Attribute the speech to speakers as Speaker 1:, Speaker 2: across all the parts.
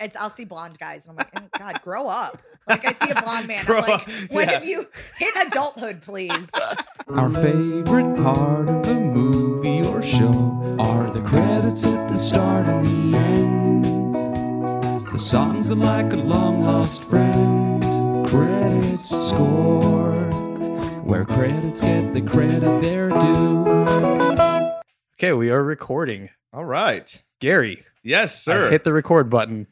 Speaker 1: It's I'll see blonde guys, and I'm like, oh, God, grow up. Like I see a blonde man, I'm like,
Speaker 2: Grow up,
Speaker 1: when
Speaker 2: yeah.
Speaker 1: have you hit adulthood, please?
Speaker 3: Our favorite part of a movie or show are the credits at the start and the end. The songs are like a long lost friend. Credits score. Where credits get the credit they're due.
Speaker 4: Okay, we are recording.
Speaker 2: All right.
Speaker 4: Gary,
Speaker 2: Yes,
Speaker 4: I
Speaker 2: sir.
Speaker 4: hit the record button.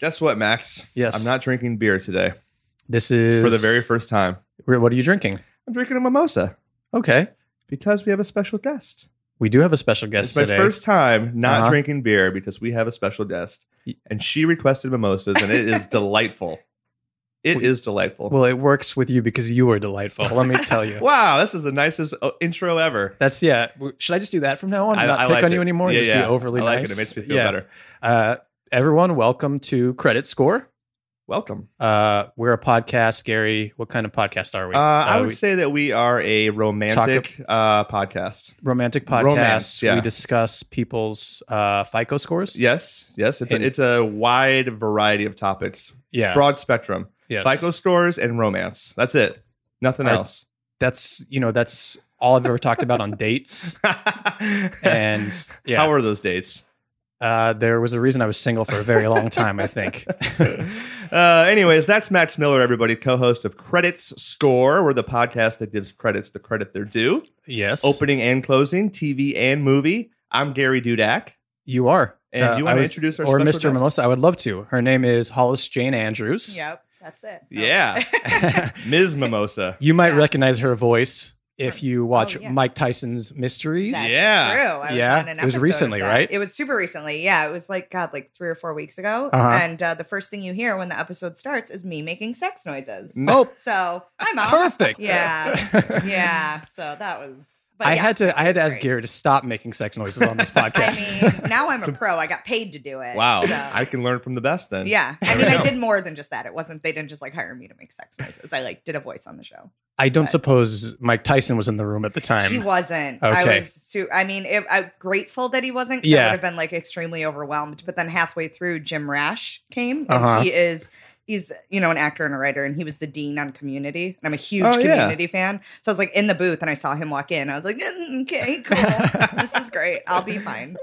Speaker 2: Guess what, Max?
Speaker 4: Yes.
Speaker 2: I'm not drinking beer today
Speaker 4: This is
Speaker 2: for the very first time.
Speaker 4: Wait, What are you drinking?
Speaker 2: I'm drinking a mimosa
Speaker 4: Okay,
Speaker 2: because we have a special guest.
Speaker 4: we do have a special guest
Speaker 2: It's my
Speaker 4: today.
Speaker 2: first time not
Speaker 4: Uh-huh.
Speaker 2: drinking beer because we have a special guest,
Speaker 4: Y-
Speaker 2: and she requested mimosas, and it is delightful. It
Speaker 4: Well,
Speaker 2: is delightful.
Speaker 4: Well, it works with you because you are delightful. Let me tell you.
Speaker 2: wow, this is the nicest uh, intro ever.
Speaker 4: That's yeah. w- Should I just do that from now on? not pick
Speaker 2: liked
Speaker 4: on
Speaker 2: it.
Speaker 4: you anymore. and
Speaker 2: Yeah,
Speaker 4: just
Speaker 2: yeah.
Speaker 4: be overly
Speaker 2: I like
Speaker 4: nice.
Speaker 2: It. it makes me feel
Speaker 4: Yeah.
Speaker 2: better.
Speaker 4: Uh, everyone, welcome to Credit Score.
Speaker 2: Welcome.
Speaker 4: Uh, we're a podcast, Gary. What kind of podcast are we?
Speaker 2: Uh, I
Speaker 4: Uh,
Speaker 2: would
Speaker 4: we-
Speaker 2: say that we are a romantic uh, podcast.
Speaker 4: romantic podcast.
Speaker 2: romance, yeah.
Speaker 4: We discuss people's uh, FICO scores.
Speaker 2: Yes, yes, it's
Speaker 4: And-
Speaker 2: a, it's a wide variety of topics,
Speaker 4: yeah.
Speaker 2: broad spectrum.
Speaker 4: yes.
Speaker 2: FICO scores and romance. That's it. Nothing
Speaker 4: I-
Speaker 2: else.
Speaker 4: that's you know that's all I've ever talked about on dates. And yeah,
Speaker 2: how are those dates?
Speaker 4: uh, there was a reason I was single for a very long time. I think.
Speaker 2: uh, anyways, that's Max Miller, everybody, co-host of Credits Score. We're the podcast that gives credits the credit they're due,
Speaker 4: Yes,
Speaker 2: opening and closing, TV and movie. I'm Gary Dudak.
Speaker 4: You are.
Speaker 2: And Uh, do you
Speaker 4: Uh, I
Speaker 2: wanna
Speaker 4: was-
Speaker 2: introduce our
Speaker 4: or
Speaker 2: special
Speaker 4: Mr.
Speaker 2: guest?
Speaker 4: Mimosa? I would love to. Her name is Hollis Jane Andrews.
Speaker 1: Yep, that's it. Oh.
Speaker 2: Yeah. Ms. Mimosa.
Speaker 4: you might
Speaker 1: Yeah. Oh,
Speaker 4: recognize her voice if you watch
Speaker 1: yeah.
Speaker 4: Mike Tyson's Mysteries.
Speaker 1: That's
Speaker 2: Yeah.
Speaker 1: true. I was
Speaker 4: Yeah.
Speaker 1: on an
Speaker 4: It was
Speaker 1: episode of
Speaker 4: recently,
Speaker 1: that.
Speaker 4: right?
Speaker 1: It was super recently. Yeah, it was like God, like three or four weeks ago.
Speaker 4: Uh-huh.
Speaker 1: And uh, the first thing you hear when the episode starts is me making sex noises.
Speaker 4: Oh,
Speaker 1: So hi, mom.
Speaker 4: perfect.
Speaker 1: Yeah, yeah. So that was. But
Speaker 4: I
Speaker 1: yeah,
Speaker 4: had to. I had to
Speaker 1: was
Speaker 4: ask
Speaker 1: great.
Speaker 4: Gary to stop making sex noises on this
Speaker 1: I
Speaker 4: podcast.
Speaker 1: mean, now I'm a pro. I got paid to do it.
Speaker 2: Wow.
Speaker 1: So.
Speaker 2: I can learn from the best then.
Speaker 1: yeah, I
Speaker 2: There
Speaker 1: mean,
Speaker 2: we
Speaker 1: I
Speaker 2: go.
Speaker 1: did more than just that. It wasn't. They didn't just like hire me to make sex noises. I like did a voice on the show.
Speaker 4: I don't
Speaker 1: But-
Speaker 4: suppose Mike Tyson was in the room at the time.
Speaker 1: He wasn't. I
Speaker 4: Okay.
Speaker 1: was. Su- I mean, it, I'm grateful that he wasn't. 'cause I
Speaker 4: Yeah.
Speaker 1: would have been like extremely overwhelmed. But then halfway through, Jim Rash came. And
Speaker 4: Uh-huh.
Speaker 1: He is. He's you know an actor and a writer, and he was the dean on Community. And I'm a huge
Speaker 2: Oh, yeah.
Speaker 1: Community fan. So I was like in the booth, and I saw him walk in. I was like, "Mm, okay, cool. this is great. I'll be fine.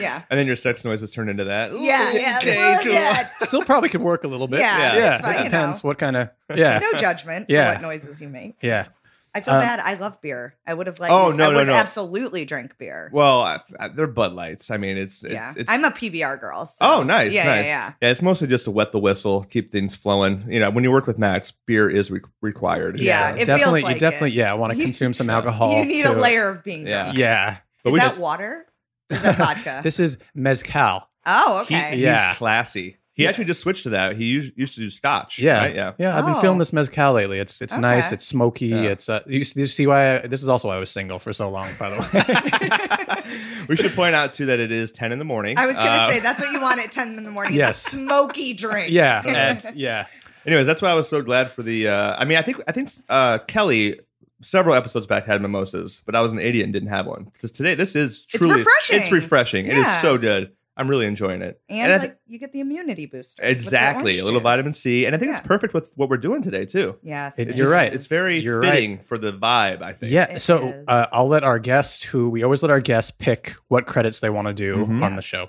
Speaker 1: Yeah.
Speaker 2: And then your sex noises turn into that.
Speaker 1: Yeah,
Speaker 2: Ooh,
Speaker 1: yeah,
Speaker 2: okay,
Speaker 1: well,
Speaker 2: cool.
Speaker 1: yeah.
Speaker 4: Still probably could work a little bit.
Speaker 1: Yeah,
Speaker 2: Yeah.
Speaker 1: it's fine,
Speaker 4: it
Speaker 1: you know.
Speaker 4: depends what kind of. Yeah,
Speaker 1: No judgment
Speaker 4: Yeah.
Speaker 1: for what noises you make.
Speaker 4: yeah.
Speaker 1: I feel
Speaker 4: Um,
Speaker 1: bad. I love beer. I would have like.
Speaker 2: Oh,
Speaker 1: I
Speaker 2: no, no,
Speaker 1: would
Speaker 2: no.
Speaker 1: Absolutely drink beer.
Speaker 2: Well, I, I, they're Bud Lights. I mean, it's it's,
Speaker 1: yeah,
Speaker 2: it's
Speaker 1: I'm a PBR girl. So.
Speaker 2: oh nice,
Speaker 1: Yeah,
Speaker 2: nice.
Speaker 1: yeah,
Speaker 2: Yeah, it's mostly just to wet the whistle, keep things flowing. You know, when you work with Max, beer is re- required.
Speaker 1: Yeah, it feels
Speaker 4: definitely.
Speaker 1: like
Speaker 4: you definitely,
Speaker 1: it.
Speaker 4: yeah, want to
Speaker 1: You-
Speaker 4: consume some
Speaker 2: you
Speaker 4: alcohol.
Speaker 1: yeah. You need a
Speaker 4: to-
Speaker 1: layer of being
Speaker 2: Yeah.
Speaker 1: drunk.
Speaker 4: Yeah,
Speaker 2: but
Speaker 1: Is
Speaker 2: we
Speaker 1: that
Speaker 2: just
Speaker 1: water? Is that vodka?
Speaker 4: this is mezcal.
Speaker 1: oh,
Speaker 2: he,
Speaker 1: okay.
Speaker 2: he's
Speaker 4: Yeah.
Speaker 2: classy. He
Speaker 4: Yeah.
Speaker 2: actually just switched to that. He used, used to do scotch.
Speaker 4: Yeah,
Speaker 2: right? yeah.
Speaker 4: yeah. I've been
Speaker 1: Oh.
Speaker 4: feeling this mezcal lately. It's it's nice.
Speaker 1: Okay.
Speaker 4: It's smoky.
Speaker 2: Yeah.
Speaker 4: It's uh, you, s- you see why I, this is also why I was single for so long. By the way,
Speaker 2: we should point out too that it is ten in the morning.
Speaker 1: I was gonna
Speaker 2: Uh,
Speaker 1: say that's what you want at ten in the morning.
Speaker 4: Yes.
Speaker 1: It's a smoky drink.
Speaker 4: yeah, and- yeah.
Speaker 2: Anyways, that's why I was so glad for the. Uh, I mean, I think I think uh, Kelly several episodes back had mimosas, but I was an idiot and didn't have one because today this is truly
Speaker 1: refreshing.
Speaker 2: It's refreshing. It
Speaker 1: Yeah.
Speaker 2: is so good. I'm really enjoying it.
Speaker 1: and,
Speaker 2: I thi-
Speaker 1: like you get the immunity booster. with the
Speaker 2: exactly
Speaker 1: orange
Speaker 2: a little
Speaker 1: juice.
Speaker 2: vitamin C, and I think
Speaker 1: Yeah.
Speaker 2: it's perfect with what we're doing today too.
Speaker 1: Yes,
Speaker 4: It-
Speaker 1: it
Speaker 4: you're
Speaker 2: just-
Speaker 1: is.
Speaker 4: right.
Speaker 2: It's very
Speaker 4: You're right.
Speaker 2: fitting for the vibe. I think.
Speaker 4: Yeah.
Speaker 1: It
Speaker 4: so
Speaker 1: is.
Speaker 4: uh, I'll let our guests, who we always let our guests pick what credits they want to do
Speaker 2: Mhm.
Speaker 4: on the
Speaker 1: Yes.
Speaker 4: show.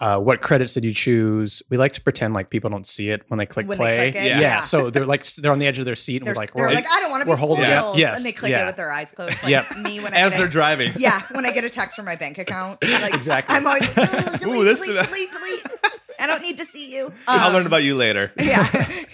Speaker 4: Uh, what credits did you choose? We like to pretend like people don't see it when they click
Speaker 1: When they
Speaker 4: play.
Speaker 1: click it,
Speaker 4: yeah.
Speaker 1: yeah.
Speaker 4: so they're like they're on the edge of their seat and
Speaker 1: They're,
Speaker 4: we're like,
Speaker 1: they're
Speaker 4: we're
Speaker 1: like, I don't want to
Speaker 4: we're
Speaker 1: be
Speaker 4: holding
Speaker 1: spoiled.
Speaker 2: it.
Speaker 4: Yes,
Speaker 1: and they click
Speaker 4: yeah.
Speaker 1: it with their eyes closed. Like
Speaker 4: Yep.
Speaker 1: me when I
Speaker 2: As
Speaker 1: get
Speaker 2: they're
Speaker 1: a-
Speaker 2: driving.
Speaker 1: yeah, when I get a text from my bank account, like,
Speaker 4: Exactly.
Speaker 1: I'm always like, "Oh, delete,
Speaker 2: Ooh, this-
Speaker 1: delete, delete, delete. I don't need to see you.
Speaker 2: I'll
Speaker 1: Um,
Speaker 2: learn about you later.
Speaker 1: yeah,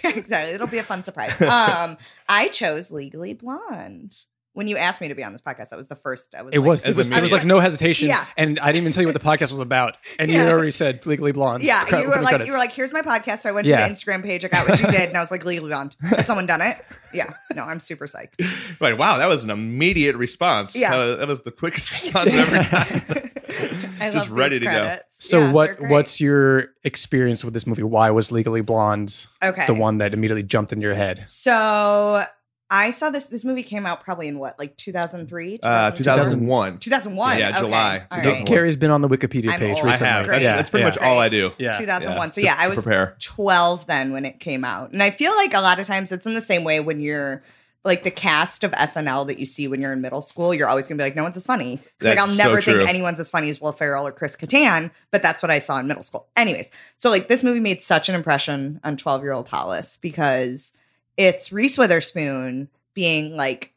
Speaker 1: exactly. It'll be a fun surprise. Um, I chose Legally Blonde. When you asked me to be on this podcast, that was the first. I was.
Speaker 4: it
Speaker 1: like-
Speaker 4: was
Speaker 2: As
Speaker 4: it was,
Speaker 2: a
Speaker 4: it was like no hesitation.
Speaker 1: Yeah.
Speaker 4: And I didn't even tell you what the podcast was about. And you
Speaker 1: Yeah.
Speaker 4: already said legally blonde.
Speaker 1: Yeah,
Speaker 4: Cre-
Speaker 1: you
Speaker 4: with
Speaker 1: were
Speaker 4: the
Speaker 1: like, you
Speaker 4: credits.
Speaker 1: were like, here's my podcast. So I went
Speaker 4: Yeah.
Speaker 1: to the Instagram page. I got what you did, and I was like, Legally Blonde. Has someone done it? Yeah. No, I'm super psyched.
Speaker 2: Like, wow, that was an immediate response.
Speaker 1: Yeah.
Speaker 2: Uh, that was the quickest response I've ever gotten.
Speaker 1: I
Speaker 2: Just
Speaker 1: love
Speaker 2: ready
Speaker 1: these
Speaker 2: to go.
Speaker 1: credits.
Speaker 4: so
Speaker 1: Yeah, they're
Speaker 4: what
Speaker 1: great.
Speaker 4: what's your experience with this movie? Why was Legally Blonde
Speaker 1: okay?
Speaker 4: the one that immediately jumped into your head?
Speaker 1: So I saw this. This movie came out probably in what, like 2003?
Speaker 2: Uh, 2001.
Speaker 1: 2001.
Speaker 2: Yeah,
Speaker 1: Okay.
Speaker 2: July.
Speaker 1: All
Speaker 4: Ga-
Speaker 1: right.
Speaker 2: 2001.
Speaker 4: Gary's been on the Wikipedia
Speaker 1: I'm
Speaker 4: page
Speaker 1: old.
Speaker 2: I
Speaker 4: recently.
Speaker 2: have. That's,
Speaker 1: Yeah,
Speaker 2: that's pretty much
Speaker 1: yeah.
Speaker 2: all I do.
Speaker 4: Yeah.
Speaker 1: 2001. So
Speaker 2: to
Speaker 1: yeah, I was
Speaker 2: prepare.
Speaker 1: 12 then when it came out. And I feel like a lot of times it's in the same way when you're like the cast of SNL that you see when you're in middle school, you're always gonna be like, no one's as funny. 'Cause, like I'll
Speaker 2: That's so
Speaker 1: never
Speaker 2: true.
Speaker 1: think anyone's as funny as Will Ferrell or Chris Kattan, but that's what I saw in middle school. Anyways, so like this movie made such an impression on 12 year old Hollis because it's Reese Witherspoon being like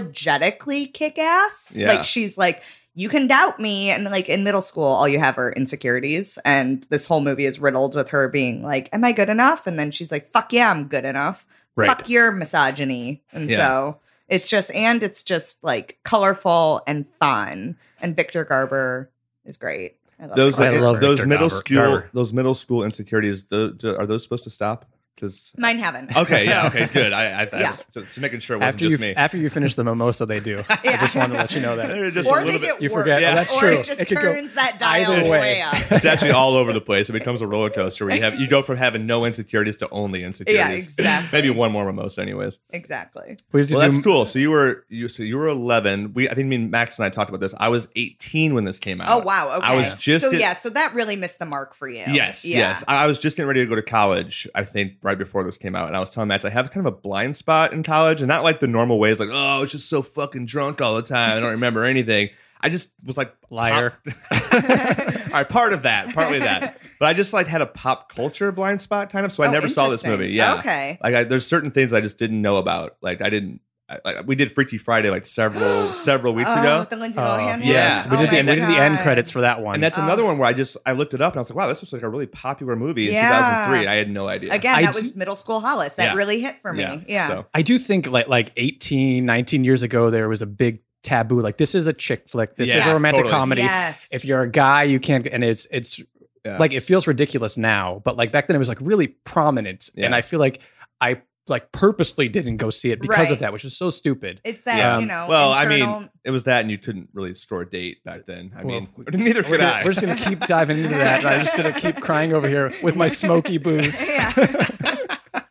Speaker 1: unapologetically kick ass.
Speaker 2: Yeah.
Speaker 1: Like she's like, you can doubt me. And like in middle school, all you have are insecurities. And this whole movie is riddled with her being like, am I good enough? And then she's like, fuck yeah, I'm good enough.
Speaker 4: Right.
Speaker 1: Fuck your misogyny. And
Speaker 2: Yeah.
Speaker 1: so it's just, and it's just like colorful and fun. And Victor Garber is great. I love
Speaker 2: Those
Speaker 1: Victor
Speaker 4: I love
Speaker 1: Garber.
Speaker 2: those
Speaker 4: Victor
Speaker 2: middle
Speaker 4: Garber-
Speaker 2: school
Speaker 4: Garber.
Speaker 2: those middle school insecurities. tho- tho- are those supposed to stop? Because
Speaker 1: Mine haven't.
Speaker 2: okay, yeah, okay, good. I, I, I
Speaker 1: Yeah.
Speaker 2: was just just making sure it wasn't
Speaker 4: After
Speaker 2: just
Speaker 4: you
Speaker 2: me.
Speaker 4: after you finish the mimosa, they do. I
Speaker 1: Yeah.
Speaker 4: just wanted to let you know that.
Speaker 2: They're just a
Speaker 1: or
Speaker 2: little
Speaker 1: they
Speaker 2: bit-
Speaker 1: get
Speaker 4: you
Speaker 1: worse,
Speaker 4: forget. Oh,
Speaker 2: Yeah.
Speaker 4: That's
Speaker 1: or
Speaker 4: true.
Speaker 1: it just
Speaker 4: It could go
Speaker 1: turns that dial
Speaker 4: either
Speaker 1: way.
Speaker 4: way.
Speaker 1: up.
Speaker 2: it's actually all over the place. It becomes a roller coaster where you have you go from having no insecurities to only insecurities.
Speaker 1: exactly.
Speaker 2: Maybe one more mimosa, anyways.
Speaker 1: Exactly.
Speaker 4: We have to
Speaker 2: Well,
Speaker 4: do-
Speaker 2: that's cool. So you were you so you were 11. We I think me and Max and I talked about this. I was 18 when this came out.
Speaker 1: Oh wow. Okay.
Speaker 2: Uh, I was just
Speaker 1: so
Speaker 2: at-
Speaker 1: yeah. So that really missed the mark for you.
Speaker 2: Yes,
Speaker 1: Yeah.
Speaker 2: yes. I I was just getting ready to go to college, I think, right before this came out. And I was telling Matt, I have kind of a blind spot in college and not like the normal ways, like, oh, I was just so fucking drunk all the time. I don't remember anything. I just was like,
Speaker 4: Liar.
Speaker 2: all right, part of that, partly that. But I just like had a pop culture blind spot kind of. So I
Speaker 1: Oh,
Speaker 2: never saw this
Speaker 1: interesting.
Speaker 2: movie. Yeah.
Speaker 1: Okay.
Speaker 2: Like, I, there's certain things I just didn't know about. Like, I didn't, I, like, we did Freaky Friday like several, several weeks
Speaker 1: oh,
Speaker 2: ago.
Speaker 1: The Lindsay
Speaker 4: Oh,
Speaker 1: Lohan. one?
Speaker 4: yes,
Speaker 2: Uh, yeah.
Speaker 4: we did
Speaker 1: Oh
Speaker 4: the
Speaker 1: my
Speaker 4: we did the end
Speaker 1: God.
Speaker 4: credits for that one.
Speaker 2: And that's
Speaker 1: Oh.
Speaker 2: another one where I just I looked it up and I was like, wow, this was like a really popular movie in
Speaker 1: Yeah.
Speaker 2: 2003, and I had no idea.
Speaker 1: Again,
Speaker 4: I
Speaker 1: that
Speaker 4: d-
Speaker 1: was middle school Hollis. That
Speaker 2: Yeah.
Speaker 1: really hit for me. Yeah.
Speaker 2: So
Speaker 4: I do think like like 18, 19 years ago, there was a big taboo. Like this is a chick flick. This is
Speaker 1: Yes.
Speaker 4: a romantic
Speaker 2: Totally.
Speaker 4: comedy.
Speaker 1: Yes.
Speaker 4: If you're a guy, you can't. And it's it's
Speaker 2: Yeah.
Speaker 4: like it feels ridiculous now, but like back then it was like really prominent.
Speaker 2: Yeah.
Speaker 4: And I feel like I like purposely didn't go see it because of
Speaker 1: Right.
Speaker 4: that, which is so stupid.
Speaker 1: it's that
Speaker 2: Yeah.
Speaker 1: you know.
Speaker 2: Well, I mean,
Speaker 1: internal,
Speaker 2: it was that, and you couldn't really store a date back then. I
Speaker 4: Well,
Speaker 2: mean, neither
Speaker 4: We're,
Speaker 2: could
Speaker 4: gonna,
Speaker 2: I.
Speaker 4: we're just gonna keep diving into that. and I'm just gonna keep crying over here with my smoky booze.
Speaker 1: yeah.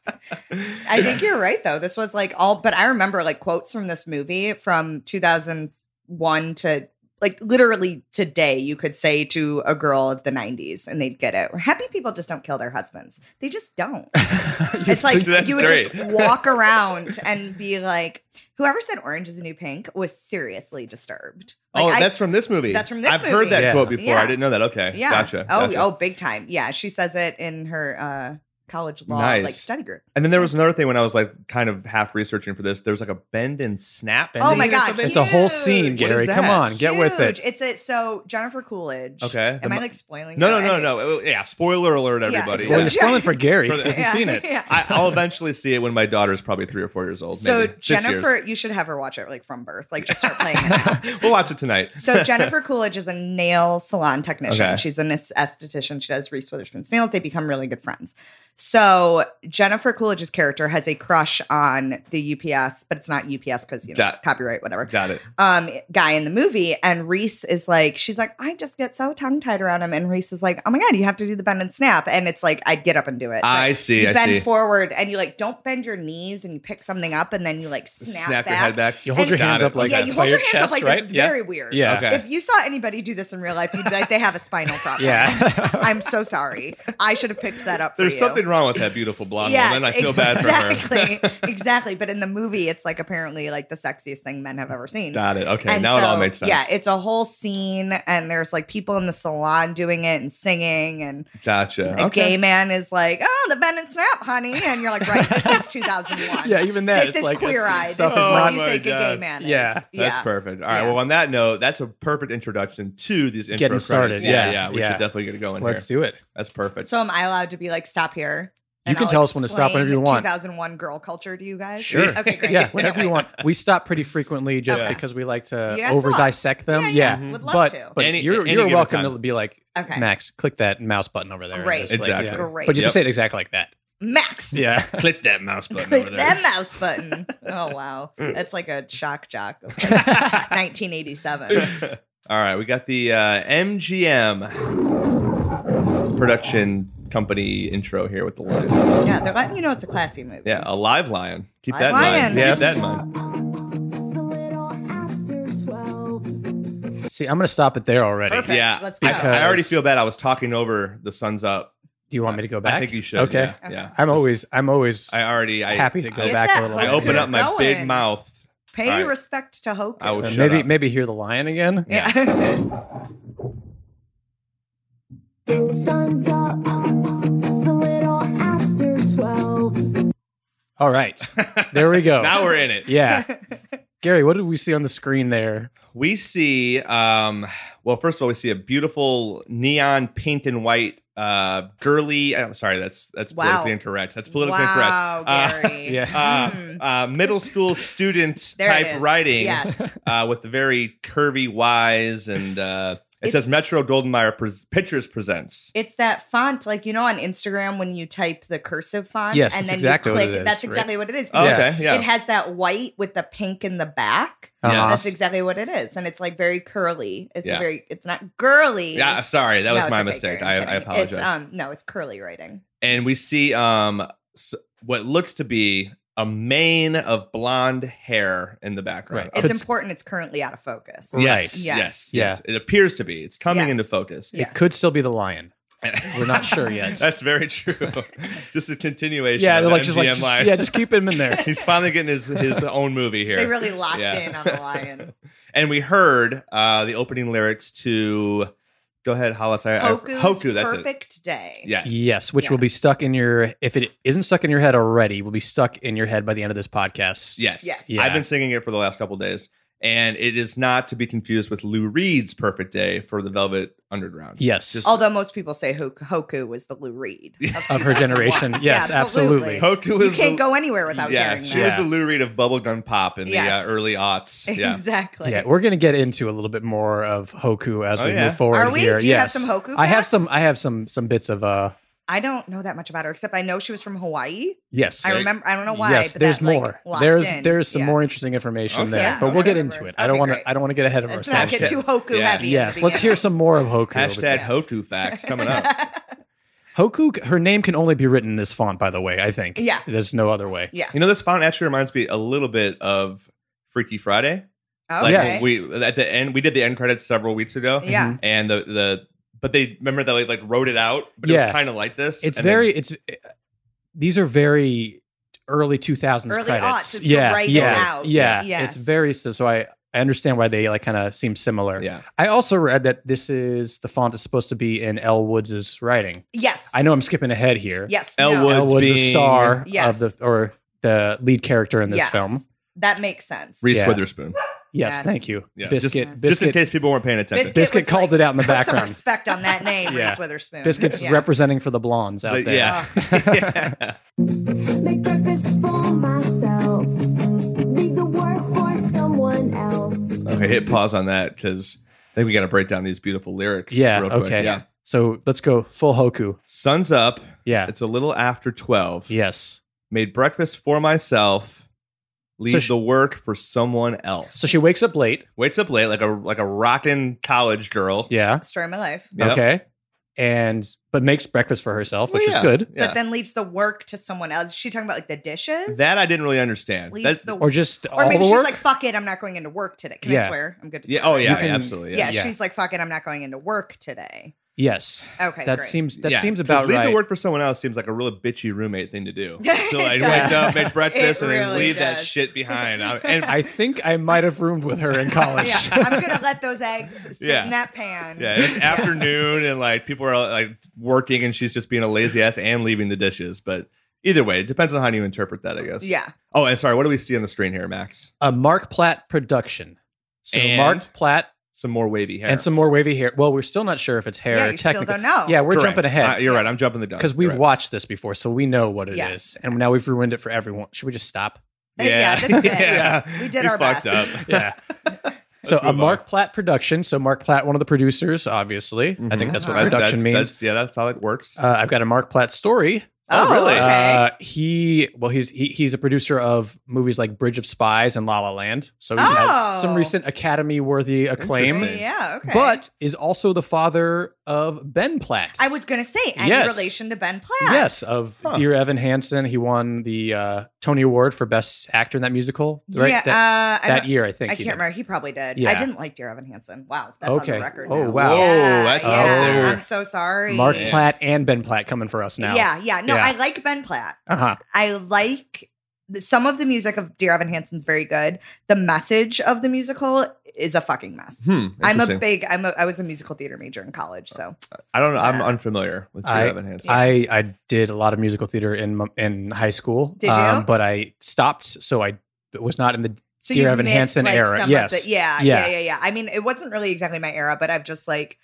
Speaker 1: I think you're right though. This was like all but I remember like quotes from this movie from 2001 to like literally today you could say to a girl of the 90s and they'd get it. Happy people just don't kill their husbands. They just don't. it's like
Speaker 2: that's
Speaker 1: you would
Speaker 2: great.
Speaker 1: just walk around and be like whoever said orange is the new pink was seriously disturbed. Like
Speaker 2: oh,
Speaker 1: I-
Speaker 2: that's from this movie.
Speaker 1: That's from this
Speaker 2: I've heard that
Speaker 4: movie.
Speaker 2: quote before.
Speaker 1: Yeah.
Speaker 2: I didn't know that. Okay,
Speaker 1: yeah.
Speaker 2: gotcha.
Speaker 1: Oh,
Speaker 2: gotcha.
Speaker 1: oh, big time. Yeah, she says it in her uh college law like
Speaker 2: Nice.
Speaker 1: study group.
Speaker 2: And then there was another thing when I was like kind of half researching for this. There was like a bend and snap.
Speaker 4: Bend Oh and my
Speaker 1: God,
Speaker 2: something?
Speaker 4: It's a whole scene,
Speaker 1: Huge. What is
Speaker 4: Gary. Come
Speaker 2: that?
Speaker 4: on, get with
Speaker 1: Huge.
Speaker 4: it.
Speaker 1: It's a so Jennifer Coolidge.
Speaker 2: Okay.
Speaker 1: Am
Speaker 2: The
Speaker 1: I
Speaker 2: mo-
Speaker 1: like spoiling?
Speaker 2: No, no, no, no. Oh, Yeah, spoiler alert,
Speaker 1: Yeah,
Speaker 2: everybody.
Speaker 1: so-
Speaker 4: Well,
Speaker 2: Yeah.
Speaker 4: you're spoiling for Gary.
Speaker 2: For
Speaker 4: He
Speaker 2: the-
Speaker 4: hasn't seen it.
Speaker 1: Yeah.
Speaker 2: I, I'll eventually see it when my daughter's probably three or four years old.
Speaker 1: So
Speaker 2: maybe. Six years.
Speaker 1: Jennifer, you should have her watch it like from birth. Like just start playing it. now.
Speaker 2: we'll watch it tonight.
Speaker 1: So Jennifer Coolidge is a nail salon technician.
Speaker 2: Okay.
Speaker 1: She's an esthetician. She does Reese Witherspoon's nails. They become really good friends. So Jennifer Coolidge's character has a crush on the UPS, but it's not UPS because you know
Speaker 2: Got-
Speaker 1: copyright, whatever.
Speaker 2: Got it.
Speaker 1: um guy in the movie and Reese is like she's like I just get so tongue tied around him and Reese is like oh my god you have to do the bend and snap and it's like I'd get up and do it
Speaker 2: I
Speaker 1: Like,
Speaker 2: see.
Speaker 1: you
Speaker 2: I
Speaker 1: bend
Speaker 2: see.
Speaker 1: forward and you like don't bend your knees and you pick something up and then you like snap,
Speaker 2: Snap
Speaker 1: back
Speaker 2: your head back.
Speaker 4: You hold
Speaker 1: And-
Speaker 4: your hands
Speaker 2: Got it.
Speaker 4: up like
Speaker 1: yeah
Speaker 4: that,
Speaker 1: you
Speaker 4: by
Speaker 1: hold your
Speaker 4: your
Speaker 1: hands up
Speaker 4: chest,
Speaker 1: like
Speaker 4: right?
Speaker 1: this it's
Speaker 4: yeah.
Speaker 1: very weird
Speaker 4: Yeah.
Speaker 2: Okay.
Speaker 1: if you saw anybody do this in real life you'd be like they have a spinal problem
Speaker 4: Yeah.
Speaker 1: I'm so sorry I should have picked that up for
Speaker 2: There's
Speaker 1: you.
Speaker 2: something wrong with that beautiful blonde woman. I feel bad for her.
Speaker 1: exactly, exactly. But in the movie, it's like apparently like the sexiest thing men have ever seen.
Speaker 2: Got it. Okay,
Speaker 1: And
Speaker 2: now it all
Speaker 1: so,
Speaker 2: makes sense.
Speaker 1: Yeah, it's a whole scene, and there's like people in the salon doing it and singing, and
Speaker 2: Gotcha.
Speaker 1: a gay man is like, "Oh, the bend and snap, honey," and you're like, "Right, this is 2001.
Speaker 4: Yeah, even that.
Speaker 1: this
Speaker 4: it's
Speaker 1: is
Speaker 4: like
Speaker 1: queer eyed.
Speaker 4: it's-
Speaker 1: This
Speaker 4: Stuff
Speaker 1: is
Speaker 4: is
Speaker 2: Oh
Speaker 1: what
Speaker 4: not.
Speaker 1: you
Speaker 2: my
Speaker 1: think a gay
Speaker 2: God.
Speaker 1: man
Speaker 4: Yeah.
Speaker 1: is."
Speaker 2: That's perfect. All right.
Speaker 1: Yeah.
Speaker 2: Well, on that note, that's a perfect introduction to these intro
Speaker 4: Getting
Speaker 2: credits.
Speaker 4: started.
Speaker 2: Yeah,
Speaker 4: Yeah,
Speaker 2: yeah. We
Speaker 4: yeah.
Speaker 2: should definitely get going
Speaker 4: Let's
Speaker 2: here.
Speaker 4: do it.
Speaker 2: That's perfect.
Speaker 1: So am I allowed to be like, "Stop here"?
Speaker 4: You can tell us when to stop whenever you want.
Speaker 1: 2001 girl culture to you guys.
Speaker 2: Sure.
Speaker 1: Okay, great.
Speaker 4: Yeah, whatever you want. We stop pretty frequently just
Speaker 2: Okay.
Speaker 4: because we like to
Speaker 1: You guys
Speaker 4: over
Speaker 1: love.
Speaker 4: dissect them. Yeah.
Speaker 1: yeah,
Speaker 2: Mhm.
Speaker 1: would love
Speaker 4: But
Speaker 1: to.
Speaker 4: but
Speaker 2: Any-
Speaker 4: you're
Speaker 2: any
Speaker 4: you're
Speaker 2: given
Speaker 4: welcome
Speaker 2: time.
Speaker 4: to be like
Speaker 1: okay,
Speaker 4: Max, click that mouse button over there. and
Speaker 1: Great.
Speaker 4: just, like,
Speaker 2: Exactly.
Speaker 4: yeah.
Speaker 1: Great.
Speaker 4: But you have
Speaker 2: Yep.
Speaker 4: to say it exactly like that.
Speaker 1: Max.
Speaker 4: Yeah.
Speaker 2: Click that mouse button
Speaker 1: Click
Speaker 2: over
Speaker 1: that
Speaker 2: there.
Speaker 1: mouse button. Oh wow, that's like a shock jock. of, like, 1987.
Speaker 2: All right. We got the uh, MGM production company intro here with the lion.
Speaker 1: Yeah, they're letting you know it's a classy movie.
Speaker 2: Yeah, a live lion. Keep
Speaker 1: Live
Speaker 2: that in
Speaker 1: lion.
Speaker 2: mind.
Speaker 4: Yes.
Speaker 2: Keep that in mind.
Speaker 5: It's a little after 12.
Speaker 4: See, I'm gonna stop it there already.
Speaker 1: Perfect.
Speaker 2: Yeah,
Speaker 1: Let's go.
Speaker 2: I, I already
Speaker 4: Because-
Speaker 2: feel bad. I was talking over the sun's up.
Speaker 4: Do you want me to go back?
Speaker 2: I think you should.
Speaker 4: Okay.
Speaker 2: Yeah. yeah.
Speaker 4: I'm always I'm always
Speaker 2: I already. I,
Speaker 4: happy to go
Speaker 2: I,
Speaker 1: Get
Speaker 4: back
Speaker 1: that
Speaker 4: a little.
Speaker 2: I
Speaker 4: bit.
Speaker 2: open
Speaker 1: Okay.
Speaker 2: up my big
Speaker 1: Going.
Speaker 2: mouth.
Speaker 1: Pay
Speaker 2: All right.
Speaker 1: respect to Hoku.
Speaker 2: I was-
Speaker 4: Uh,
Speaker 2: Shut
Speaker 4: maybe
Speaker 2: up.
Speaker 4: maybe hear the lion again.
Speaker 1: yeah.
Speaker 5: Sun's up. It's a little after 12.
Speaker 4: All right, there we go.
Speaker 2: Now we're in it.
Speaker 4: yeah, Gary, what did we see on the screen there?
Speaker 2: We see, um, well, first of all, we see a beautiful neon paint and white, uh, girly. I'm sorry, that's that's
Speaker 1: Wow.
Speaker 2: politically incorrect. That's politically
Speaker 1: wow,
Speaker 2: incorrect. Uh,
Speaker 1: Gary. Hmm.
Speaker 4: yeah.
Speaker 2: Uh, uh, middle school student
Speaker 1: There it
Speaker 2: type
Speaker 1: is.
Speaker 2: writing
Speaker 1: Yes.
Speaker 2: uh, with the very curvy Y's, and uh, it
Speaker 1: It's-
Speaker 2: says Metro Goldenmeyer pres Pictures presents.
Speaker 1: It's that font, like you know, on Instagram when you type the cursive font,
Speaker 4: Yes,
Speaker 1: and
Speaker 4: that's
Speaker 1: then
Speaker 4: exactly
Speaker 1: you
Speaker 4: what
Speaker 1: click.
Speaker 4: it is,
Speaker 1: that's
Speaker 4: right?
Speaker 1: exactly what it is.
Speaker 2: Oh,
Speaker 1: because
Speaker 4: Yeah.
Speaker 2: Okay, yeah.
Speaker 1: It has that white with the pink in the back.
Speaker 2: Uh-huh.
Speaker 4: Ah.
Speaker 1: That's exactly what it is, and it's like very curly. It's
Speaker 2: Yeah.
Speaker 1: a very. It's not girly.
Speaker 2: yeah, sorry, that
Speaker 1: No,
Speaker 2: was
Speaker 1: it's
Speaker 2: my
Speaker 1: okay,
Speaker 2: mistake.
Speaker 1: Gary,
Speaker 2: I,
Speaker 1: I'm
Speaker 2: I
Speaker 1: kidding.
Speaker 2: apologize.
Speaker 1: It's, um, no, it's curly writing.
Speaker 2: and we see um s- what looks to be a mane of blonde hair in the background.
Speaker 4: Right.
Speaker 1: It's
Speaker 4: Puts-
Speaker 1: important. It's currently out of focus.
Speaker 4: Right.
Speaker 2: Yes,
Speaker 1: Yes.
Speaker 2: yes,
Speaker 4: Yeah.
Speaker 2: yes. It appears to be. It's coming
Speaker 1: Yes.
Speaker 2: into focus.
Speaker 1: Yeah.
Speaker 4: Could still be the lion. We're not sure yet.
Speaker 2: That's very true. just a continuation.
Speaker 4: yeah,
Speaker 2: of
Speaker 4: they're
Speaker 2: the
Speaker 4: like just like
Speaker 2: MGM
Speaker 4: just-
Speaker 2: line.
Speaker 4: yeah, just keep him in there.
Speaker 2: He's finally getting his his own movie here.
Speaker 1: They really locked
Speaker 2: Yeah.
Speaker 1: in on the lion.
Speaker 2: and we heard uh the opening lyrics to Go ahead, Hollis. I, I-
Speaker 1: Hoku's
Speaker 2: Hoku. That's it.
Speaker 1: perfect day.
Speaker 2: Yes.
Speaker 4: Yes, which will
Speaker 1: Yes.
Speaker 4: be stuck in your if it isn't stuck in your head already, will be stuck in your head by the end of this podcast.
Speaker 2: Yes.
Speaker 1: Yes.
Speaker 4: Yeah.
Speaker 2: I've been singing it for the last couple days, and it is not to be confused with Lou Reed's "Perfect Day" for the Velvet Underground.
Speaker 4: Yes.
Speaker 2: Just-
Speaker 1: Although most people say Hoku, Hoku was the Lou Reed
Speaker 4: of her
Speaker 1: 2001.
Speaker 4: generation. Yes,
Speaker 1: Yeah,
Speaker 4: absolutely.
Speaker 2: Hoku
Speaker 1: You
Speaker 2: is
Speaker 1: can't
Speaker 2: the,
Speaker 1: go anywhere without
Speaker 2: yeah,
Speaker 1: hearing
Speaker 2: she
Speaker 1: that.
Speaker 2: was the Lou Reed of bubblegum pop in
Speaker 1: Yes.
Speaker 2: the uh, early aughts. Yeah.
Speaker 1: Exactly.
Speaker 4: yeah, we're gonna get into a little bit more of Hoku as
Speaker 2: Oh,
Speaker 4: we
Speaker 2: yeah.
Speaker 4: move forward
Speaker 1: Are we?
Speaker 4: here.
Speaker 1: Do you have
Speaker 4: yes.
Speaker 1: some Hoku
Speaker 4: I have
Speaker 1: facts?
Speaker 4: some. I have some some bits of uh.
Speaker 1: I don't know that much about her, except I know she was from Hawaii.
Speaker 4: Yes,
Speaker 1: I remember. I don't know why.
Speaker 4: Yes,
Speaker 1: but
Speaker 4: there's
Speaker 1: that, like,
Speaker 4: more.
Speaker 1: locked
Speaker 4: there's
Speaker 1: in.
Speaker 4: there's some
Speaker 1: Yeah.
Speaker 4: more interesting information
Speaker 2: Okay.
Speaker 4: there,
Speaker 1: Yeah,
Speaker 4: but
Speaker 1: I
Speaker 4: we'll get
Speaker 1: remember.
Speaker 4: into it. I
Speaker 1: Okay,
Speaker 4: don't want
Speaker 1: great.
Speaker 4: to. I don't want to get ahead of
Speaker 1: Let's not
Speaker 4: ourselves.
Speaker 1: get
Speaker 2: Hashtag-
Speaker 1: too Hoku
Speaker 2: yeah.
Speaker 1: heavy.
Speaker 4: yes, let's hear some more of Hoku. over
Speaker 2: Hashtag
Speaker 4: here.
Speaker 2: Hoku facts coming up.
Speaker 4: Hoku. Her name can only be written in this font, by the way. I think.
Speaker 1: Yeah.
Speaker 4: there's no other way.
Speaker 1: yeah.
Speaker 2: You know, this font actually reminds me a little bit of Freaky Friday.
Speaker 1: Okay.
Speaker 4: Yes.
Speaker 2: we at the end we did the end credits several weeks ago.
Speaker 1: Oh,
Speaker 4: Mm-hmm.
Speaker 1: yeah.
Speaker 2: And the the but they remember that they like wrote it out, but it
Speaker 4: Yeah.
Speaker 2: was kind of like this.
Speaker 4: It's
Speaker 2: and then-
Speaker 4: very. It's. eh, These are very early 2000s
Speaker 1: Early
Speaker 4: credits.
Speaker 1: aughts, just to
Speaker 4: yeah,
Speaker 1: write it
Speaker 4: yeah,
Speaker 1: out.
Speaker 4: yeah.
Speaker 1: Yes.
Speaker 4: It's very so. so I I understand why they like kind of seem similar.
Speaker 2: yeah.
Speaker 4: I also read that this is the font is supposed to be in L Woods's writing.
Speaker 1: Yes.
Speaker 4: I know I'm skipping ahead here.
Speaker 1: Yes.
Speaker 2: Elle
Speaker 1: no.
Speaker 2: Woods
Speaker 4: Elle was the
Speaker 2: being-
Speaker 4: star
Speaker 1: Yes.
Speaker 4: of the or the lead character in this
Speaker 1: Yes.
Speaker 4: film.
Speaker 1: That makes sense.
Speaker 2: Reese
Speaker 4: Yeah.
Speaker 2: Witherspoon.
Speaker 4: Yes,
Speaker 1: Yes.
Speaker 4: thank you.
Speaker 2: Yeah. Just-
Speaker 4: Biscuit,
Speaker 1: Yes.
Speaker 2: Just in
Speaker 4: biscuit,
Speaker 2: case people weren't paying attention.
Speaker 1: Biscuit
Speaker 4: biscuit
Speaker 1: was
Speaker 4: called
Speaker 1: like,
Speaker 4: it out in the
Speaker 1: Put some
Speaker 4: background.
Speaker 1: respect on that name,
Speaker 4: Yeah.
Speaker 1: Reese Witherspoon.
Speaker 4: Biscuit's
Speaker 1: Yeah.
Speaker 4: representing for the blondes out
Speaker 2: But
Speaker 4: there.
Speaker 2: yeah. yeah.
Speaker 5: Make breakfast for myself. Leave the work for someone else.
Speaker 2: Okay, hit pause on that because I think we got to break down these beautiful lyrics.
Speaker 4: Yeah,
Speaker 2: real quick.
Speaker 4: okay.
Speaker 2: Yeah.
Speaker 4: So let's go full Hoku.
Speaker 2: Sun's up.
Speaker 4: Yeah.
Speaker 2: It's a little after 12.
Speaker 4: Yes.
Speaker 2: Made breakfast for myself. Leave
Speaker 4: she-
Speaker 2: the work for someone else.
Speaker 4: So she wakes up late.
Speaker 2: wakes up late like a like a rockin' college girl.
Speaker 4: Yeah.
Speaker 1: Story of my life.
Speaker 2: Yep.
Speaker 4: Okay. And but makes breakfast for herself, which
Speaker 2: Well,
Speaker 4: is
Speaker 2: yeah,
Speaker 4: good.
Speaker 2: yeah.
Speaker 1: But then leaves the work to someone else. Is she talking about like the dishes?
Speaker 2: that I didn't really understand.
Speaker 1: leaves
Speaker 2: That's
Speaker 1: the
Speaker 4: Or just
Speaker 1: Or
Speaker 4: all
Speaker 1: maybe
Speaker 4: the
Speaker 1: she's
Speaker 4: work.
Speaker 1: like, fuck it, I'm not going into work today. Can
Speaker 4: Yeah.
Speaker 1: I swear? I'm good to swear.
Speaker 2: yeah. Oh
Speaker 1: right?
Speaker 2: yeah,
Speaker 4: You can-
Speaker 2: absolutely.
Speaker 1: Yeah,
Speaker 2: Yeah.
Speaker 4: yeah.
Speaker 1: she's like, fuck it, I'm not going into work today.
Speaker 4: yes.
Speaker 1: Okay,
Speaker 4: that
Speaker 1: great.
Speaker 4: seems that
Speaker 2: Yeah,
Speaker 4: seems
Speaker 2: 'cause
Speaker 4: about
Speaker 2: leave
Speaker 4: right.
Speaker 2: the work for someone else seems like a real bitchy roommate thing to do. So
Speaker 1: It
Speaker 2: like wake
Speaker 4: does.
Speaker 2: up, make breakfast,
Speaker 1: It
Speaker 2: and then
Speaker 1: really
Speaker 2: leave that
Speaker 1: does.
Speaker 2: shit behind. I- and
Speaker 4: I think I might have roomed with her in college.
Speaker 1: yeah, I'm gonna let those eggs sit
Speaker 2: Yeah.
Speaker 1: in that pan.
Speaker 2: yeah, it's afternoon and like people are like working and she's just being a lazy ass and leaving the dishes. But either way, it depends on how you interpret that, I guess.
Speaker 1: Yeah.
Speaker 2: Oh, and sorry, what do we see on the screen here, Max?
Speaker 4: a Mark Platt production. So
Speaker 2: And-
Speaker 4: Mark Platt
Speaker 2: Some more wavy hair.
Speaker 4: and some more wavy hair. Well, we're still not sure if it's hair.
Speaker 1: Yeah,
Speaker 4: or
Speaker 1: you still
Speaker 4: technically-
Speaker 1: don't know.
Speaker 4: Yeah, we're
Speaker 2: Correct.
Speaker 4: jumping
Speaker 2: Uh,
Speaker 4: ahead
Speaker 2: you're right. I'm jumping the gun
Speaker 4: because we've
Speaker 2: You're right.
Speaker 4: watched this before, so we know what it is,
Speaker 1: Yes.
Speaker 4: and now we've ruined it for everyone. Should we just stop?
Speaker 1: Yeah, this is it.
Speaker 2: Yeah.
Speaker 1: We did
Speaker 2: we
Speaker 1: our
Speaker 2: fucked
Speaker 1: best.
Speaker 2: Up.
Speaker 4: Yeah. so
Speaker 2: Let's
Speaker 4: a
Speaker 2: move
Speaker 4: Mark
Speaker 2: on.
Speaker 4: Platt production. So Mark Platt, one of the producers, obviously. I think
Speaker 2: Mhm.
Speaker 4: Mm-hmm. that's what
Speaker 1: Uh-huh.
Speaker 2: That's-
Speaker 4: production means.
Speaker 2: that's- yeah, that's how it works.
Speaker 4: uh, I've got a Mark Platt story.
Speaker 2: Oh, really?
Speaker 1: Okay.
Speaker 4: Uh, he well, he's he, he's a producer of movies like Bridge of Spies and La La Land. So he's had some
Speaker 1: Oh.
Speaker 4: recent Academy-worthy acclaim,
Speaker 2: Interesting.
Speaker 1: yeah. Okay.
Speaker 4: but is also the father of Ben Platt.
Speaker 1: I was gonna say any
Speaker 4: Yes.
Speaker 1: relation to Ben Platt.
Speaker 4: Yes, of
Speaker 2: Huh.
Speaker 4: Dear Evan Hansen. He won the uh, Tony Award for Best Actor in that musical, right?
Speaker 1: Yeah.
Speaker 4: that
Speaker 1: uh, I,
Speaker 4: that
Speaker 1: don't-
Speaker 4: year, I think.
Speaker 1: I
Speaker 4: he
Speaker 1: can't
Speaker 4: did.
Speaker 1: remember. He probably did. I
Speaker 4: Yeah.
Speaker 1: didn't like Dear Evan Hansen. Wow. That's on
Speaker 4: Okay.
Speaker 1: the record.
Speaker 4: Oh,
Speaker 1: now.
Speaker 4: wow.
Speaker 1: Yeah,
Speaker 2: Whoa, that's
Speaker 1: yeah.
Speaker 2: out there.
Speaker 1: I'm so sorry.
Speaker 4: Mark
Speaker 2: Yeah.
Speaker 4: Platt and Ben Platt coming for us now.
Speaker 1: Yeah. Yeah. No,
Speaker 4: Yeah.
Speaker 1: I like Ben Platt.
Speaker 4: Uh
Speaker 2: Uh-huh.
Speaker 4: huh.
Speaker 1: I like the- some of the music of Dear Evan Hansen's very good. The message of the musical is a fucking mess.
Speaker 2: Hmm,
Speaker 1: I'm a
Speaker 2: interesting.
Speaker 1: big. I'm a. I was a musical theater major in college, so
Speaker 2: I don't know. I'm unfamiliar with Dear
Speaker 4: I-
Speaker 2: Evan Hansen.
Speaker 4: I I did a lot of musical theater in m- in high school. um,
Speaker 1: Did you?
Speaker 4: but I stopped, so I was not in the.
Speaker 1: so
Speaker 4: Dear
Speaker 1: you've
Speaker 4: Evan
Speaker 1: missed,
Speaker 4: Hansen
Speaker 1: like,
Speaker 4: era,
Speaker 1: some of
Speaker 4: yes.
Speaker 1: the- yeah, yeah,
Speaker 4: Yeah.
Speaker 1: yeah, yeah, I mean, it wasn't really exactly my era, but I've just like,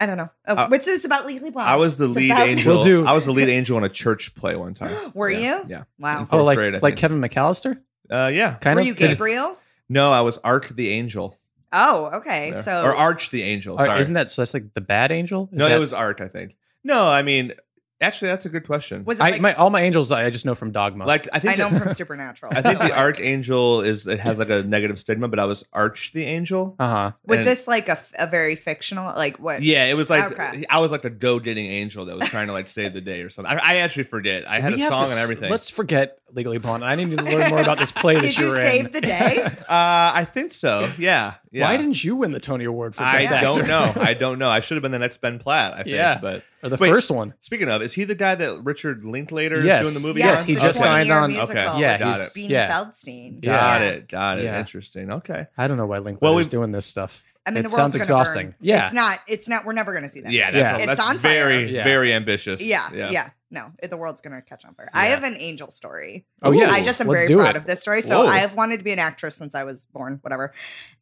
Speaker 1: I don't know. Oh,
Speaker 2: Uh,
Speaker 1: what's this about Legally Blonde?
Speaker 2: I was the
Speaker 1: It's
Speaker 2: lead
Speaker 1: about-
Speaker 2: angel.
Speaker 4: We'll do-
Speaker 2: I was the lead angel in a church play one time.
Speaker 1: Were
Speaker 2: Yeah,
Speaker 1: you?
Speaker 2: Yeah.
Speaker 1: Wow.
Speaker 4: Oh,
Speaker 2: Fourth
Speaker 4: like
Speaker 2: grade, I
Speaker 4: like
Speaker 2: think.
Speaker 4: Kevin McAllister,
Speaker 2: Uh, yeah.
Speaker 4: kind
Speaker 1: Were
Speaker 4: of.
Speaker 1: you Gabriel?
Speaker 2: No, I was Arc the Angel.
Speaker 1: Oh, okay.
Speaker 2: there.
Speaker 1: So
Speaker 2: or Arch the Angel.
Speaker 4: Or
Speaker 2: Sorry.
Speaker 4: isn't that so? That's like the bad angel. Is
Speaker 2: no,
Speaker 4: that,
Speaker 2: it was Arc. I think. No, I mean, actually, that's a good question.
Speaker 1: was it
Speaker 4: I,
Speaker 1: like,
Speaker 4: my all my angels. I I just know from Dogma.
Speaker 2: like I think
Speaker 1: I know
Speaker 2: the-
Speaker 1: him from Supernatural.
Speaker 2: I think
Speaker 1: so,
Speaker 2: the
Speaker 1: like,
Speaker 2: archangel is it has like a negative stigma, but I was Arch the Angel.
Speaker 4: uh huh.
Speaker 1: Was
Speaker 2: and-
Speaker 1: this like a, f- a very fictional, like what?
Speaker 2: Yeah, it was like
Speaker 1: Okay.
Speaker 2: I was like a go-getting angel that was trying to like save the day or something. I, I actually forget. I had
Speaker 4: We
Speaker 2: a
Speaker 4: have to
Speaker 2: song and
Speaker 4: s-
Speaker 2: everything.
Speaker 4: Let's forget Legally Blonde. I need to learn more about this play that
Speaker 1: Did you
Speaker 4: you're in.
Speaker 1: save the day?
Speaker 2: uh, I think so. Yeah. yeah.
Speaker 4: Why didn't you win the Tony Award for
Speaker 2: I
Speaker 4: Best Actor?
Speaker 2: don't know. I don't know. I should have been the next Ben Platt. I think.
Speaker 4: Yeah.
Speaker 2: But
Speaker 4: or the
Speaker 2: Wait.
Speaker 4: first one.
Speaker 2: speaking of, is he the guy that Richard Linklater
Speaker 4: Yes.
Speaker 2: is doing the movie?
Speaker 4: Yes,
Speaker 2: on?
Speaker 4: he
Speaker 1: the
Speaker 4: just
Speaker 1: 20
Speaker 4: signed
Speaker 1: year
Speaker 4: on-
Speaker 1: musical
Speaker 2: okay,
Speaker 4: yeah,
Speaker 1: with
Speaker 2: got
Speaker 4: he's-
Speaker 2: it.
Speaker 1: Beanie
Speaker 4: yeah.
Speaker 1: Feldstein.
Speaker 2: Got
Speaker 1: Yeah.
Speaker 2: it. Got it.
Speaker 4: Yeah.
Speaker 2: Interesting. Okay.
Speaker 4: I don't know why Linklater's
Speaker 2: Well,
Speaker 4: well,
Speaker 2: we-
Speaker 4: doing this stuff.
Speaker 1: I mean, the
Speaker 4: It
Speaker 1: world's
Speaker 4: sounds
Speaker 1: gonna
Speaker 4: exhausting.
Speaker 1: burn.
Speaker 4: Yeah.
Speaker 1: it's not. It's not. We're never going to see that.
Speaker 2: Yeah,
Speaker 1: Movie.
Speaker 2: that's,
Speaker 4: Yeah.
Speaker 2: A,
Speaker 1: It's
Speaker 2: that's
Speaker 1: on fire.
Speaker 2: very,
Speaker 4: Yeah.
Speaker 2: very ambitious.
Speaker 1: Yeah, yeah,
Speaker 2: yeah.
Speaker 1: No, it, the world's going to catch on fire. I
Speaker 2: Yeah.
Speaker 1: have an angel story.
Speaker 4: Oh
Speaker 2: Ooh.
Speaker 4: yes,
Speaker 1: I just am
Speaker 4: Let's
Speaker 1: very
Speaker 4: do
Speaker 1: proud
Speaker 4: it.
Speaker 1: of this story. So
Speaker 2: Whoa.
Speaker 1: I have wanted to be an actress since I was born, whatever.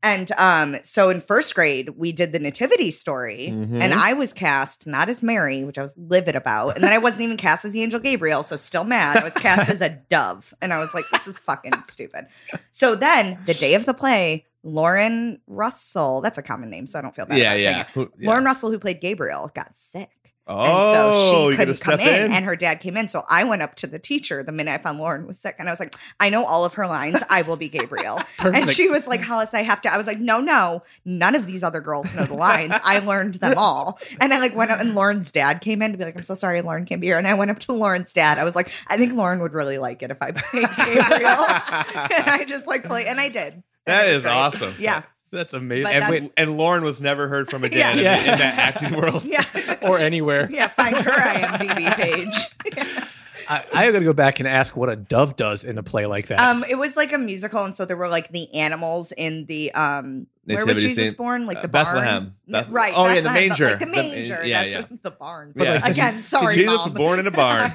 Speaker 1: And um, so in first grade, we did the nativity story,
Speaker 2: Mhm.
Speaker 1: and I was cast not as Mary, which I was livid about, and then I wasn't even cast as the angel Gabriel, so still mad. I was cast as a dove, and I was like, this is fucking stupid. So then the day of the play, Lauren Russell, that's a common name, so I don't feel bad.
Speaker 2: Yeah.
Speaker 1: about saying
Speaker 2: Yeah.
Speaker 1: it.
Speaker 2: Who- yeah.
Speaker 1: Lauren Russell, who played Gabriel, got sick.
Speaker 2: Oh,
Speaker 1: and so she
Speaker 2: you gotta
Speaker 1: couldn't come
Speaker 2: step
Speaker 1: in, and her dad came in. So I went up to the teacher the minute I found Lauren was sick, and I was like, "I know all of her lines. I will be Gabriel." and she was like, "Hollis, I have to." I was like, "No, no, none of these other girls know the lines. I learned them all." And I like went up, and Lauren's dad came in to be like, "I'm so sorry, Lauren can't be here." And I went up to Lauren's dad. I was like, "I think Lauren would really like it if I played Gabriel." and I just like play, and I did. And
Speaker 2: That
Speaker 1: it was
Speaker 2: is
Speaker 1: great.
Speaker 2: awesome.
Speaker 1: Yeah,
Speaker 4: That's amazing.
Speaker 1: But
Speaker 4: And
Speaker 1: that's-
Speaker 4: wait,
Speaker 2: And Lauren was never heard from again
Speaker 1: Yeah.
Speaker 2: in, the-
Speaker 4: Yeah.
Speaker 2: in that acting world.
Speaker 1: yeah,
Speaker 4: or anywhere.
Speaker 1: yeah. Find her IMDb page.
Speaker 4: I, I gotta go back and ask what a dove does in a play like that.
Speaker 1: Um, it was like a musical, and so there were like the animals in the um. where was
Speaker 2: Nativity
Speaker 1: Jesus
Speaker 2: scene.
Speaker 1: born? Like
Speaker 2: Uh,
Speaker 1: the
Speaker 2: Bethlehem.
Speaker 1: barn?
Speaker 2: Beth-
Speaker 1: N- right?
Speaker 2: oh, yeah, the
Speaker 1: Bethlehem, but,
Speaker 2: manger.
Speaker 1: like the
Speaker 2: The-
Speaker 1: manger.
Speaker 2: yeah,
Speaker 1: that's
Speaker 2: yeah.
Speaker 1: what- the barn.
Speaker 2: But,
Speaker 1: But
Speaker 2: like,
Speaker 1: again, sorry,
Speaker 2: Jesus
Speaker 1: mom.
Speaker 2: was born in a barn.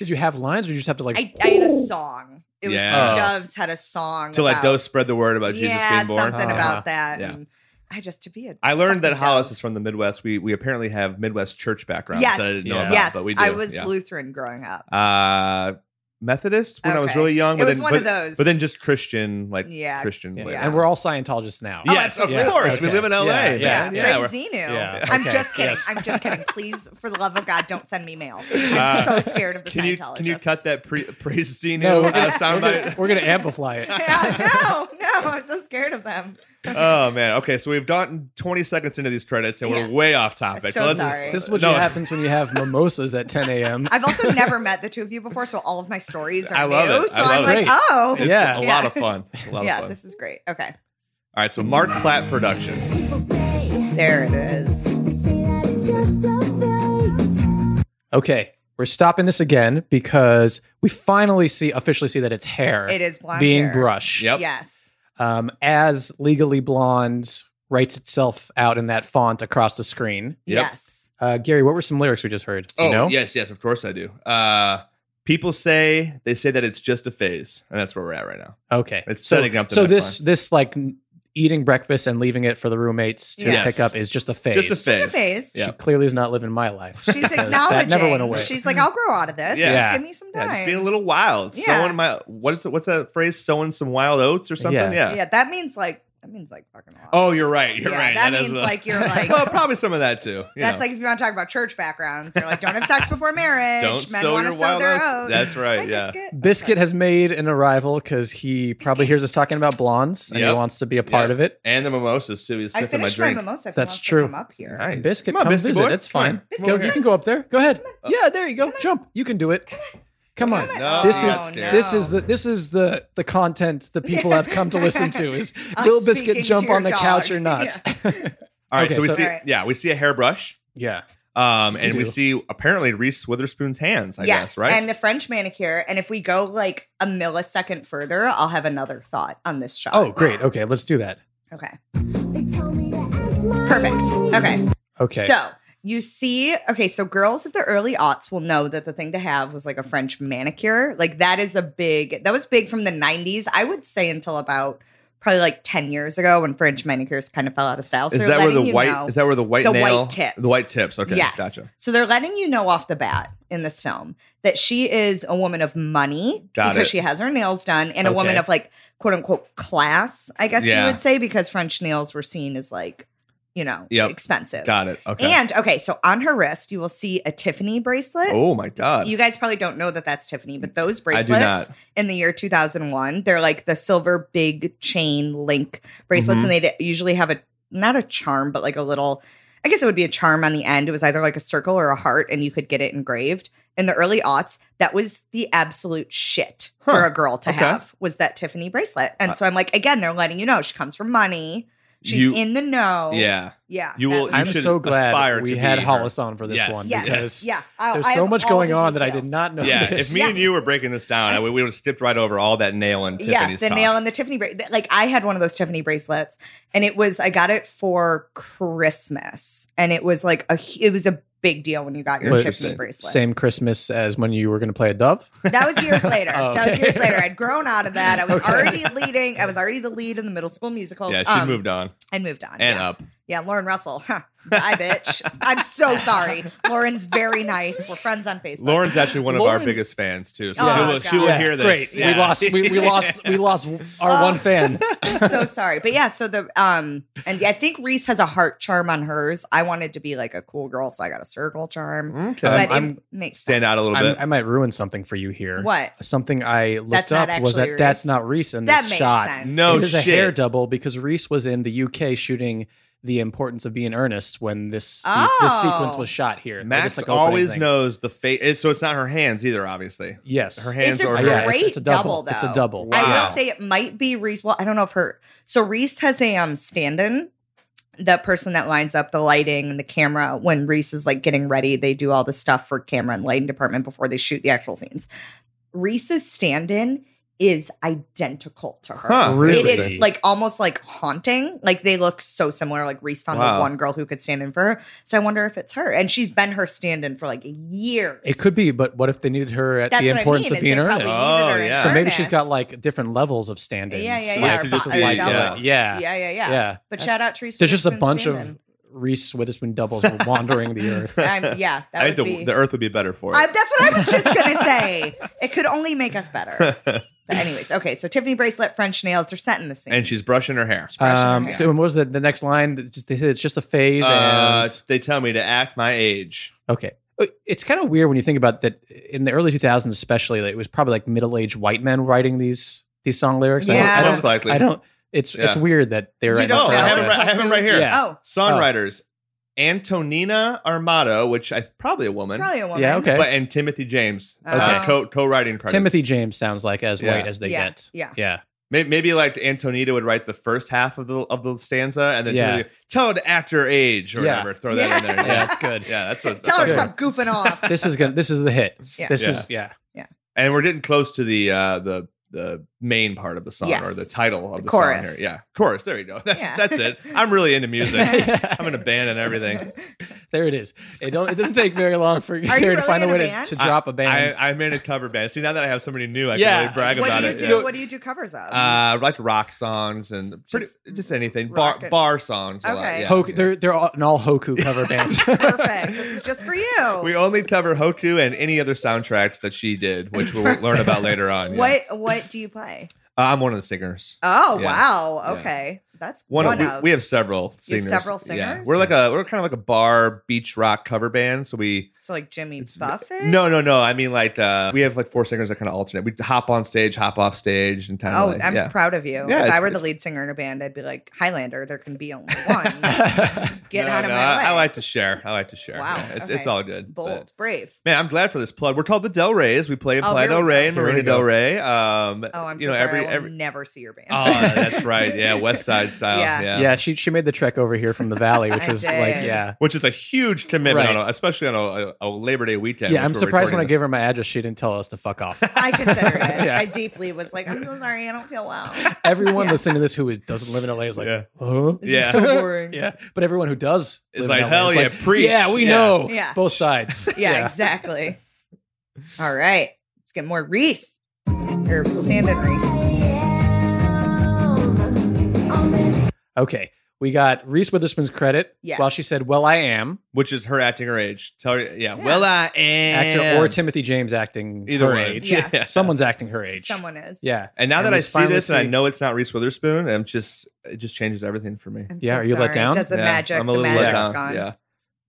Speaker 4: Did you have lines, or did you just have to like?
Speaker 1: I, I had a song. It was
Speaker 2: Yeah. Oh.
Speaker 1: two doves had a song
Speaker 2: to let
Speaker 1: about-
Speaker 2: those spread the word about Jesus
Speaker 1: yeah,
Speaker 2: being born.
Speaker 1: Something
Speaker 4: Uh-huh.
Speaker 1: about that.
Speaker 2: Yeah.
Speaker 1: And I just to be a.
Speaker 2: I learned that
Speaker 1: fucking
Speaker 2: Hollis
Speaker 1: dove.
Speaker 2: is from the Midwest. We we apparently have Midwest church backgrounds.
Speaker 1: Yes.
Speaker 2: that I didn't know
Speaker 4: Yeah.
Speaker 2: about,
Speaker 1: Yes,
Speaker 2: but we do.
Speaker 1: I was
Speaker 2: yeah.
Speaker 1: Lutheran growing up.
Speaker 2: uh, Methodist when I was
Speaker 1: Okay.
Speaker 2: really young.
Speaker 1: It
Speaker 2: but
Speaker 1: was
Speaker 2: then,
Speaker 1: one
Speaker 2: but,
Speaker 1: of those.
Speaker 2: But then just Christian, like
Speaker 1: Yeah.
Speaker 2: Christian.
Speaker 4: Yeah.
Speaker 2: later.
Speaker 1: Yeah.
Speaker 4: And we're all Scientologists now.
Speaker 1: Oh,
Speaker 2: Yes, of
Speaker 4: Yeah.
Speaker 2: course. We
Speaker 4: Okay.
Speaker 2: live in LA.
Speaker 4: Yeah,
Speaker 2: man.
Speaker 1: yeah,
Speaker 2: Yeah, we're-
Speaker 1: praise Zenu.
Speaker 4: yeah,
Speaker 1: I'm
Speaker 4: okay,
Speaker 1: just kidding.
Speaker 4: yes.
Speaker 1: I'm just kidding. Please, for the love of God, don't send me mail. I'm so
Speaker 2: Uh,
Speaker 1: scared of the
Speaker 2: Can you can you
Speaker 1: Scientologists.
Speaker 2: cut that pre- praise Zenu
Speaker 4: No, we're
Speaker 2: uh,
Speaker 4: gonna, we're
Speaker 2: soundbite?
Speaker 4: gonna- we're gonna amplify it.
Speaker 1: yeah, no, no, I'm so scared of them.
Speaker 2: oh man. Okay, so we've gotten 20 seconds into these credits and
Speaker 1: Yeah.
Speaker 2: we're way off topic.
Speaker 1: So
Speaker 2: Let's-
Speaker 1: sorry.
Speaker 4: This is what
Speaker 2: No.
Speaker 4: happens when you have mimosas at 10 a.m.
Speaker 1: I've also never met the two of you before, so all of my stories are
Speaker 2: I love
Speaker 1: new.
Speaker 2: it.
Speaker 1: So
Speaker 2: I
Speaker 1: I'm
Speaker 2: love
Speaker 1: like,
Speaker 4: it.
Speaker 1: oh,
Speaker 2: It's
Speaker 4: Yeah.
Speaker 2: a
Speaker 1: Yeah.
Speaker 2: lot of fun. A lot
Speaker 1: yeah,
Speaker 2: of fun.
Speaker 1: this is great. Okay,
Speaker 2: All right, so Mark Platt Productions.
Speaker 5: People say,
Speaker 1: there it is.
Speaker 5: they say that it's just a face.
Speaker 4: Okay, we're stopping this again because we finally see officially see that it's hair
Speaker 1: It is blonde
Speaker 4: being
Speaker 1: hair.
Speaker 4: brushed.
Speaker 2: Yep.
Speaker 1: Yes,
Speaker 4: Um, as Legally Blonde writes itself out in that font across the screen.
Speaker 2: Yep. Oh,
Speaker 1: yes.
Speaker 4: Uh, Gary, what were some lyrics we just heard? Do
Speaker 1: Oh,
Speaker 4: you know?
Speaker 2: yes, yes, of course I do. Uh, people say they say that it's just a phase, and that's where we're at right now.
Speaker 4: Okay.
Speaker 2: It's
Speaker 4: so,
Speaker 2: setting up the
Speaker 4: so
Speaker 2: next
Speaker 4: this this like n- eating breakfast and leaving it for the roommates to
Speaker 2: Yes.
Speaker 4: pick up is just a phase.
Speaker 2: Just a phase.
Speaker 1: Just a phase.
Speaker 2: Yeah.
Speaker 4: She clearly is not living my life.
Speaker 1: She's
Speaker 4: because
Speaker 1: acknowledging.
Speaker 4: That never went away.
Speaker 1: She's like, I'll grow out of this.
Speaker 2: Yeah.
Speaker 1: Just
Speaker 4: Yeah.
Speaker 1: give me some
Speaker 2: Yeah,
Speaker 1: time.
Speaker 2: just be a little wild.
Speaker 1: Yeah.
Speaker 2: Sowing my what's what's that phrase? Sowing some wild oats or something.
Speaker 4: Yeah.
Speaker 2: Yeah,
Speaker 1: yeah, that means like That means like fucking a lot.
Speaker 2: Oh, you're right. You're
Speaker 1: Yeah,
Speaker 2: right.
Speaker 1: that
Speaker 2: is
Speaker 1: means,
Speaker 2: the-
Speaker 1: like, you're, like-
Speaker 2: well, probably some of that too. you
Speaker 1: That's
Speaker 2: know.
Speaker 1: like if you want to talk about church backgrounds, they're like, don't have sex before marriage.
Speaker 2: don't
Speaker 1: Men
Speaker 2: sow
Speaker 1: want to
Speaker 2: your
Speaker 1: sow
Speaker 2: wild
Speaker 1: their
Speaker 2: oats.
Speaker 1: oats.
Speaker 2: That's right.
Speaker 1: Hi,
Speaker 2: yeah.
Speaker 1: Biscuit.
Speaker 4: Biscuit has made an arrival because he probably hears us talking about blondes and he
Speaker 2: Yep.
Speaker 4: wants to be a part
Speaker 2: Yep.
Speaker 4: of it.
Speaker 2: And the mimosas too. He's
Speaker 1: I
Speaker 2: sipping my
Speaker 1: finished my,
Speaker 2: drink.
Speaker 1: mimosa. If he
Speaker 4: That's
Speaker 1: wants to
Speaker 4: true.
Speaker 1: Come up here.
Speaker 2: nice.
Speaker 4: Biscuit,
Speaker 2: Come on,
Speaker 4: come
Speaker 2: Biscuit
Speaker 4: visit.
Speaker 2: boy.
Speaker 4: It's
Speaker 2: Come
Speaker 4: fine.
Speaker 2: on. Come
Speaker 4: Go-
Speaker 2: over
Speaker 4: you
Speaker 2: here.
Speaker 4: can go up there. Go ahead.
Speaker 2: on.
Speaker 4: Yeah, there you go. Jump. You can do it. Come on.
Speaker 1: Come
Speaker 2: No,
Speaker 4: This is-
Speaker 2: no.
Speaker 4: This is the this is the the content the people have come to listen to is
Speaker 1: Us
Speaker 4: will
Speaker 1: speaking
Speaker 4: Biscuit
Speaker 1: to
Speaker 4: jump
Speaker 1: your
Speaker 4: on the couch
Speaker 1: dog.
Speaker 4: or not?
Speaker 2: All right.
Speaker 4: Okay,
Speaker 2: so we
Speaker 4: so-
Speaker 2: see.
Speaker 1: All right.
Speaker 2: Yeah, we see a hairbrush.
Speaker 4: yeah.
Speaker 2: Um, and
Speaker 4: We
Speaker 2: we,
Speaker 4: do.
Speaker 2: see apparently Reese Witherspoon's hands. I
Speaker 1: yes,
Speaker 2: guess right.
Speaker 1: and the French manicure. And if we go like a millisecond further, I'll have another thought on this shot.
Speaker 4: Oh, great. Okay, let's do that.
Speaker 1: okay,
Speaker 5: They tell me to act my
Speaker 1: perfect.
Speaker 5: age.
Speaker 1: Okay,
Speaker 4: Okay.
Speaker 1: So you see, okay, so girls of the early aughts will know that the thing to have was like a French manicure. Like that is a big, that was big from the 90s. I would say until about probably like 10 years ago when French manicures kind of fell out of style.
Speaker 2: is
Speaker 1: they're
Speaker 2: that where
Speaker 1: letting
Speaker 2: the
Speaker 1: you
Speaker 2: white?
Speaker 1: know-
Speaker 2: Is that where the white
Speaker 1: The white
Speaker 2: nail?
Speaker 1: tips.
Speaker 2: The white tips. Okay.
Speaker 1: yes.
Speaker 2: Gotcha.
Speaker 1: So they're letting you know off the bat in this film that she is a woman of money
Speaker 2: Got
Speaker 1: because
Speaker 2: it.
Speaker 1: she has her nails done and a woman
Speaker 4: Okay.
Speaker 1: of like quote unquote class, I guess
Speaker 2: Yeah.
Speaker 1: you would say, because French nails were seen as like, you know,
Speaker 2: Yep.
Speaker 1: expensive.
Speaker 2: Got it. Okay.
Speaker 1: And okay, so on her wrist, you will see a Tiffany bracelet.
Speaker 2: oh my god.
Speaker 1: You guys probably don't know that that's Tiffany, but those
Speaker 2: I
Speaker 1: bracelets
Speaker 2: do not.
Speaker 1: in the year 2001, they're like the silver big chain link bracelets,
Speaker 2: Mm-hmm.
Speaker 1: and they usually have a not a charm, but like a little. I guess it would be a charm on the end. It was either like a circle or a heart, and you could get it engraved. In the early aughts, that was the absolute shit for
Speaker 2: Huh.
Speaker 1: a girl to
Speaker 2: Okay.
Speaker 1: have was that Tiffany bracelet. And
Speaker 2: Uh,
Speaker 1: so I'm like, again, they're letting you know she comes from money. She's
Speaker 2: You-
Speaker 1: in the know.
Speaker 2: Yeah.
Speaker 1: Yeah.
Speaker 2: You
Speaker 1: that
Speaker 2: will-
Speaker 1: was
Speaker 2: you
Speaker 4: I'm
Speaker 2: should
Speaker 4: so
Speaker 2: aspire
Speaker 4: glad
Speaker 2: to
Speaker 4: we
Speaker 2: be
Speaker 4: had
Speaker 2: her.
Speaker 4: Hollis on for this
Speaker 2: Yes,
Speaker 4: one
Speaker 1: yes,
Speaker 4: because
Speaker 1: yeah. I-
Speaker 4: there's
Speaker 1: I
Speaker 4: so
Speaker 1: have
Speaker 4: much
Speaker 1: all
Speaker 4: going
Speaker 1: the
Speaker 4: on that I
Speaker 1: details.
Speaker 4: did not know.
Speaker 2: Yeah.
Speaker 4: this.
Speaker 2: If me and you were breaking this down, I, we would have skipped right over all that nail and Tiffany's
Speaker 1: yeah, the
Speaker 2: talk.
Speaker 1: nail and the Tiffany bra- th- like I had one of those Tiffany bracelets, and it was I got it for Christmas, and it was like a hu- it was a big deal when you got your
Speaker 4: But
Speaker 1: Tiffany
Speaker 2: it's
Speaker 1: bracelet.
Speaker 4: same Christmas as when you were going to play a dove.
Speaker 1: That was years later.
Speaker 4: Oh,
Speaker 1: That was
Speaker 4: okay.
Speaker 1: years later. I'd grown out of that. I was
Speaker 4: Okay.
Speaker 1: already leading. I was already the lead in the Middle School Musicals.
Speaker 2: Yeah, she
Speaker 1: um,
Speaker 2: moved on
Speaker 1: and moved on.
Speaker 2: and uh,
Speaker 1: yeah.
Speaker 2: up.
Speaker 1: yeah, Lauren Russell. Huh. Bye, bitch. I'm so sorry. Lauren's very nice. We're friends on Facebook.
Speaker 2: Lauren's actually one of
Speaker 4: Lauren-
Speaker 2: our biggest fans too, so
Speaker 1: Oh,
Speaker 2: she will, she will
Speaker 1: God.
Speaker 2: hear this.
Speaker 4: Great.
Speaker 2: Yeah.
Speaker 4: We lost. We, we lost. We lost our
Speaker 1: Oh.
Speaker 4: one fan.
Speaker 1: I'm so sorry. But yeah, so the um and I think Reese has a heart charm on hers. I wanted to be like a cool girl, so I got a circle charm.
Speaker 2: Okay.
Speaker 4: Um,
Speaker 1: But
Speaker 4: I'm-
Speaker 1: it makes
Speaker 2: Stand
Speaker 1: sense.
Speaker 2: out a little
Speaker 4: I'm,
Speaker 2: bit.
Speaker 4: I might ruin something for you here.
Speaker 1: What?
Speaker 4: Something I looked
Speaker 1: That's not
Speaker 4: up was that
Speaker 1: actually
Speaker 4: that's
Speaker 1: Reese.
Speaker 4: not Reese in
Speaker 1: That
Speaker 4: this
Speaker 1: makes
Speaker 4: shot.
Speaker 1: sense.
Speaker 2: no
Speaker 4: it is
Speaker 2: shit.
Speaker 4: a hair double because Reese was in the UK shooting "The Importance of Being Earnest" when this these- this sequence
Speaker 1: Oh.
Speaker 4: was shot here. Or
Speaker 2: Max
Speaker 4: this, like, opening
Speaker 2: always
Speaker 4: thing.
Speaker 2: knows the face, so it's not her hands either. Obviously,
Speaker 4: Yes,
Speaker 2: her hands
Speaker 1: a
Speaker 2: are
Speaker 1: great
Speaker 2: her.
Speaker 4: yeah, it's, it's a double.
Speaker 1: double,
Speaker 4: It's a
Speaker 1: though.
Speaker 4: double.
Speaker 2: Wow.
Speaker 1: I will say it might be Reese. Well, I don't know if her so Reese has a um stand-in, the person that lines up the lighting and the camera when Reese is like getting ready. They do all the stuff for camera and lighting department before they shoot the actual scenes. Reese's stand-in is identical to her.
Speaker 2: Huh.
Speaker 4: Really?
Speaker 1: It is like almost like haunting. Like they look so similar. Like Reese found
Speaker 2: Wow.
Speaker 1: the one girl who could stand in for her. So I wonder if it's her. And she's been her stand in for like years.
Speaker 4: It could be, but what if they needed her at
Speaker 1: That's
Speaker 4: the
Speaker 1: what
Speaker 4: importance
Speaker 1: I mean,
Speaker 4: of
Speaker 1: is
Speaker 4: being
Speaker 1: they probably
Speaker 4: earnest?
Speaker 2: Oh,
Speaker 1: needed her in
Speaker 2: yeah.
Speaker 4: so maybe she's
Speaker 1: earnest.
Speaker 4: got like different levels of stand-ins.
Speaker 1: yeah, yeah,
Speaker 4: like,
Speaker 1: yeah.
Speaker 2: if
Speaker 1: or
Speaker 2: you just
Speaker 1: bo-
Speaker 2: is like,
Speaker 1: doubles.
Speaker 2: uh,
Speaker 4: yeah.
Speaker 1: yeah, yeah, yeah.
Speaker 4: yeah.
Speaker 1: But shout out Reese.
Speaker 4: There's just a
Speaker 1: Witherspoon
Speaker 4: bunch of
Speaker 1: stand-in.
Speaker 4: Reese Witherspoon doubles wandering the earth.
Speaker 1: I'm, yeah, that
Speaker 2: I
Speaker 1: would
Speaker 2: think the,
Speaker 1: be.
Speaker 2: the Earth would be better for
Speaker 1: I,
Speaker 2: it.
Speaker 1: that's what I was just gonna say. It could only make us better. But anyways, okay. So Tiffany bracelet, French nails. They're setting the scene.
Speaker 2: and she's brushing her hair.
Speaker 1: Fresh in her
Speaker 4: Um,
Speaker 1: hair.
Speaker 4: so what was the, the next line? That just- They said it's just a phase,
Speaker 2: Uh,
Speaker 4: and
Speaker 2: they tell me to act my age.
Speaker 4: okay, Uh, it's kind of weird when you think about that. In the early 2000s, especially, like, it was probably like middle-aged white men writing these these song lyrics. I
Speaker 1: Yeah.
Speaker 4: don't, I
Speaker 2: Most
Speaker 4: don't,
Speaker 2: likely.
Speaker 4: I don't- It's it's
Speaker 2: Yeah.
Speaker 4: weird that they're
Speaker 1: You
Speaker 4: right now
Speaker 1: don't
Speaker 2: No,
Speaker 4: for
Speaker 2: I
Speaker 1: know.
Speaker 4: all
Speaker 2: have it
Speaker 4: that.
Speaker 2: right, I have it right here.
Speaker 4: Yeah.
Speaker 1: Oh,
Speaker 2: Songwriters Antonina Armato, which I probably a woman,
Speaker 1: probably a woman.
Speaker 4: Yeah, okay.
Speaker 2: but and Timothy James, uh,
Speaker 1: Okay.
Speaker 2: co co writing credits.
Speaker 4: Timothy James sounds like as
Speaker 2: Yeah.
Speaker 4: white as they
Speaker 1: Yeah,
Speaker 4: get.
Speaker 1: yeah.
Speaker 4: yeah.
Speaker 2: Maybe, maybe like Antonita would write the first half of the of the stanza, and then
Speaker 4: Yeah.
Speaker 2: Timothy, tell her to act her age or
Speaker 4: Yeah.
Speaker 2: whatever. Throw that in there.
Speaker 4: Yeah,
Speaker 2: Yeah,
Speaker 4: it's good.
Speaker 2: yeah, that's what.
Speaker 1: Tell her
Speaker 2: that's what-
Speaker 4: good.
Speaker 1: stop goofing off.
Speaker 4: This is gonna. This is the hit.
Speaker 1: Yeah.
Speaker 4: This
Speaker 2: Yeah.
Speaker 4: is yeah.
Speaker 2: And we're getting close to the uh, the the main part of the song or
Speaker 1: Yes.
Speaker 2: the title of
Speaker 1: The
Speaker 2: the,
Speaker 1: chorus.
Speaker 2: song here. Yeah, chorus. There you go. That's
Speaker 1: Yeah.
Speaker 2: that's it. I'm really into music. I'm in a band and everything.
Speaker 4: There it is. It don't. It doesn't take very long for Gary
Speaker 1: really
Speaker 4: to find a
Speaker 1: in a
Speaker 4: way to,
Speaker 1: band?
Speaker 4: to drop a
Speaker 2: I,
Speaker 4: band.
Speaker 2: I'm in a cover band. See, now that I have somebody new, I
Speaker 4: Yeah.
Speaker 2: can really brag
Speaker 1: what
Speaker 2: about
Speaker 1: do you
Speaker 2: it.
Speaker 1: do?
Speaker 2: yeah.
Speaker 1: What do you do covers of?
Speaker 2: Uh, I like rock songs and pretty,
Speaker 1: Just
Speaker 2: just, anything
Speaker 1: rock
Speaker 2: bar
Speaker 1: and-
Speaker 2: bar songs. A lot.
Speaker 1: Okay.
Speaker 2: Yeah,
Speaker 4: Hoku,
Speaker 2: yeah.
Speaker 4: They're they're all, an all Hoku cover band.
Speaker 1: Perfect. this is just for you.
Speaker 2: We only cover Hoku and any other soundtracks that she did, which we'll learn about later on. yeah.
Speaker 1: What what do you play?
Speaker 2: Uh, I'm one of the singers.
Speaker 1: Oh
Speaker 2: Yeah.
Speaker 1: wow.
Speaker 2: Yeah.
Speaker 1: Okay. That's
Speaker 2: One,
Speaker 1: one,
Speaker 2: of, we,
Speaker 1: of
Speaker 2: we have several
Speaker 1: You have
Speaker 2: singers.
Speaker 1: several
Speaker 2: Yeah.
Speaker 1: singers?
Speaker 2: We're like a we're kind of like a bar beach rock cover band. So we
Speaker 1: so like Jimmy
Speaker 2: It's-
Speaker 1: Buffett.
Speaker 2: no no no. I mean like uh we have like four singers that kind of alternate. We hop on stage, hop off stage, and kind of
Speaker 1: Oh,
Speaker 2: like,
Speaker 1: I'm
Speaker 2: yeah.
Speaker 1: proud of you.
Speaker 2: Yeah,
Speaker 1: if
Speaker 2: it's-
Speaker 1: I were the
Speaker 2: it's-
Speaker 1: lead singer in a band, I'd be like Highlander. There can be only one. Get
Speaker 2: No,
Speaker 1: out of
Speaker 2: no,
Speaker 1: my
Speaker 2: I,
Speaker 1: way.
Speaker 2: I like to share. I like to share.
Speaker 1: Wow,
Speaker 2: Yeah, it's it's
Speaker 1: okay.
Speaker 2: all good. but-
Speaker 1: bold, brave.
Speaker 2: Man, I'm glad for this plug. We're called the Del Reyes. We play in
Speaker 1: Oh,
Speaker 2: Playa
Speaker 1: here we
Speaker 2: Del Rey and
Speaker 4: go. Here we
Speaker 2: Marina
Speaker 4: go.
Speaker 2: Del Rey. Um,
Speaker 1: Oh, I'm so
Speaker 2: you know
Speaker 1: sorry.
Speaker 2: every
Speaker 1: I will
Speaker 2: every.
Speaker 1: never see your band.
Speaker 2: Oh, that's right. Yeah, West Side style.
Speaker 1: Yeah.
Speaker 2: yeah.
Speaker 4: yeah. she she made the trek over here from the valley, which
Speaker 1: I
Speaker 4: was
Speaker 1: did.
Speaker 4: like, yeah,
Speaker 2: Which is a huge commitment,
Speaker 4: Right.
Speaker 2: on a, especially on a, a Labor Day weekend.
Speaker 4: yeah.
Speaker 2: which
Speaker 4: I'm
Speaker 2: we're
Speaker 4: surprised
Speaker 2: recording
Speaker 4: when I
Speaker 2: this.
Speaker 4: gave her my address, she didn't tell us to fuck off.
Speaker 1: I consider it.
Speaker 4: Yeah.
Speaker 1: I deeply was like, I'm so sorry. I don't feel well.
Speaker 4: Everyone
Speaker 1: Yeah.
Speaker 4: listening to this who is- doesn't live in LA is like,
Speaker 2: Yeah.
Speaker 4: huh?
Speaker 1: This
Speaker 2: Yeah.
Speaker 1: is so boring.
Speaker 4: Yeah, but everyone who does
Speaker 2: It's
Speaker 4: live
Speaker 2: like,
Speaker 4: in LA
Speaker 2: hell
Speaker 4: is
Speaker 2: yeah,
Speaker 4: like,
Speaker 2: preach.
Speaker 4: Yeah, we
Speaker 2: Yeah.
Speaker 4: know.
Speaker 1: Yeah.
Speaker 4: both sides.
Speaker 1: yeah, exactly. All right, let's get more Reese or standing Reese.
Speaker 4: Okay, we got Reese Witherspoon's credit.
Speaker 1: Yes.
Speaker 4: While she said, "Well, I am,"
Speaker 2: which is her acting her age. Tell her,
Speaker 1: Yeah.
Speaker 2: yeah. Well, I am
Speaker 4: actor or Timothy James acting
Speaker 2: Either
Speaker 4: her
Speaker 2: one.
Speaker 4: age.
Speaker 1: Yes.
Speaker 2: Yeah.
Speaker 4: Someone's acting her age.
Speaker 1: Someone is.
Speaker 4: Yeah.
Speaker 2: And now
Speaker 4: And
Speaker 2: that
Speaker 4: we
Speaker 2: I see
Speaker 4: finally
Speaker 2: this, and I
Speaker 4: see-
Speaker 2: know it's not Reese Witherspoon, I'm just it just changes everything for me.
Speaker 1: I'm
Speaker 4: Yeah,
Speaker 1: so
Speaker 4: are you let
Speaker 1: sorry.
Speaker 4: down?
Speaker 1: Does the
Speaker 2: Yeah,
Speaker 1: magic?
Speaker 2: I'm a
Speaker 1: the
Speaker 2: little
Speaker 1: magic's
Speaker 2: let down.
Speaker 1: gone.
Speaker 2: Yeah.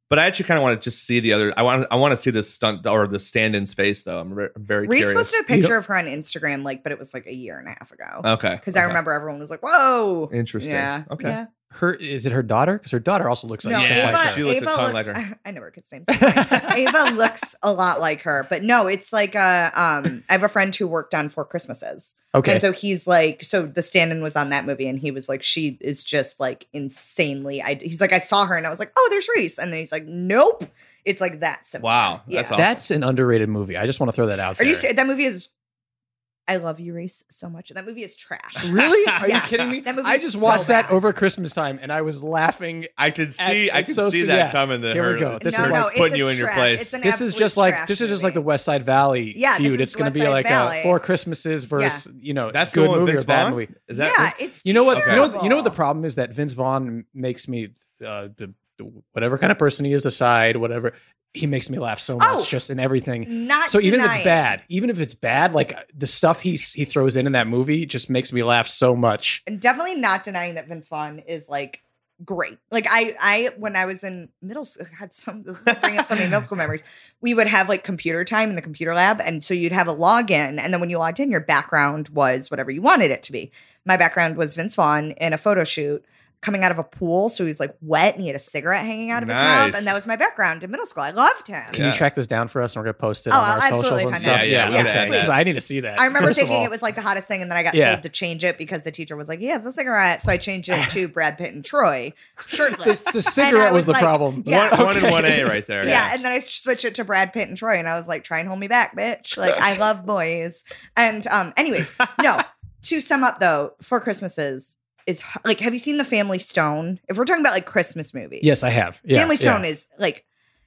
Speaker 2: But I actually kind of want to just see the other. I want. I want to see this stunt or the stand-in's face, though. I'm, re- I'm very
Speaker 1: Reese
Speaker 2: curious.
Speaker 1: posted a
Speaker 4: You
Speaker 1: picture of her on Instagram, like, but it was like a year and a half ago.
Speaker 2: okay.
Speaker 1: Because I
Speaker 2: Oh, okay.
Speaker 1: remember everyone was like, "Whoa."
Speaker 2: Interesting.
Speaker 1: Yeah.
Speaker 2: Okay.
Speaker 1: Yeah.
Speaker 4: Her is it her daughter? Because her daughter also looks like
Speaker 1: No,
Speaker 4: just
Speaker 1: Ava,
Speaker 4: like her.
Speaker 2: She looks a
Speaker 1: Ava
Speaker 2: ton
Speaker 1: looks,
Speaker 2: like her.
Speaker 1: I know her kid's name. Ava looks a lot like her, but no, it's like uh um I have a friend who worked on Four Christmases.
Speaker 4: Okay.
Speaker 1: And so he's like so the stand-in was on that movie and he was like she is just like insanely I he's like I saw her and I was like, "Oh, there's Reese." And then he's like, "Nope." It's like that simple.
Speaker 2: Wow.
Speaker 1: Yeah.
Speaker 2: That's awesome.
Speaker 4: That's an underrated movie. I just want to throw that out
Speaker 1: Are
Speaker 4: there.
Speaker 1: you ser- that movie is I love you, Reese, so much. That movie is trash.
Speaker 4: really? Are
Speaker 1: Yeah.
Speaker 4: you kidding me?
Speaker 1: That movie
Speaker 4: I
Speaker 1: is
Speaker 4: just
Speaker 1: so
Speaker 4: watched that
Speaker 1: bad.
Speaker 4: over Christmas time and I was laughing.
Speaker 2: I can see. I
Speaker 4: it's
Speaker 2: can
Speaker 4: so
Speaker 2: see
Speaker 4: su-
Speaker 2: that
Speaker 4: yeah.
Speaker 2: coming. To
Speaker 4: Here we
Speaker 2: her
Speaker 4: go. This
Speaker 1: no,
Speaker 4: is
Speaker 1: no,
Speaker 4: like
Speaker 1: it's
Speaker 2: putting
Speaker 1: a
Speaker 2: you in your
Speaker 1: trash-
Speaker 2: place.
Speaker 1: It's an
Speaker 4: This is
Speaker 1: absolute
Speaker 4: just like
Speaker 1: trash
Speaker 4: this is just
Speaker 1: movie.
Speaker 4: like the West Side Valley
Speaker 1: Yeah, this
Speaker 4: feud.
Speaker 1: is
Speaker 4: It's
Speaker 1: West
Speaker 4: going to be
Speaker 1: Side
Speaker 4: like
Speaker 1: Valley.
Speaker 4: a Four Christmases versus you know
Speaker 2: That's the
Speaker 4: good
Speaker 2: one with
Speaker 4: movie
Speaker 2: Vince
Speaker 4: or bad
Speaker 2: Vaughn?
Speaker 4: movie.
Speaker 2: Is that?
Speaker 1: yeah, it's
Speaker 4: You know what? You know, you know what
Speaker 1: terrible.
Speaker 4: the problem is that Vince Vaughn makes me uh, the- the- whatever kind of person he is aside, whatever he makes me laugh so much
Speaker 1: Oh.
Speaker 4: just in everything.
Speaker 1: not
Speaker 4: So even if it's
Speaker 1: denying.
Speaker 4: bad, even if it's bad, like uh, the stuff he s- he throws in in that movie just makes me laugh so much.
Speaker 1: and definitely not denying that Vince Vaughn is like great. Like I, I when I was in middle school, had some this is bringing up so many middle school memories. We would have like computer time in the computer lab, and so you'd have a login, and then when you logged in, your background was whatever you wanted it to be. My background was Vince Vaughn in a photo shoot coming out of a pool, so he was like wet and he had a cigarette hanging out of his mouth,
Speaker 2: Nice.
Speaker 1: and that was my background in middle school. I loved him.
Speaker 4: Can
Speaker 2: Yeah.
Speaker 4: you track this down for us? And we're gonna post it
Speaker 1: Oh,
Speaker 4: on our
Speaker 1: I'll absolutely
Speaker 4: socials and
Speaker 1: find
Speaker 4: stuff.
Speaker 2: out. Yeah, yeah, yeah,
Speaker 4: okay.
Speaker 2: yeah.
Speaker 4: 'Cause I need to see that.
Speaker 1: I remember
Speaker 4: first of
Speaker 1: thinking
Speaker 4: all.
Speaker 1: it was like the hottest thing, and then I got
Speaker 4: Yeah.
Speaker 1: told to change it because the teacher was like, "Yeah, it's a cigarette." So I changed it to Brad Pitt and Troy shirtless.
Speaker 4: the, the cigarette was the
Speaker 1: like,
Speaker 4: problem.
Speaker 1: yeah.
Speaker 2: One, one and
Speaker 4: Okay.
Speaker 2: one A right there.
Speaker 1: yeah. and then I switched it to Brad Pitt and Troy, and I was like, "Try and hold me back, bitch!" Like I love boys. And um, anyways, no. To sum up, though, Four Christmases is h- like, have you seen the Family Stone? If we're talking about like Christmas movies,
Speaker 4: Yes, I have. Yeah,
Speaker 1: Family
Speaker 4: yeah.
Speaker 1: Stone is like,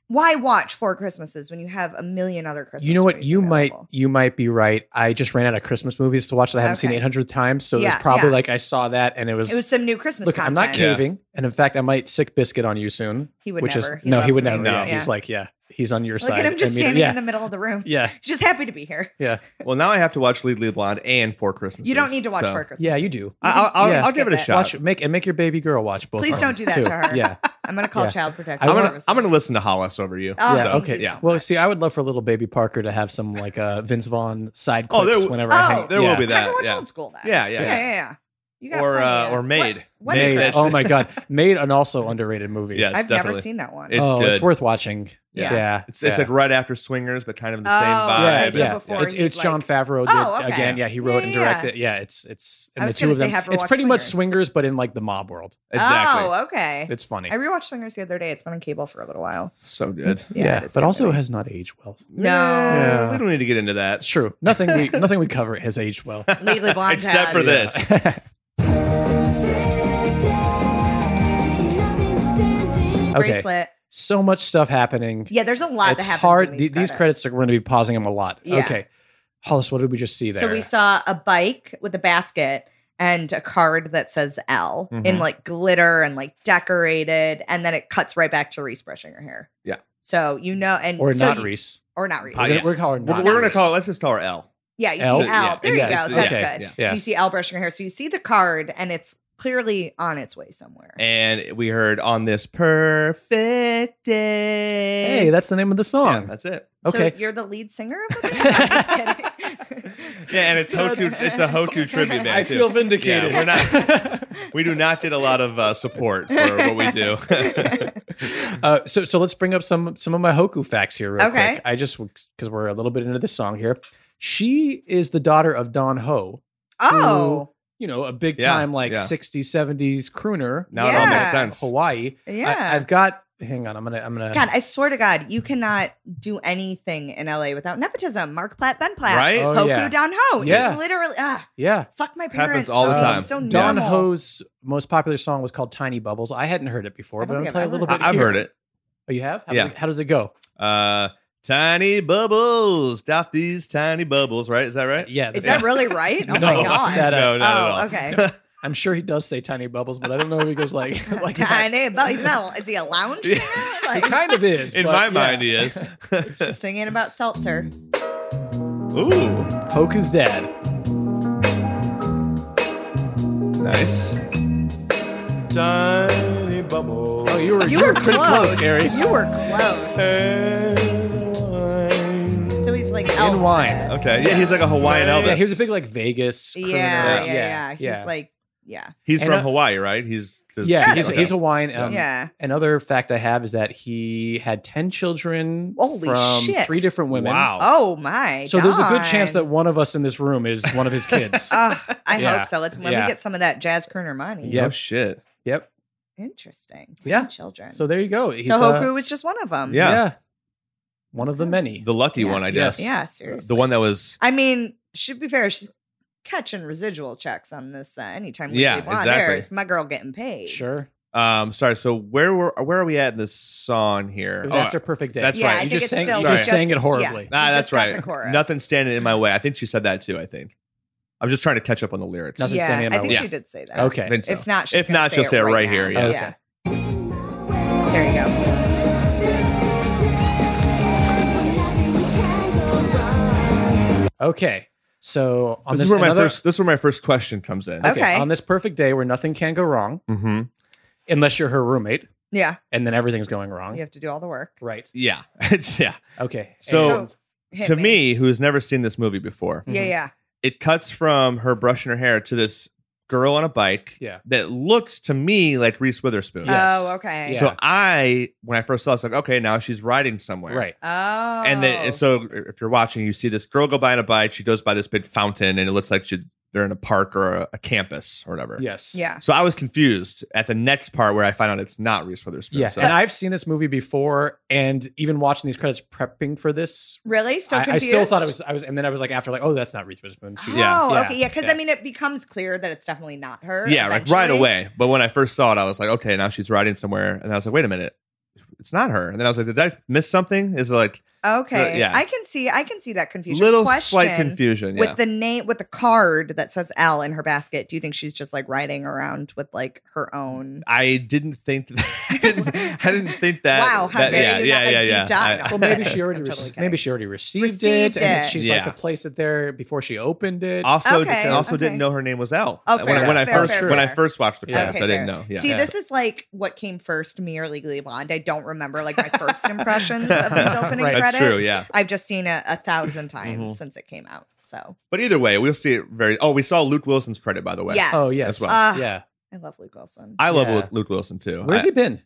Speaker 1: why watch Four Christmases when you have a million other Christmas?
Speaker 4: you know what?
Speaker 1: movies
Speaker 4: You might
Speaker 1: available?
Speaker 4: you might be right. I just ran out of Christmas movies to watch that I haven't seen
Speaker 1: Okay.
Speaker 4: 800 times. So
Speaker 1: Yeah,
Speaker 4: there's probably
Speaker 1: yeah.
Speaker 4: like I saw that and it was,
Speaker 1: It was some new Christmas.
Speaker 4: look. I'm
Speaker 1: content.
Speaker 4: not
Speaker 2: Yeah.
Speaker 4: caving, and in fact, I might sick biscuit on you soon.
Speaker 1: He would
Speaker 4: which
Speaker 1: never.
Speaker 4: is no, he
Speaker 1: loves
Speaker 4: would
Speaker 1: me.
Speaker 4: never.
Speaker 2: No.
Speaker 4: Yeah. He's like yeah, he's on your
Speaker 1: Look
Speaker 4: side.
Speaker 1: at him just
Speaker 4: immediately.
Speaker 1: standing
Speaker 4: yeah.
Speaker 1: in the middle of the room.
Speaker 4: yeah,
Speaker 1: He's just happy to be here.
Speaker 4: yeah,
Speaker 2: Well, now I have to watch Legally Blonde and Four Christmases.
Speaker 1: You don't need to watch
Speaker 2: so-
Speaker 1: Four Christmases.
Speaker 4: yeah. You do.
Speaker 2: I- I'll, I'll,
Speaker 4: Yeah.
Speaker 2: I'll give it a
Speaker 1: Skip it.
Speaker 2: shot.
Speaker 4: Watch make and make your baby girl watch both.
Speaker 1: Please
Speaker 4: of
Speaker 1: don't do
Speaker 4: them,
Speaker 1: that
Speaker 4: too.
Speaker 1: to her.
Speaker 4: Yeah,
Speaker 1: I'm gonna call
Speaker 4: Yeah.
Speaker 1: Child Protective
Speaker 2: I'm gonna,
Speaker 1: Services.
Speaker 2: I'm gonna listen to Hollis over you.
Speaker 1: Oh,
Speaker 4: Yeah,
Speaker 2: so.
Speaker 4: okay,
Speaker 1: thank you
Speaker 2: yeah.
Speaker 1: so
Speaker 4: Well,
Speaker 1: much.
Speaker 4: see, I would love for little baby Parker to have some like uh Vince Vaughn side
Speaker 2: Oh, there
Speaker 4: clips
Speaker 2: w-
Speaker 4: whenever I hang.
Speaker 1: oh,
Speaker 2: There
Speaker 4: yeah.
Speaker 2: will be
Speaker 1: Never
Speaker 2: that.
Speaker 1: watch
Speaker 2: yeah.
Speaker 1: old school then.
Speaker 2: Yeah, yeah,
Speaker 1: yeah,
Speaker 2: yeah.
Speaker 1: yeah. yeah. You got
Speaker 2: Or
Speaker 1: plenty
Speaker 2: uh,
Speaker 1: of-
Speaker 2: or Maid.
Speaker 1: What, what a
Speaker 2: Maid,
Speaker 1: great-
Speaker 2: that's-
Speaker 4: Oh my god, Made an also underrated movie.
Speaker 2: Yes,
Speaker 1: I've never
Speaker 2: definitely.
Speaker 1: seen that one.
Speaker 2: It's
Speaker 4: oh, it's
Speaker 2: good.
Speaker 4: worth watching.
Speaker 1: Yeah.
Speaker 4: Yeah,
Speaker 2: It's, it's
Speaker 4: Yeah.
Speaker 2: like right after Swingers, but kind of the same
Speaker 1: Oh,
Speaker 2: vibe.
Speaker 1: yeah, so
Speaker 2: Yeah.
Speaker 1: before
Speaker 4: It's,
Speaker 1: he'd
Speaker 4: it's John
Speaker 1: like-
Speaker 4: Favreau did
Speaker 1: Oh, okay.
Speaker 4: again. Yeah, he wrote and
Speaker 1: Yeah, yeah,
Speaker 4: directed. Yeah, it's it's
Speaker 1: I
Speaker 4: and the
Speaker 1: was
Speaker 4: two
Speaker 1: gonna
Speaker 4: of
Speaker 1: say,
Speaker 4: them.
Speaker 1: have her
Speaker 4: It's
Speaker 1: watch
Speaker 4: pretty much
Speaker 1: Swingers.
Speaker 4: swingers, but in like the mob world.
Speaker 2: Exactly.
Speaker 1: Oh, okay.
Speaker 4: It's funny.
Speaker 1: I rewatched Swingers the other day. It's been on cable for a little while.
Speaker 2: So good.
Speaker 1: Yeah, it is
Speaker 4: but
Speaker 1: good
Speaker 4: also
Speaker 1: movie.
Speaker 4: has not aged well.
Speaker 1: No.
Speaker 2: we don't need to get into
Speaker 4: It's
Speaker 2: that.
Speaker 4: true. Nothing we nothing we cover has aged well.
Speaker 1: Legally Blonde
Speaker 2: Except for
Speaker 1: has.
Speaker 2: this.
Speaker 4: Okay.
Speaker 1: Bracelet.
Speaker 4: so much stuff happening.
Speaker 1: Yeah, there's a lot
Speaker 4: it's
Speaker 1: that happens.
Speaker 4: hard.
Speaker 1: in
Speaker 4: Th-
Speaker 1: these,
Speaker 4: these credits are going to be pausing them a lot.
Speaker 1: Yeah.
Speaker 4: Okay, Hollis, what did we just see there?
Speaker 1: So we saw a bike with a basket and a card that says L in
Speaker 2: Mhm.
Speaker 1: like glitter and like decorated, and then it cuts right back to Reese brushing her hair.
Speaker 2: Yeah.
Speaker 1: So you know, and
Speaker 4: or
Speaker 1: so
Speaker 4: not
Speaker 1: you-
Speaker 4: Reese.
Speaker 1: or not Reese.
Speaker 2: Oh,
Speaker 4: We're gonna-
Speaker 2: yeah.
Speaker 4: We're calling
Speaker 2: We're,
Speaker 4: not
Speaker 2: we're gonna call.
Speaker 4: Reese.
Speaker 2: Let's just call her L.
Speaker 1: Yeah, you
Speaker 4: L?
Speaker 1: see L.
Speaker 2: Yeah,
Speaker 1: There you
Speaker 2: yeah,
Speaker 1: go.
Speaker 2: yeah,
Speaker 1: That's
Speaker 4: okay.
Speaker 1: good.
Speaker 2: yeah.
Speaker 4: Yeah.
Speaker 1: You see L brushing her hair, so you see the card, and it's clearly on its way somewhere.
Speaker 2: And we heard on this perfect day.
Speaker 4: Hey, that's the name of
Speaker 2: yeah,
Speaker 4: the song.
Speaker 2: that's it.
Speaker 4: okay.
Speaker 1: So you're the lead singer of the band? I'm just kidding.
Speaker 2: Yeah, and it's Hoku. It's a Hoku tribute band.
Speaker 1: I
Speaker 2: too.
Speaker 4: vindicated.
Speaker 2: Yeah, we're not. We do not get a lot of uh, support for what we do.
Speaker 4: uh, so so let's bring up some some of my Hoku facts here real
Speaker 1: Okay.
Speaker 4: quick. I just because we're a little bit into this song here. She is the daughter of Don Ho,
Speaker 1: Oh,
Speaker 4: you know, a big
Speaker 2: Yeah,
Speaker 4: time like
Speaker 2: yeah.
Speaker 4: 60s 70s crooner.
Speaker 2: now it all makes
Speaker 1: Yeah. Oh,
Speaker 2: sense.
Speaker 4: Hawaii.
Speaker 1: yeah.
Speaker 4: I, have got hang on, I'm going to I'm going to
Speaker 1: God, I swear to God, you cannot do anything in LA without nepotism. Mark Platt, Ben Platt,
Speaker 2: Right?
Speaker 4: Oh,
Speaker 1: Hoku
Speaker 4: yeah.
Speaker 1: Don Ho.
Speaker 4: Yeah.
Speaker 1: It's literally, ah,
Speaker 4: Yeah.
Speaker 1: fuck my
Speaker 2: Happens
Speaker 1: parents.
Speaker 2: all the
Speaker 1: It's
Speaker 2: time.
Speaker 1: So
Speaker 2: Yeah.
Speaker 4: Don
Speaker 1: normal.
Speaker 4: Ho's most popular song was called Tiny Bubbles. I hadn't heard it before,
Speaker 1: I
Speaker 4: but
Speaker 1: don't
Speaker 4: I'm going to
Speaker 1: think
Speaker 4: play a
Speaker 1: I've
Speaker 4: little
Speaker 1: ever
Speaker 4: bit.
Speaker 2: I- I've
Speaker 4: here.
Speaker 2: heard it.
Speaker 4: Oh, you have? How,
Speaker 2: Yeah.
Speaker 4: does it- how does it go?
Speaker 2: Uh, tiny bubbles, stop these tiny bubbles. Right? Is that right?
Speaker 4: Yeah.
Speaker 1: Is
Speaker 4: that's-
Speaker 1: that really right? Oh my
Speaker 4: No.
Speaker 1: God.
Speaker 4: That-
Speaker 2: no,
Speaker 1: oh,
Speaker 2: not at all.
Speaker 1: okay.
Speaker 4: I'm sure he does say tiny bubbles, but I don't know if he goes like, like that.
Speaker 1: Tiny, but he's not, is he a lounge singer?
Speaker 4: It
Speaker 1: Like,
Speaker 4: kind of is.
Speaker 2: In
Speaker 4: but
Speaker 2: my
Speaker 4: yeah.
Speaker 2: mind, he is.
Speaker 1: singing about seltzer.
Speaker 2: Ooh,
Speaker 4: Hoku's dad.
Speaker 2: nice. Tiny bubble.
Speaker 4: Oh, you were
Speaker 1: You were
Speaker 4: pretty close,
Speaker 1: close.
Speaker 4: Gary.
Speaker 1: You were close. So he's like Elvis.
Speaker 4: In wine.
Speaker 2: Okay. Yeah, he's like a Hawaiian Elvis.
Speaker 4: Yeah, he was a big like Vegas.
Speaker 1: Yeah,
Speaker 4: crooner.
Speaker 1: yeah, yeah. He's
Speaker 4: yeah.
Speaker 1: like, yeah,
Speaker 2: He's
Speaker 4: And,
Speaker 2: from
Speaker 4: uh,
Speaker 2: Hawaii, right? He's
Speaker 4: yeah, he's,
Speaker 2: okay.
Speaker 4: he's Hawaiian. Um,
Speaker 1: yeah.
Speaker 4: Another fact I have is that he had ten children
Speaker 1: Holy
Speaker 4: from
Speaker 1: shit.
Speaker 4: three different women.
Speaker 2: Wow.
Speaker 1: Oh my.
Speaker 4: So there's a good chance
Speaker 1: God.
Speaker 4: that one of us in this room is one of his kids.
Speaker 1: Ah, I
Speaker 4: Yeah.
Speaker 1: hope so. Let's let
Speaker 4: Yeah.
Speaker 1: me get some of that jazz Kerner money.
Speaker 4: Yeah.
Speaker 2: Oh shit.
Speaker 4: yep.
Speaker 1: Interesting.
Speaker 4: Yeah.
Speaker 1: Children.
Speaker 4: So
Speaker 1: So,
Speaker 4: there you go. He's, uh,
Speaker 1: Hoku was just one of them.
Speaker 2: Yeah.
Speaker 4: One of the many.
Speaker 2: The lucky
Speaker 1: Yeah.
Speaker 2: one, I
Speaker 4: Yes.
Speaker 2: guess.
Speaker 1: Yeah, seriously.
Speaker 2: The one that was
Speaker 1: I mean, should be fair. She's catching residual checks on this uh, anytime.
Speaker 2: Yeah,
Speaker 1: Legally Blonde
Speaker 2: exactly.
Speaker 1: airs. My girl getting paid.
Speaker 4: sure.
Speaker 2: Um, sorry. So where were where are we at in this song here?
Speaker 4: It was
Speaker 2: Oh,
Speaker 4: after Perfect Day.
Speaker 2: that's
Speaker 1: yeah,
Speaker 2: right.
Speaker 1: I
Speaker 2: You
Speaker 1: think
Speaker 4: just
Speaker 1: it's
Speaker 4: sang-
Speaker 1: still
Speaker 2: you just
Speaker 4: sang it horribly.
Speaker 1: you
Speaker 2: ah,
Speaker 1: just
Speaker 2: that's
Speaker 1: got
Speaker 2: right.
Speaker 1: The chorus.
Speaker 2: Nothing standing in my way. I think she said that too. I think. I'm just trying to catch up on the lyrics.
Speaker 4: Nothing
Speaker 1: yeah,
Speaker 4: standing in my
Speaker 1: I think
Speaker 2: way.
Speaker 1: she did say that.
Speaker 4: Okay.
Speaker 2: I think so.
Speaker 1: If not, she's
Speaker 2: If
Speaker 1: gonna
Speaker 2: not,
Speaker 1: say
Speaker 2: she'll
Speaker 1: it
Speaker 2: say it
Speaker 1: right,
Speaker 2: right here,
Speaker 1: now.
Speaker 4: yeah.
Speaker 1: yeah. There you go.
Speaker 4: Okay. So on
Speaker 2: this,
Speaker 4: this,
Speaker 2: is where
Speaker 4: another-
Speaker 2: my first. This is where my first question comes in.
Speaker 1: Okay.
Speaker 4: on this perfect day where nothing can go wrong
Speaker 2: Mm-hmm.
Speaker 4: unless you're her roommate
Speaker 1: Yeah.
Speaker 4: and then everything's going wrong.
Speaker 1: You have to do all the work.
Speaker 4: Right.
Speaker 2: Yeah. It's- yeah.
Speaker 4: Okay.
Speaker 2: So-
Speaker 4: And-
Speaker 1: Hit
Speaker 2: to me, Mm-hmm. who's never seen this movie before,
Speaker 1: Yeah, yeah.
Speaker 2: it cuts from her brushing her hair to this girl on a bike.
Speaker 4: Yeah.
Speaker 2: That looks to me like Reese Witherspoon.
Speaker 4: Yeah. Yes.
Speaker 1: Oh, okay.
Speaker 4: Yeah.
Speaker 2: So I, when I first saw, this, like, okay, now she's riding somewhere.
Speaker 4: right.
Speaker 1: Oh.
Speaker 2: And then, and so if you're watching, you see this girl go by on a bike. She goes by this big fountain, and it looks like she they're in a park or a, a campus or whatever.
Speaker 4: Yes.
Speaker 1: yeah.
Speaker 2: So I was confused at the next part where I find out it's not Reese Witherspoon.
Speaker 4: Yeah.
Speaker 2: So
Speaker 4: And I've seen this movie before and even watching these credits prepping for this.
Speaker 1: Really? Still
Speaker 4: I, I
Speaker 1: confused?
Speaker 4: still thought it was I was and then I was like after like, oh that's not Reese Witherspoon.
Speaker 1: Oh,
Speaker 4: She-
Speaker 2: Yeah.
Speaker 4: Yeah.
Speaker 1: okay. Yeah, because
Speaker 4: Yeah.
Speaker 1: I mean, it becomes clear that it's definitely not her.
Speaker 2: yeah, like right
Speaker 1: eventually.
Speaker 2: away. But when I first saw it, I was like, okay, now she's riding somewhere, and I was like, wait a minute, it's not her. And then I was like, did I miss something? Is it like
Speaker 1: Okay,
Speaker 2: Uh, yeah.
Speaker 1: I can see, I can see that confusion.
Speaker 2: little
Speaker 1: Question
Speaker 2: slight confusion? Yeah.
Speaker 1: with the name, with the card that says L in her basket. Do you think she's just like riding around with like her own?
Speaker 2: I didn't think I didn't, I didn't think that.
Speaker 1: Wow, how
Speaker 2: that-
Speaker 1: dare
Speaker 2: yeah,
Speaker 1: you
Speaker 2: yeah,
Speaker 1: not, like,
Speaker 2: yeah,
Speaker 1: deep
Speaker 2: yeah.
Speaker 1: dive.
Speaker 2: I-
Speaker 4: Well, maybe she
Speaker 1: I'm
Speaker 4: already
Speaker 1: totally
Speaker 4: received
Speaker 1: kidding.
Speaker 4: maybe she already received,
Speaker 1: Received
Speaker 4: it, and
Speaker 1: it.
Speaker 4: she's
Speaker 2: Yeah.
Speaker 4: supposed to place it there before she opened it.
Speaker 2: Also,
Speaker 1: Okay,
Speaker 2: also
Speaker 1: okay.
Speaker 2: didn't know her name was Elle.
Speaker 1: Oh,
Speaker 2: when, I-
Speaker 1: fair,
Speaker 2: when I
Speaker 1: fair,
Speaker 2: first
Speaker 1: fair,
Speaker 2: when I
Speaker 1: fair.
Speaker 2: first watched the
Speaker 4: Yeah.
Speaker 2: credits,
Speaker 1: Okay,
Speaker 2: I didn't
Speaker 1: fair.
Speaker 2: know. Yeah.
Speaker 1: See,
Speaker 4: Yeah.
Speaker 1: this is like what came first, me or Legally Blonde. I don't remember like my first impressions of these opening
Speaker 4: Right.
Speaker 1: credits.
Speaker 2: That's true. Yeah.
Speaker 1: I've just seen it a thousand times
Speaker 2: Mhm.
Speaker 1: since it came out. So
Speaker 2: But either way, we'll see it very. Oh, we saw Luke Wilson's credit by the way.
Speaker 1: yes,
Speaker 4: Oh yes.
Speaker 2: As well.
Speaker 1: Ah,
Speaker 4: yeah.
Speaker 1: I love Luke Wilson.
Speaker 2: I love
Speaker 4: Yeah.
Speaker 2: Luke- Luke Wilson too.
Speaker 4: Where's
Speaker 2: I-
Speaker 4: he been?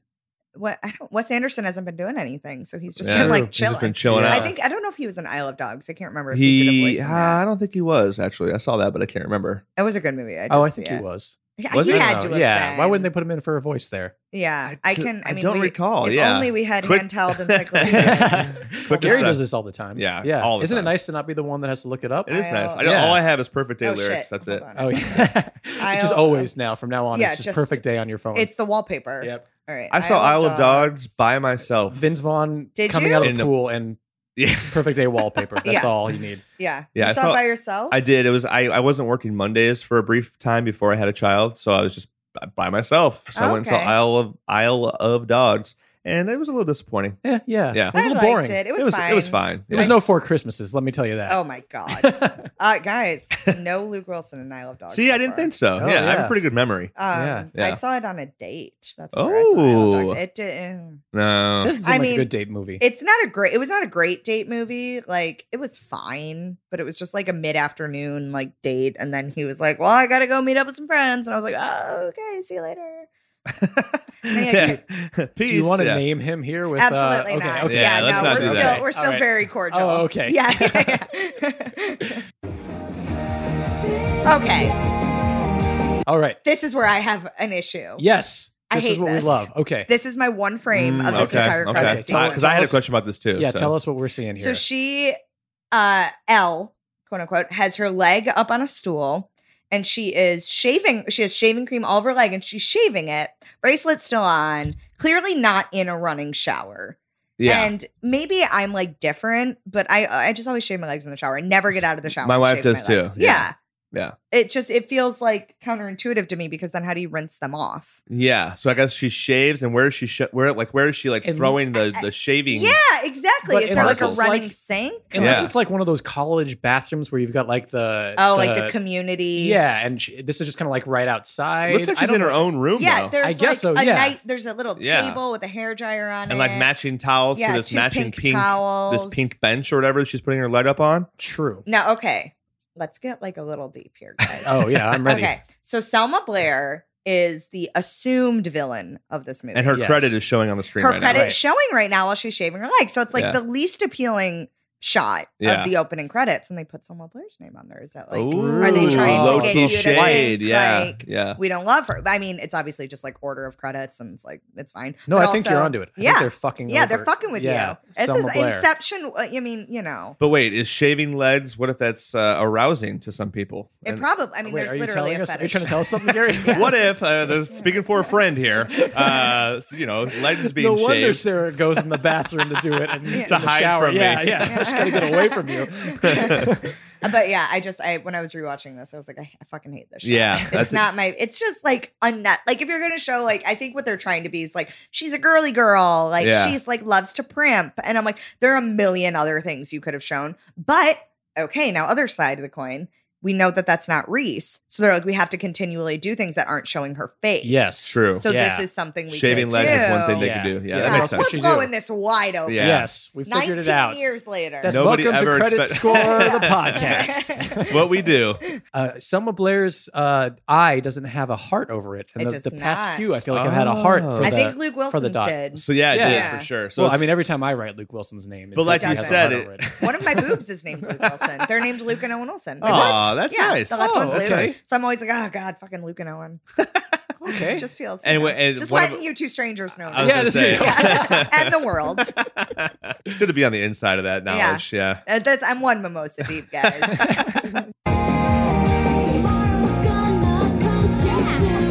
Speaker 4: Oh,
Speaker 1: what I don't, Wes Anderson hasn't been doing anything, so he's just
Speaker 2: Yeah.
Speaker 1: been
Speaker 4: True.
Speaker 1: like
Speaker 2: He's just
Speaker 1: chilling.
Speaker 2: been chilling
Speaker 4: Yeah.
Speaker 1: I
Speaker 2: out.
Speaker 1: think I don't know if he was in Isle of Dogs. I can't remember if he, did a
Speaker 2: He,
Speaker 1: voice.
Speaker 2: uh,
Speaker 1: In
Speaker 2: I
Speaker 1: that.
Speaker 2: don't think he was actually. I saw that, but I can't remember.
Speaker 1: It was a good movie. I did
Speaker 4: Oh, I
Speaker 1: see
Speaker 4: think
Speaker 1: it.
Speaker 4: he was.
Speaker 1: Yeah,
Speaker 2: Was
Speaker 1: he
Speaker 2: it? Oh,
Speaker 1: had to. Have
Speaker 4: yeah. Why wouldn't they
Speaker 1: been.
Speaker 4: put him in for a voice there?
Speaker 1: Yeah, I
Speaker 2: d-
Speaker 1: can. I,
Speaker 2: I
Speaker 1: mean,
Speaker 2: don't
Speaker 1: we-
Speaker 2: recall,
Speaker 1: If
Speaker 2: yeah.
Speaker 1: only we had
Speaker 2: Quick-
Speaker 1: handheld encyclopedias.
Speaker 2: Quick
Speaker 4: Gary
Speaker 1: uh,
Speaker 2: aside.
Speaker 4: does this all the time.
Speaker 2: Yeah,
Speaker 4: Yeah.
Speaker 2: all the
Speaker 4: Isn't
Speaker 2: time.
Speaker 4: it nice to not be the one that has to look it up?
Speaker 2: It is nice. I
Speaker 1: I'll-
Speaker 2: don't,
Speaker 4: Yeah.
Speaker 2: All I have is perfect day
Speaker 1: Oh,
Speaker 2: lyrics.
Speaker 1: shit.
Speaker 2: That's
Speaker 1: Hold
Speaker 2: it.
Speaker 1: on.
Speaker 4: Oh yeah. just
Speaker 1: I'll-
Speaker 4: always now from now on.
Speaker 1: Yeah,
Speaker 4: it's just,
Speaker 1: just-
Speaker 4: perfect day on your phone.
Speaker 1: It's the wallpaper.
Speaker 4: yep.
Speaker 1: All right.
Speaker 2: I saw Isle of Dogs by myself.
Speaker 4: Vince Vaughn
Speaker 1: Did
Speaker 4: coming
Speaker 1: you?
Speaker 4: out of
Speaker 2: In
Speaker 4: the
Speaker 2: the-
Speaker 4: pool and
Speaker 2: Yeah,
Speaker 4: perfect day wallpaper. That's
Speaker 1: Yeah.
Speaker 4: all you need.
Speaker 1: Yeah.
Speaker 2: Yeah,
Speaker 1: You
Speaker 2: I
Speaker 1: saw,
Speaker 2: saw-
Speaker 1: it by yourself.
Speaker 2: I did. It was I. I wasn't working Mondays for a brief time before I had a child, so I was just b- by myself. So I went and saw
Speaker 1: Okay.
Speaker 2: Isle of Isle of Dogs, and it was a little disappointing.
Speaker 4: Yeah, yeah,
Speaker 2: Yeah.
Speaker 4: It was a
Speaker 1: I
Speaker 4: little
Speaker 1: liked
Speaker 4: boring.
Speaker 1: it. It was,
Speaker 2: it was
Speaker 1: fine.
Speaker 2: it was fine.
Speaker 4: It was
Speaker 2: Yeah.
Speaker 4: no Four Christmases. Let me tell you that.
Speaker 1: Oh my god, uh, guys, no Luke Wilson and I love dogs.
Speaker 2: See,
Speaker 1: so
Speaker 2: I didn't
Speaker 1: far.
Speaker 2: think so.
Speaker 4: Oh,
Speaker 2: yeah, I have
Speaker 4: yeah.
Speaker 2: a pretty good memory.
Speaker 1: Um,
Speaker 4: Yeah.
Speaker 2: Yeah.
Speaker 1: I saw it on a date. That's where I saw I Love
Speaker 2: Oh.
Speaker 1: Dogs. It did.
Speaker 2: No,
Speaker 4: this is like
Speaker 1: Uh-huh. mean,
Speaker 4: a good date movie.
Speaker 1: It's not a great. It was not a great date movie. Like it was fine, but it was just like a mid afternoon like date. And then he was like, "Well, I gotta go meet up with some friends," and I was like, "Oh, okay, see you later."
Speaker 2: yeah. Peace.
Speaker 4: Do you want to
Speaker 2: yeah.
Speaker 4: name him here? With
Speaker 1: Absolutely
Speaker 4: uh, okay,
Speaker 1: not.
Speaker 4: Okay.
Speaker 1: Yeah,
Speaker 2: Yeah, let's
Speaker 1: no,
Speaker 2: not
Speaker 1: we're still
Speaker 2: do that.
Speaker 1: we're still
Speaker 4: All right.
Speaker 1: very cordial.
Speaker 4: Oh, okay.
Speaker 1: Yeah. yeah, yeah. okay.
Speaker 4: All right.
Speaker 1: This is where I have an issue.
Speaker 4: Yes.
Speaker 1: I
Speaker 4: This is
Speaker 1: hate
Speaker 4: what
Speaker 1: this.
Speaker 4: we love. Okay.
Speaker 1: This is my one frame
Speaker 2: Mm,
Speaker 1: of this
Speaker 2: okay,
Speaker 1: entire
Speaker 2: okay.
Speaker 1: credit
Speaker 4: Tell-
Speaker 1: sequence.
Speaker 2: Because I had a
Speaker 4: us-
Speaker 2: question about this too.
Speaker 4: yeah.
Speaker 2: so.
Speaker 4: Tell us what we're seeing
Speaker 1: So
Speaker 4: here.
Speaker 1: she, uh, L, quote unquote, has her leg up on a stool and she is shaving. She has shaving cream all over her leg and she's shaving it, bracelet still on, clearly not in a running shower.
Speaker 2: Yeah.
Speaker 1: And maybe I'm like different, but I I just always shave my legs in the shower. I never get out of the shower.
Speaker 2: My
Speaker 1: and
Speaker 2: wife
Speaker 1: shave my
Speaker 2: does too.
Speaker 1: legs.
Speaker 2: Yeah.
Speaker 1: Yeah.
Speaker 2: Yeah.
Speaker 1: It just it feels like counterintuitive to me because then how do you rinse them off?
Speaker 2: yeah. So I guess she shaves, and where is she? Sh- where like where is she like
Speaker 4: And-
Speaker 2: throwing the the shaving?
Speaker 1: Yeah, exactly.
Speaker 4: But
Speaker 1: Is there like a
Speaker 4: unless it's
Speaker 1: running
Speaker 4: like-
Speaker 1: sink?
Speaker 4: Unless
Speaker 2: Yeah.
Speaker 4: it's like one of those college bathrooms where you've got like the
Speaker 1: Oh, like the community.
Speaker 4: uh, yeah, and she, this is just kind of like right outside.
Speaker 2: Looks like
Speaker 4: I
Speaker 2: she's
Speaker 4: don't
Speaker 2: in her
Speaker 4: know.
Speaker 2: own room
Speaker 1: Yeah,
Speaker 2: though,
Speaker 1: there's
Speaker 4: I guess
Speaker 1: like
Speaker 4: so,
Speaker 1: a
Speaker 4: yeah.
Speaker 1: night. There's a little
Speaker 2: Yeah.
Speaker 1: table with a hair dryer on it,
Speaker 2: and like matching towels
Speaker 1: Yeah,
Speaker 2: to this
Speaker 1: two
Speaker 2: matching
Speaker 1: pink
Speaker 2: pink, this
Speaker 1: towels.
Speaker 2: pink bench or whatever that she's putting her leg up on.
Speaker 4: True.
Speaker 1: Now, okay, let's get like a little deep here, guys.
Speaker 4: Oh yeah, I'm ready.
Speaker 1: okay. So Selma Blair is the assumed villain of this movie,
Speaker 2: And her
Speaker 4: Yes.
Speaker 2: credit is showing on the screen
Speaker 1: her
Speaker 2: right
Speaker 1: credit
Speaker 2: now.
Speaker 1: is showing right now while she's shaving her leg. So it's like
Speaker 2: Yeah.
Speaker 1: the least appealing shot
Speaker 2: Yeah.
Speaker 1: of the opening credits, and they put Selma Blair's name on there. Is that like
Speaker 2: Ooh,
Speaker 1: are they trying to
Speaker 2: low
Speaker 1: get
Speaker 2: key
Speaker 1: you to think,
Speaker 2: shade? yeah,
Speaker 1: like,
Speaker 2: yeah.
Speaker 1: we don't love her? I mean, it's obviously just like order of credits, and it's like it's fine.
Speaker 4: No,
Speaker 1: But
Speaker 4: I think
Speaker 1: also-
Speaker 4: you're onto it. I think
Speaker 1: yeah.
Speaker 4: they're fucking.
Speaker 1: Yeah, they're
Speaker 4: over it.
Speaker 1: fucking with
Speaker 4: yeah.
Speaker 1: you. This
Speaker 4: Selma
Speaker 1: is
Speaker 4: Blair.
Speaker 1: Inception. uh, I mean, you know,
Speaker 2: But wait, is shaving legs? What if that's uh, arousing to some people?
Speaker 1: it
Speaker 2: And-
Speaker 1: probably. I mean,
Speaker 4: Wait,
Speaker 1: there's
Speaker 4: are you
Speaker 1: literally
Speaker 4: telling
Speaker 1: a
Speaker 4: us?
Speaker 1: fetish.
Speaker 4: Are you trying to tell us something, Gary?
Speaker 2: What if uh, the- speaking for a friend here? Uh, you know, legs being
Speaker 4: no wonder
Speaker 2: shaved.
Speaker 4: Sarah goes in the bathroom to do it and in
Speaker 1: To
Speaker 4: the
Speaker 2: hide
Speaker 4: shower.
Speaker 2: from me.
Speaker 4: yeah, yeah. She's got to get away from you.
Speaker 1: Uh, but yeah, I just I when I was rewatching this, I was like, I, I fucking hate this. Shit.
Speaker 2: Yeah, that's-
Speaker 1: it's not my. It's just like unnet. Like if you're gonna show like, I think what they're trying to be is like she's a girly girl. Like
Speaker 2: Yeah.
Speaker 1: she's like loves to primp, and I'm like, there are a million other things you could have shown. But okay, now other side of the coin. We know that that's not Reese, so they're like, we have to continually do things that aren't showing her face.
Speaker 4: Yes,
Speaker 2: True.
Speaker 1: So
Speaker 4: Yeah.
Speaker 1: this is something we
Speaker 2: Shaving
Speaker 1: could
Speaker 2: legs
Speaker 1: do.
Speaker 2: is one thing they
Speaker 4: Yeah.
Speaker 2: could do. Yeah,
Speaker 4: Yeah.
Speaker 2: that
Speaker 1: Gosh,
Speaker 2: makes sense.
Speaker 1: We're
Speaker 4: She do.
Speaker 1: blowing this wide open.
Speaker 2: Yeah.
Speaker 4: Yes, we figured it out.
Speaker 1: years later.
Speaker 4: That's
Speaker 2: Nobody
Speaker 4: welcome
Speaker 2: ever
Speaker 4: to Credit
Speaker 2: expect-
Speaker 4: Score, the podcast.
Speaker 2: It's what we do.
Speaker 4: Uh, Selma Blair's uh, eye doesn't have a heart over it, and
Speaker 1: It
Speaker 4: the,
Speaker 1: does
Speaker 4: the past
Speaker 1: not.
Speaker 4: few, I feel like I've had a heart.
Speaker 2: Oh.
Speaker 4: For
Speaker 1: I
Speaker 4: the,
Speaker 1: think Luke
Speaker 4: the
Speaker 1: Wilson's
Speaker 4: dot.
Speaker 1: did.
Speaker 2: So yeah, it
Speaker 1: Yeah.
Speaker 2: did for sure. So
Speaker 4: well, I
Speaker 2: it's-
Speaker 4: mean, every time I write Luke Wilson's name, it
Speaker 2: But like
Speaker 1: you
Speaker 4: definitely has a heart
Speaker 2: said,
Speaker 4: over
Speaker 2: it-
Speaker 1: One of my boobs is named Luke Wilson. They're named Luke and Owen Wilson. My boobs.
Speaker 2: Aw, that's
Speaker 1: yeah,
Speaker 2: nice.
Speaker 1: The left
Speaker 4: Oh,
Speaker 1: one's Luke.
Speaker 4: okay.
Speaker 1: So I'm always like, oh god, fucking Luke and Owen.
Speaker 4: okay,
Speaker 1: It just feels.
Speaker 2: And
Speaker 1: you know,
Speaker 2: wh- and
Speaker 1: just
Speaker 2: one of-
Speaker 1: letting you two strangers know.
Speaker 2: I was
Speaker 1: that.
Speaker 4: Yeah,
Speaker 2: gonna
Speaker 4: this
Speaker 2: say.
Speaker 4: is-
Speaker 1: and the world.
Speaker 2: it's good to be on the inside of that knowledge. Yeah.
Speaker 1: Uh, That's I'm one mimosa deep, guys.
Speaker 5: Tomorrow's gonna come too soon.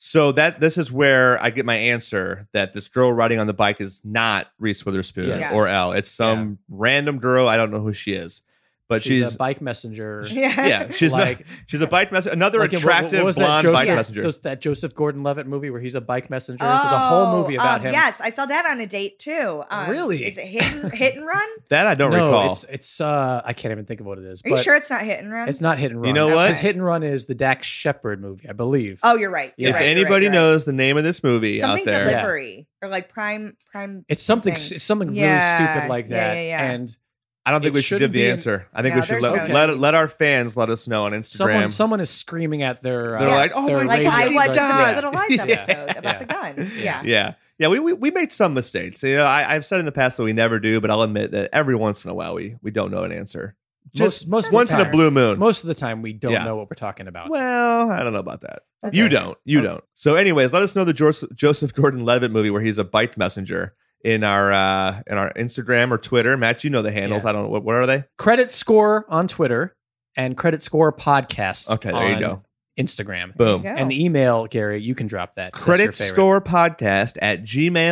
Speaker 2: So that this is where I get my answer that this girl riding on the bike is not Reese Witherspoon
Speaker 4: Yes.
Speaker 2: or Elle. It's some random girl. I don't know who she is, but she's,
Speaker 4: she's, a bike messenger.
Speaker 1: yeah.
Speaker 2: yeah, she's
Speaker 4: like,
Speaker 2: not, she's a bike messenger. Another
Speaker 4: like in- what-
Speaker 2: attractive
Speaker 4: what was that
Speaker 2: blonde
Speaker 4: Joseph,
Speaker 2: bike
Speaker 1: Yes.
Speaker 2: messenger.
Speaker 4: those- that Joseph Gordon-Levitt movie where he's a bike messenger. There's a whole movie about
Speaker 1: um,
Speaker 4: him.
Speaker 1: Yes, I saw that on a date too. Um,
Speaker 4: Really?
Speaker 1: Is it hit and, hit and run?
Speaker 2: that I don't
Speaker 4: no,
Speaker 2: recall.
Speaker 4: It's it's uh I can't even think of what it is.
Speaker 1: Are you
Speaker 4: but
Speaker 1: sure it's not hit and run?
Speaker 4: it's not hit and run.
Speaker 2: You know what?
Speaker 4: Because hit and run is the Dax Shepard movie, I believe.
Speaker 1: Oh, you're right. You're
Speaker 2: if
Speaker 1: right, you're right,
Speaker 2: anybody
Speaker 1: you're right.
Speaker 2: knows the name of this movie
Speaker 1: something
Speaker 2: out there,
Speaker 4: delivered.
Speaker 1: delivery or like prime prime.
Speaker 4: it's something
Speaker 1: thing.
Speaker 4: it's something really
Speaker 1: Yeah,
Speaker 4: stupid like
Speaker 1: yeah,
Speaker 4: that.
Speaker 1: yeah, yeah.
Speaker 4: And
Speaker 2: I don't think
Speaker 4: It
Speaker 2: we should give
Speaker 4: shouldn't
Speaker 2: the
Speaker 4: be an-
Speaker 2: answer. I think
Speaker 1: No,
Speaker 2: we should
Speaker 1: there's
Speaker 2: let,
Speaker 1: no-
Speaker 2: let let our fans let us know on Instagram.
Speaker 4: someone someone is screaming at their uh,
Speaker 2: They're like, "Oh
Speaker 4: their
Speaker 2: my
Speaker 1: like
Speaker 4: radio
Speaker 1: I was in
Speaker 2: God.
Speaker 1: the
Speaker 4: program.
Speaker 1: Little Lies
Speaker 2: Yeah.
Speaker 1: episode about the gun.
Speaker 4: Yeah.
Speaker 1: Yeah.
Speaker 2: yeah. Yeah, we, we, we made some mistakes. You know, I, I've said in the past that we never do, but I'll admit that every once in a while we, we don't know an answer. Just
Speaker 4: most, most of the
Speaker 2: once in a
Speaker 4: time-
Speaker 2: blue moon.
Speaker 4: Most of the time we don't
Speaker 2: Yeah.
Speaker 4: know what we're talking about.
Speaker 2: Well, I don't know about that.
Speaker 1: Okay.
Speaker 2: You don't.
Speaker 1: Oh.
Speaker 2: You
Speaker 4: Okay.
Speaker 2: don't. So, anyways, let us know the Joseph, Joseph Gordon-Levitt movie where he's a bike messenger in our uh, in our Instagram or Twitter. Matt, you know the handles.
Speaker 4: Yeah.
Speaker 2: I don't know what, what are they.
Speaker 4: Credit score on Twitter and credit score podcast
Speaker 2: Okay, there you
Speaker 4: on
Speaker 2: go.
Speaker 4: Instagram.
Speaker 2: Boom.
Speaker 1: Yeah.
Speaker 4: And the email, Gary, you can drop that. 'cause that's your
Speaker 2: Credit
Speaker 4: favorite.
Speaker 2: score podcast at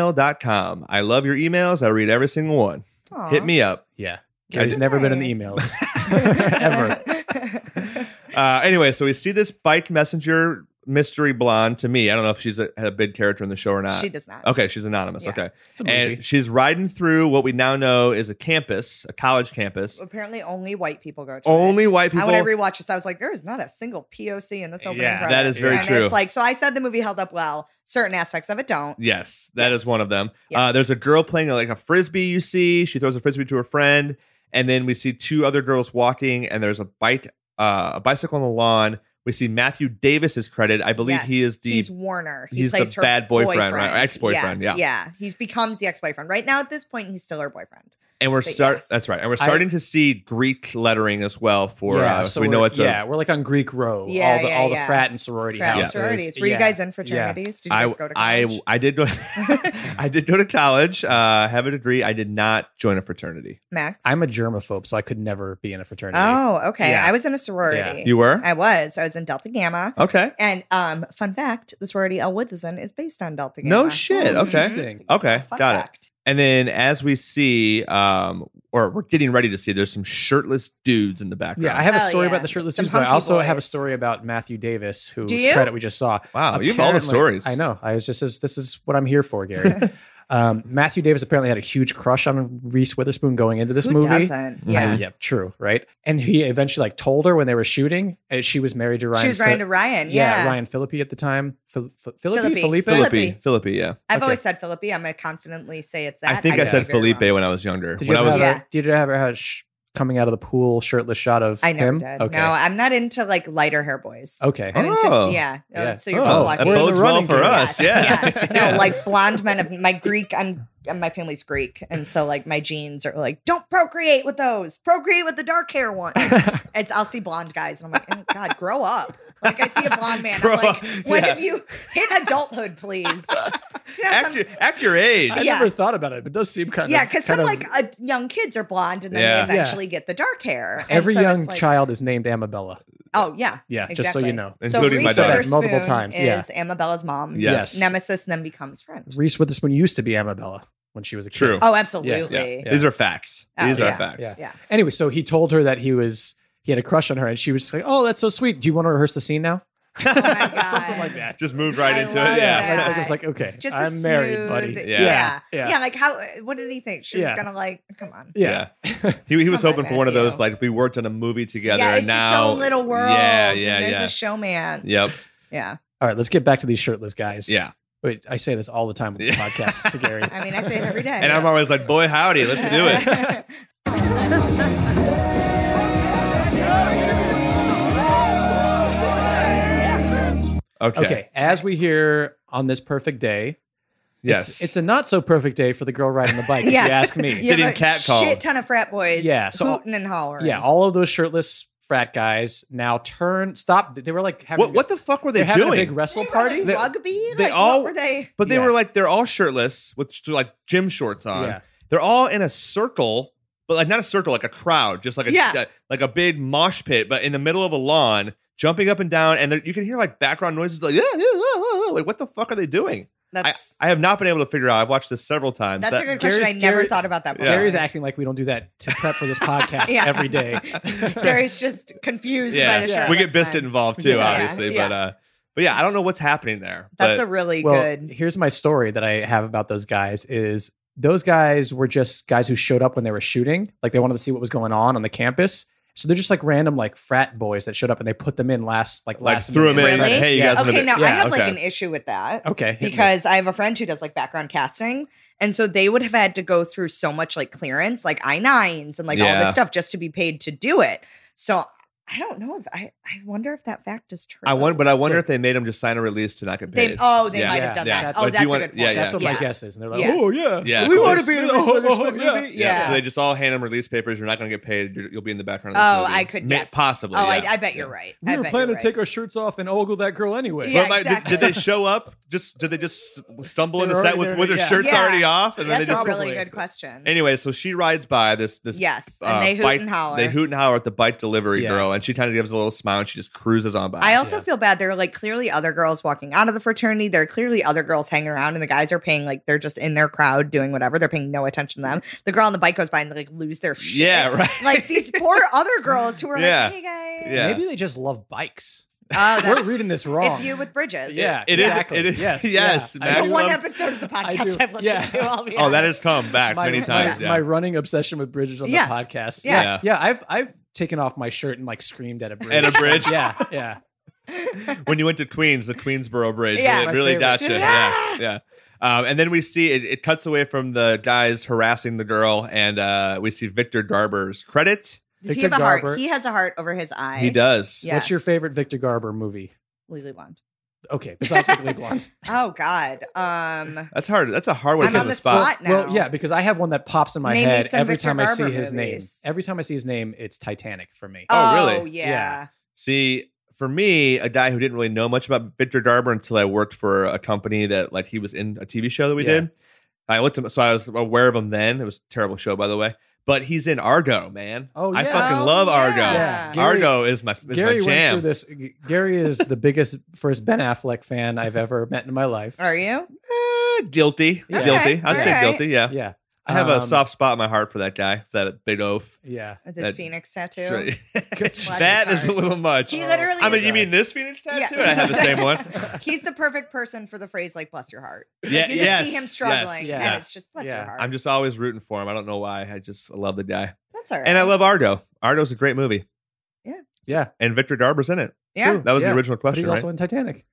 Speaker 2: gmail.com. I love your emails. I read every single one.
Speaker 1: Aw.
Speaker 2: e, Hit me up.
Speaker 4: Yeah. Gary's never been in the
Speaker 1: nice.
Speaker 4: emails. Ever.
Speaker 2: Uh, anyway, so we see this bike messenger mystery blonde to me. I don't know if she's a, a big character in the show or not.
Speaker 1: She does not.
Speaker 2: okay, she's anonymous.
Speaker 1: Yeah.
Speaker 2: Okay.
Speaker 4: It's a movie.
Speaker 2: And she's riding through what we now know is a campus, a college campus.
Speaker 1: Apparently, only white people go to. It.
Speaker 2: Only white
Speaker 1: I
Speaker 2: people.
Speaker 1: When I rewatched this, I was like, there is not a single POC in this opening.
Speaker 4: Yeah,
Speaker 1: credits.
Speaker 2: that is very
Speaker 1: and
Speaker 2: true.
Speaker 1: It's like so. I said the movie held up well. Certain aspects of it don't.
Speaker 2: Yes, that is
Speaker 1: Yes.
Speaker 2: one of them. Uh,
Speaker 1: Yes.
Speaker 2: there's a girl playing like a frisbee. You see, she throws a frisbee to her friend, and then we see two other girls walking, and there's a bike, uh, a bicycle on the lawn. We see Matthew Davis's credit. I believe
Speaker 1: Yes.
Speaker 2: he is the
Speaker 1: he's Warner. He
Speaker 2: he's the
Speaker 1: plays her
Speaker 2: bad boyfriend, right? Or ex-boyfriend,
Speaker 1: Yes,
Speaker 2: yeah.
Speaker 1: yeah. He's becomes the ex-boyfriend. Right now, at this point, he's still her boyfriend.
Speaker 2: and we're
Speaker 1: but
Speaker 2: start.
Speaker 1: yes.
Speaker 2: That's right, and we're
Speaker 4: I-
Speaker 2: starting to see Greek lettering as well for
Speaker 4: yeah,
Speaker 2: uh, so, we know
Speaker 4: we're-
Speaker 2: it's
Speaker 4: yeah,
Speaker 2: a.
Speaker 4: we're like on Greek row.
Speaker 1: Yeah,
Speaker 4: all the
Speaker 1: yeah,
Speaker 4: all the
Speaker 1: yeah.
Speaker 4: frat and sorority
Speaker 1: Frat
Speaker 2: Yeah.
Speaker 4: houses.
Speaker 1: sororities. Were you
Speaker 4: Yeah.
Speaker 1: guys in fraternities? Did you guys
Speaker 2: I
Speaker 1: go to college?
Speaker 2: I I did go. I did go to college. Uh, I have a degree. I did not join a fraternity.
Speaker 1: Max.
Speaker 4: I'm a germaphobe, so I could never be in a fraternity.
Speaker 1: oh, okay.
Speaker 4: Yeah.
Speaker 1: I was in a sorority.
Speaker 2: You were
Speaker 1: I was. I was in Delta Gamma.
Speaker 2: okay.
Speaker 1: And um, fun fact: the sorority El Woodson is based on Delta Gamma.
Speaker 2: No shit,
Speaker 1: Mhm.
Speaker 2: okay. Oh,
Speaker 4: Interesting.
Speaker 2: Okay,
Speaker 1: Fun
Speaker 2: got it.
Speaker 1: fact.
Speaker 2: And then as we see, um, or we're getting ready to see, there's some shirtless dudes in the background.
Speaker 4: Yeah, I have a
Speaker 1: Hell
Speaker 4: story
Speaker 1: yeah.
Speaker 4: about the shirtless
Speaker 1: Some
Speaker 4: dudes, but I
Speaker 1: hunky
Speaker 4: also have a
Speaker 1: boys.
Speaker 4: story about Matthew Davis, whose
Speaker 1: Do you?
Speaker 4: credit we just saw.
Speaker 2: wow, Oh, you have all the
Speaker 4: Apparently-
Speaker 2: stories.
Speaker 4: I know. I was just this is, this is what I'm here for, Gary. um, Matthew Davis apparently had a huge crush on Reese Witherspoon going into this
Speaker 1: Who
Speaker 4: movie.
Speaker 1: doesn't? Yeah.
Speaker 4: Yeah, true, right? And he eventually like told her when they were shooting, and she was married to Ryan.
Speaker 1: she was
Speaker 4: Fi-
Speaker 1: Ryan to Ryan. Yeah.
Speaker 4: Ryan Philippi at the time. Phil- Phil- Philippi,
Speaker 1: Philippi.
Speaker 4: Felipe?
Speaker 1: Philip-
Speaker 2: Philippi, Philippi, yeah.
Speaker 1: I've
Speaker 4: Okay.
Speaker 1: always said Philippi. I'm going to confidently say it's that.
Speaker 2: I think I,
Speaker 1: could
Speaker 2: said
Speaker 1: be very
Speaker 2: Felipe
Speaker 1: wrong.
Speaker 2: when I was younger.
Speaker 4: Did you
Speaker 2: when I
Speaker 4: ever
Speaker 2: was,
Speaker 4: have
Speaker 1: Yeah.
Speaker 4: a, did you ever have a sh- coming out of the pool shirtless shot of
Speaker 1: I never
Speaker 4: him?
Speaker 1: did.
Speaker 4: Okay.
Speaker 1: No, I'm not into like lighter hair boys.
Speaker 4: Okay.
Speaker 1: I'm
Speaker 2: Oh.
Speaker 1: into, yeah. Oh,
Speaker 4: Yeah.
Speaker 1: So you're
Speaker 2: oh,
Speaker 1: both
Speaker 2: that
Speaker 1: lucky.
Speaker 4: We're in the
Speaker 2: bodes well
Speaker 4: running
Speaker 2: for
Speaker 4: game.
Speaker 2: us. Yeah,
Speaker 1: yeah. No, like blonde men of my Greek, I'm, and my family's Greek. And so like my genes are like, don't procreate with those. Procreate with the dark hair one. It's I'll see blonde guys and I'm like, oh God, grow up. Like I see a blonde man.
Speaker 2: Grow
Speaker 1: I'm like,
Speaker 2: up.
Speaker 1: when
Speaker 2: Yeah.
Speaker 1: have you hit adulthood, please? Do you know,
Speaker 2: Act,
Speaker 1: some-
Speaker 2: your, act your age.
Speaker 4: I
Speaker 1: Yeah.
Speaker 4: never thought about it, but it does seem kind
Speaker 1: yeah,
Speaker 4: of
Speaker 1: because some
Speaker 4: kind of-
Speaker 1: like uh, young kids are blonde and then
Speaker 2: Yeah.
Speaker 1: they eventually get the dark hair. And
Speaker 4: every
Speaker 1: so
Speaker 4: young
Speaker 1: it's like-
Speaker 4: child is named Amabella.
Speaker 1: Oh yeah,
Speaker 4: Yeah,
Speaker 1: exactly.
Speaker 4: just so you know.
Speaker 2: Including my
Speaker 1: Reese
Speaker 2: daughter.
Speaker 1: Witherspoon
Speaker 4: Multiple times, yeah.
Speaker 1: Is Amabella's mom?
Speaker 2: Yes.
Speaker 4: Yes.
Speaker 1: Nemesis and then becomes friend.
Speaker 4: Reese Witherspoon used to be Amabella when she was a kid.
Speaker 2: True.
Speaker 1: Oh, absolutely.
Speaker 2: yeah.
Speaker 1: Yeah.
Speaker 2: These are facts.
Speaker 1: Oh,
Speaker 2: These are
Speaker 1: yeah,
Speaker 2: facts.
Speaker 4: yeah. Anyway, so he told her that he was he had a crush on her, and she was just like, "Oh, that's so sweet. Do you want to rehearse the scene now?"
Speaker 1: Oh my God.
Speaker 4: Something like that.
Speaker 2: Just moved right
Speaker 1: I
Speaker 2: into
Speaker 1: love
Speaker 2: it. Uh, Yeah.
Speaker 1: that.
Speaker 4: Like, I was like, "Okay,
Speaker 1: Just a
Speaker 4: I'm married,
Speaker 1: smooth-
Speaker 4: buddy."
Speaker 1: Yeah.
Speaker 2: Yeah.
Speaker 1: Yeah.
Speaker 4: Yeah.
Speaker 1: Like how? What did he think? She
Speaker 4: Yeah.
Speaker 1: was gonna like. Come on.
Speaker 4: Yeah.
Speaker 2: He, he was
Speaker 1: Come on,
Speaker 2: hoping for one of those,
Speaker 1: Matthew.
Speaker 2: like, we worked on a movie together
Speaker 1: yeah. It's
Speaker 2: and now.
Speaker 1: its own little world.
Speaker 2: Yeah,
Speaker 1: and
Speaker 2: yeah,
Speaker 1: There's
Speaker 2: yeah.
Speaker 1: a showman.
Speaker 2: Yep.
Speaker 1: Yeah.
Speaker 4: All right, let's get back to these shirtless guys.
Speaker 2: Yeah.
Speaker 4: Wait, I say this all the time with this
Speaker 2: Yeah.
Speaker 4: podcast to Gary.
Speaker 1: I mean, I say it every day.
Speaker 2: And I'm always like, boy, howdy, let's do it. Okay.
Speaker 4: Okay. as we hear on this perfect day,
Speaker 2: Yes.
Speaker 4: it's, it's a not so perfect day for the girl riding the bike.
Speaker 1: Yeah.
Speaker 4: If you ask me.
Speaker 1: You have
Speaker 2: Getting
Speaker 1: a
Speaker 2: catcalled.
Speaker 1: Shit ton of frat boys.
Speaker 4: Yeah, so-
Speaker 1: hooting and hollering.
Speaker 4: Yeah, all of those shirtless frat guys now turn stop. They were like having
Speaker 2: what, what the fuck were they
Speaker 4: they're having
Speaker 2: doing?
Speaker 4: a big wrestle party.
Speaker 2: They-
Speaker 1: rugby.
Speaker 2: they
Speaker 1: like,
Speaker 2: all-
Speaker 1: what were they?
Speaker 2: But they
Speaker 4: Yeah.
Speaker 2: were like they're all shirtless with just, like gym shorts on.
Speaker 4: Yeah.
Speaker 2: They're all in a circle, but like not a circle, like a crowd, just like a
Speaker 1: Yeah.
Speaker 2: like a big mosh pit, but in the middle of a lawn, jumping up and down, and there- you can hear like background noises, like "Ah, ah, ah, ah," like what the fuck are they doing? I,
Speaker 1: That's
Speaker 2: I have not been able to figure out. I've watched this several times.
Speaker 1: that's
Speaker 2: That-
Speaker 1: a good question.
Speaker 4: Gary's-
Speaker 1: I never
Speaker 4: Gary-
Speaker 1: thought about that.
Speaker 2: Yeah.
Speaker 1: before.
Speaker 4: Gary's acting like we don't do that to prep for this podcast
Speaker 1: Yeah.
Speaker 4: every day.
Speaker 1: Gary's just confused by the
Speaker 2: yeah,
Speaker 1: show.
Speaker 2: we get biscuit involved too,
Speaker 1: Yeah.
Speaker 2: obviously,
Speaker 1: Yeah.
Speaker 2: but uh, but yeah, I don't know what's happening there.
Speaker 1: That's a
Speaker 2: but
Speaker 1: really
Speaker 4: well,
Speaker 1: good.
Speaker 4: here's my story that I have about those guys is those guys were just guys who showed up when they were shooting, like they wanted to see what was going on on the campus. So they're just like random like frat boys that showed up and they put them in last like
Speaker 2: like
Speaker 4: last
Speaker 2: threw him in.
Speaker 4: minute.
Speaker 2: and then,
Speaker 1: Really?
Speaker 2: hey, you
Speaker 4: Yeah.
Speaker 2: guys. wanna
Speaker 1: Okay,
Speaker 2: be-
Speaker 1: now I
Speaker 4: yeah,
Speaker 1: have
Speaker 2: okay.
Speaker 1: like an issue with that.
Speaker 4: Okay. hit me.
Speaker 1: because I have a friend who does like background casting. And so they would have had to go through so much like clearance, like I nines and like all
Speaker 2: Yeah.
Speaker 1: this stuff just to be paid to do it. So I don't know. If, I I wonder if that fact is true.
Speaker 2: I wonder, but I wonder if they made him just sign a release to not get paid.
Speaker 1: they oh they
Speaker 2: Yeah.
Speaker 1: might have done
Speaker 2: Yeah.
Speaker 1: that.
Speaker 4: That's-
Speaker 1: oh,
Speaker 4: But
Speaker 2: do
Speaker 1: that's
Speaker 2: you
Speaker 1: a
Speaker 2: want-
Speaker 1: good point.
Speaker 2: yeah,
Speaker 4: that's what my
Speaker 1: Yeah.
Speaker 4: guess is. And they're like,
Speaker 1: Yeah.
Speaker 4: oh yeah.
Speaker 2: Yeah,
Speaker 4: We
Speaker 2: of
Speaker 4: want
Speaker 2: course.
Speaker 4: to be in a
Speaker 2: Oh,
Speaker 4: Reese
Speaker 2: oh,
Speaker 4: Witherspoon
Speaker 2: yeah.
Speaker 4: movie.
Speaker 1: Yeah.
Speaker 2: So they just all hand him release papers. You're not going to get paid. You're, you'll be in the background. Of
Speaker 1: Oh,
Speaker 2: this movie.
Speaker 1: I could- yes.
Speaker 2: possibly.
Speaker 1: Oh,
Speaker 2: yeah.
Speaker 1: I, I bet you're
Speaker 2: Yeah.
Speaker 1: right.
Speaker 4: We
Speaker 1: I
Speaker 4: were
Speaker 1: bet
Speaker 4: planning
Speaker 1: you're
Speaker 4: to take our shirts off and ogle that girl anyway.
Speaker 1: Yeah,
Speaker 2: but my, did- did,
Speaker 1: exactly.
Speaker 2: they show up just did they just stumble
Speaker 4: They
Speaker 2: into
Speaker 4: were
Speaker 2: set
Speaker 4: already
Speaker 2: with
Speaker 4: there,
Speaker 2: with their
Speaker 4: yeah.
Speaker 2: shirts
Speaker 1: Yeah.
Speaker 2: already off, and then
Speaker 1: That's
Speaker 2: they
Speaker 1: a
Speaker 2: just
Speaker 1: really good question.
Speaker 2: Anyway, so she rides by this this
Speaker 1: yes,
Speaker 2: uh,
Speaker 1: and they hoot
Speaker 2: bike-
Speaker 1: and holler.
Speaker 2: They hoot and holler at the bike delivery
Speaker 4: Yeah.
Speaker 2: girl, and she kind of gives a little smile and she just cruises on by.
Speaker 1: I also
Speaker 4: Yeah.
Speaker 1: feel bad. There are like clearly other girls walking out of the fraternity. There are clearly other girls hanging around, and the guys are paying like they're just in their crowd doing whatever. They're paying no attention to them. The girl on the bike goes by and like lose their shit.
Speaker 2: yeah, right.
Speaker 1: Like these poor other girls who are
Speaker 2: Yeah.
Speaker 1: like, hey guys.
Speaker 2: Yeah.
Speaker 4: Maybe they just love bikes.
Speaker 1: Oh,
Speaker 4: We're
Speaker 1: that's-
Speaker 4: reading this wrong.
Speaker 1: It's you with bridges.
Speaker 4: Yeah,
Speaker 2: It is-
Speaker 4: exactly.
Speaker 2: it is-
Speaker 4: yes,
Speaker 2: yes,
Speaker 4: yeah.
Speaker 2: Max
Speaker 1: The
Speaker 2: I
Speaker 1: one
Speaker 2: love-
Speaker 1: episode of the
Speaker 4: I
Speaker 1: podcast
Speaker 4: do.
Speaker 1: I've listened
Speaker 4: Yeah.
Speaker 1: to. I'll be
Speaker 2: Oh, that
Speaker 1: honest.
Speaker 2: has come back many times.
Speaker 4: My,
Speaker 2: yeah.
Speaker 4: my running obsession with bridges on
Speaker 1: Yeah.
Speaker 4: the podcast.
Speaker 1: Yeah.
Speaker 4: yeah, yeah. I've I've taken off my shirt and like screamed at a bridge.
Speaker 2: At a bridge?
Speaker 4: yeah, yeah.
Speaker 2: when you went to Queens, the Queensboro Bridge
Speaker 1: Yeah.
Speaker 2: really,
Speaker 4: My
Speaker 2: really
Speaker 4: favorite.
Speaker 2: got you. Yeah, yeah. Um, and then we see it, it cuts away from the guys harassing the girl, and uh, we see Victor Garber's credit.
Speaker 1: Does he
Speaker 4: Victor
Speaker 1: have a heart?
Speaker 4: Garber.
Speaker 1: He has a heart over his eye.
Speaker 2: He does.
Speaker 1: Yeah.
Speaker 4: What's your
Speaker 1: Yes.
Speaker 4: favorite Victor Garber movie?
Speaker 1: Legally blonde.
Speaker 4: Okay, besides Legally Blonde.
Speaker 1: Oh God. Um.
Speaker 2: That's hard. That's a hard one to
Speaker 1: I'm
Speaker 2: hit
Speaker 1: on
Speaker 2: the
Speaker 1: the spot.
Speaker 2: spot.
Speaker 1: now.
Speaker 4: Well, yeah, because I have one that pops in my
Speaker 1: Name me
Speaker 4: head
Speaker 1: some
Speaker 4: every
Speaker 1: Victor
Speaker 4: time I see
Speaker 1: Garber
Speaker 4: his
Speaker 1: movies.
Speaker 4: name. Every time I see his name, it's Titanic for me.
Speaker 2: Oh, really?
Speaker 1: Yeah.
Speaker 4: Yeah.
Speaker 2: See, for me, a guy who didn't really know much about Victor Garber until I worked for a company that like he was in a TV show that we
Speaker 4: Yeah.
Speaker 2: did. I looked him, so I was aware of him then. It was a terrible show, by the way. But he's in Argo, man.
Speaker 4: Oh,
Speaker 2: I
Speaker 4: yeah.
Speaker 2: fucking
Speaker 4: Oh,
Speaker 2: love
Speaker 1: yeah.
Speaker 2: Argo.
Speaker 1: Yeah.
Speaker 4: Gary-
Speaker 2: Argo is my is
Speaker 4: Gary
Speaker 2: my
Speaker 4: went
Speaker 2: jam.
Speaker 4: through this. Gary is the biggest first Ben Affleck fan I've ever met in my life.
Speaker 1: Are you?
Speaker 2: Eh, guilty.
Speaker 4: Yeah.
Speaker 2: Guilty. I'd
Speaker 1: Okay,
Speaker 2: say
Speaker 1: alright.
Speaker 2: guilty, yeah.
Speaker 4: Yeah,
Speaker 2: I have
Speaker 4: Um,
Speaker 2: a soft spot in my heart for that guy, for that big oaf.
Speaker 4: Yeah,
Speaker 1: This
Speaker 2: That-
Speaker 1: phoenix tattoo.
Speaker 2: Sure.
Speaker 4: Bless
Speaker 2: that
Speaker 1: his
Speaker 2: is a
Speaker 1: heart.
Speaker 2: little much.
Speaker 1: He literally.
Speaker 2: I mean,
Speaker 1: is-
Speaker 2: you mean this Phoenix
Speaker 1: Yeah.
Speaker 2: tattoo? I have the same one.
Speaker 1: He's the perfect person for the phrase like "bless your heart."
Speaker 2: Yeah,
Speaker 1: you just
Speaker 2: yes,
Speaker 1: see him
Speaker 2: yes,
Speaker 1: struggling,
Speaker 4: yes.
Speaker 1: and it's just bless
Speaker 4: Yeah.
Speaker 1: your heart.
Speaker 2: I'm just always rooting for him. I don't know why. I just love the guy.
Speaker 1: That's all right.
Speaker 2: And I love Argo. Argo's a great movie.
Speaker 4: yeah.
Speaker 2: And Victor Darber's in it.
Speaker 1: Yeah.
Speaker 4: True.
Speaker 2: That was
Speaker 4: Yeah.
Speaker 2: the original
Speaker 4: But
Speaker 2: question,
Speaker 4: he's
Speaker 2: right?
Speaker 4: also in Titanic,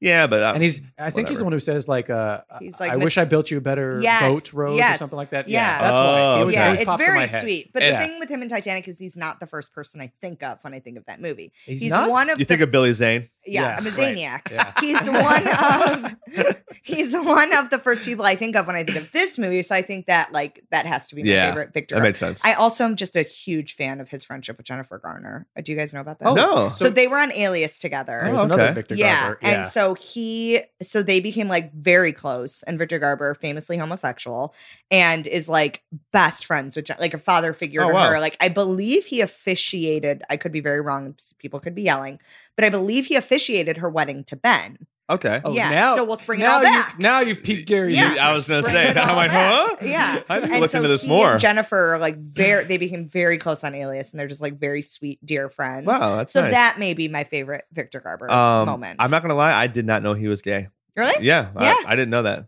Speaker 2: yeah, but uh,
Speaker 4: and he's. I think
Speaker 2: whatever.
Speaker 4: he's the one who says like, uh,
Speaker 1: He's like,
Speaker 4: "I wish I
Speaker 1: Miss-
Speaker 4: built you a better
Speaker 1: Yes,
Speaker 4: boat, Rose, or
Speaker 1: yes,
Speaker 4: something like that."
Speaker 1: yeah.
Speaker 4: that's
Speaker 2: Oh,
Speaker 4: why. It
Speaker 2: okay.
Speaker 4: was,
Speaker 1: yeah,
Speaker 4: always
Speaker 1: it's
Speaker 4: pops in my
Speaker 1: very
Speaker 4: head.
Speaker 1: sweet. But
Speaker 2: Yeah.
Speaker 1: the thing with him in Titanic is he's not the first person I think of when I think of that movie.
Speaker 4: He's,
Speaker 1: He's
Speaker 4: nuts.
Speaker 1: one of
Speaker 2: you think
Speaker 1: the-
Speaker 2: of Billy Zane?
Speaker 1: Yeah,
Speaker 4: Yeah,
Speaker 1: I'm a
Speaker 4: right.
Speaker 1: Zaniac.
Speaker 4: Yeah.
Speaker 1: He's one of he's one of the first people I think of when I think of this movie. So I think that like that has to be my
Speaker 2: Yeah,
Speaker 1: favorite Victor.
Speaker 2: That makes sense.
Speaker 1: I also am just a huge fan of his friendship with Jennifer Garner. Uh, Do you guys know about that?
Speaker 4: Oh,
Speaker 2: No.
Speaker 1: So, they were on Alias together.
Speaker 4: There's
Speaker 2: Oh,
Speaker 4: another
Speaker 2: okay.
Speaker 4: Victor
Speaker 1: yeah.
Speaker 4: Garber.
Speaker 1: And so he, so they became like very close. And Victor Garber, famously homosexual, and is like best friends with, Jen- like a father figure
Speaker 2: Oh,
Speaker 1: to
Speaker 2: wow.
Speaker 1: her. Like, I believe he officiated, I could be very wrong, s- people could be yelling, but I believe he officiated her wedding to Ben.
Speaker 2: okay.
Speaker 4: Oh,
Speaker 1: yeah.
Speaker 4: now-
Speaker 1: so we'll bring it
Speaker 4: now
Speaker 1: all back.
Speaker 4: You, now you've peaked Gary's.
Speaker 1: Yeah.
Speaker 2: I was going to
Speaker 1: Bring
Speaker 2: say,
Speaker 1: it
Speaker 2: I'm
Speaker 1: all
Speaker 2: like, huh?
Speaker 1: back. Yeah.
Speaker 2: I need to
Speaker 1: And
Speaker 2: look
Speaker 1: so
Speaker 2: into this
Speaker 1: he
Speaker 2: more.
Speaker 1: And Jennifer, are, like, very, they became very close on Alias, and they're just like very sweet, dear friends.
Speaker 2: wow, that's
Speaker 1: So
Speaker 2: nice.
Speaker 1: that may be my favorite Victor Garber
Speaker 2: um,
Speaker 1: moment.
Speaker 2: I'm not going to lie. I did not know he was gay.
Speaker 1: really.
Speaker 2: Yeah.
Speaker 1: Yeah.
Speaker 2: I, I didn't know that.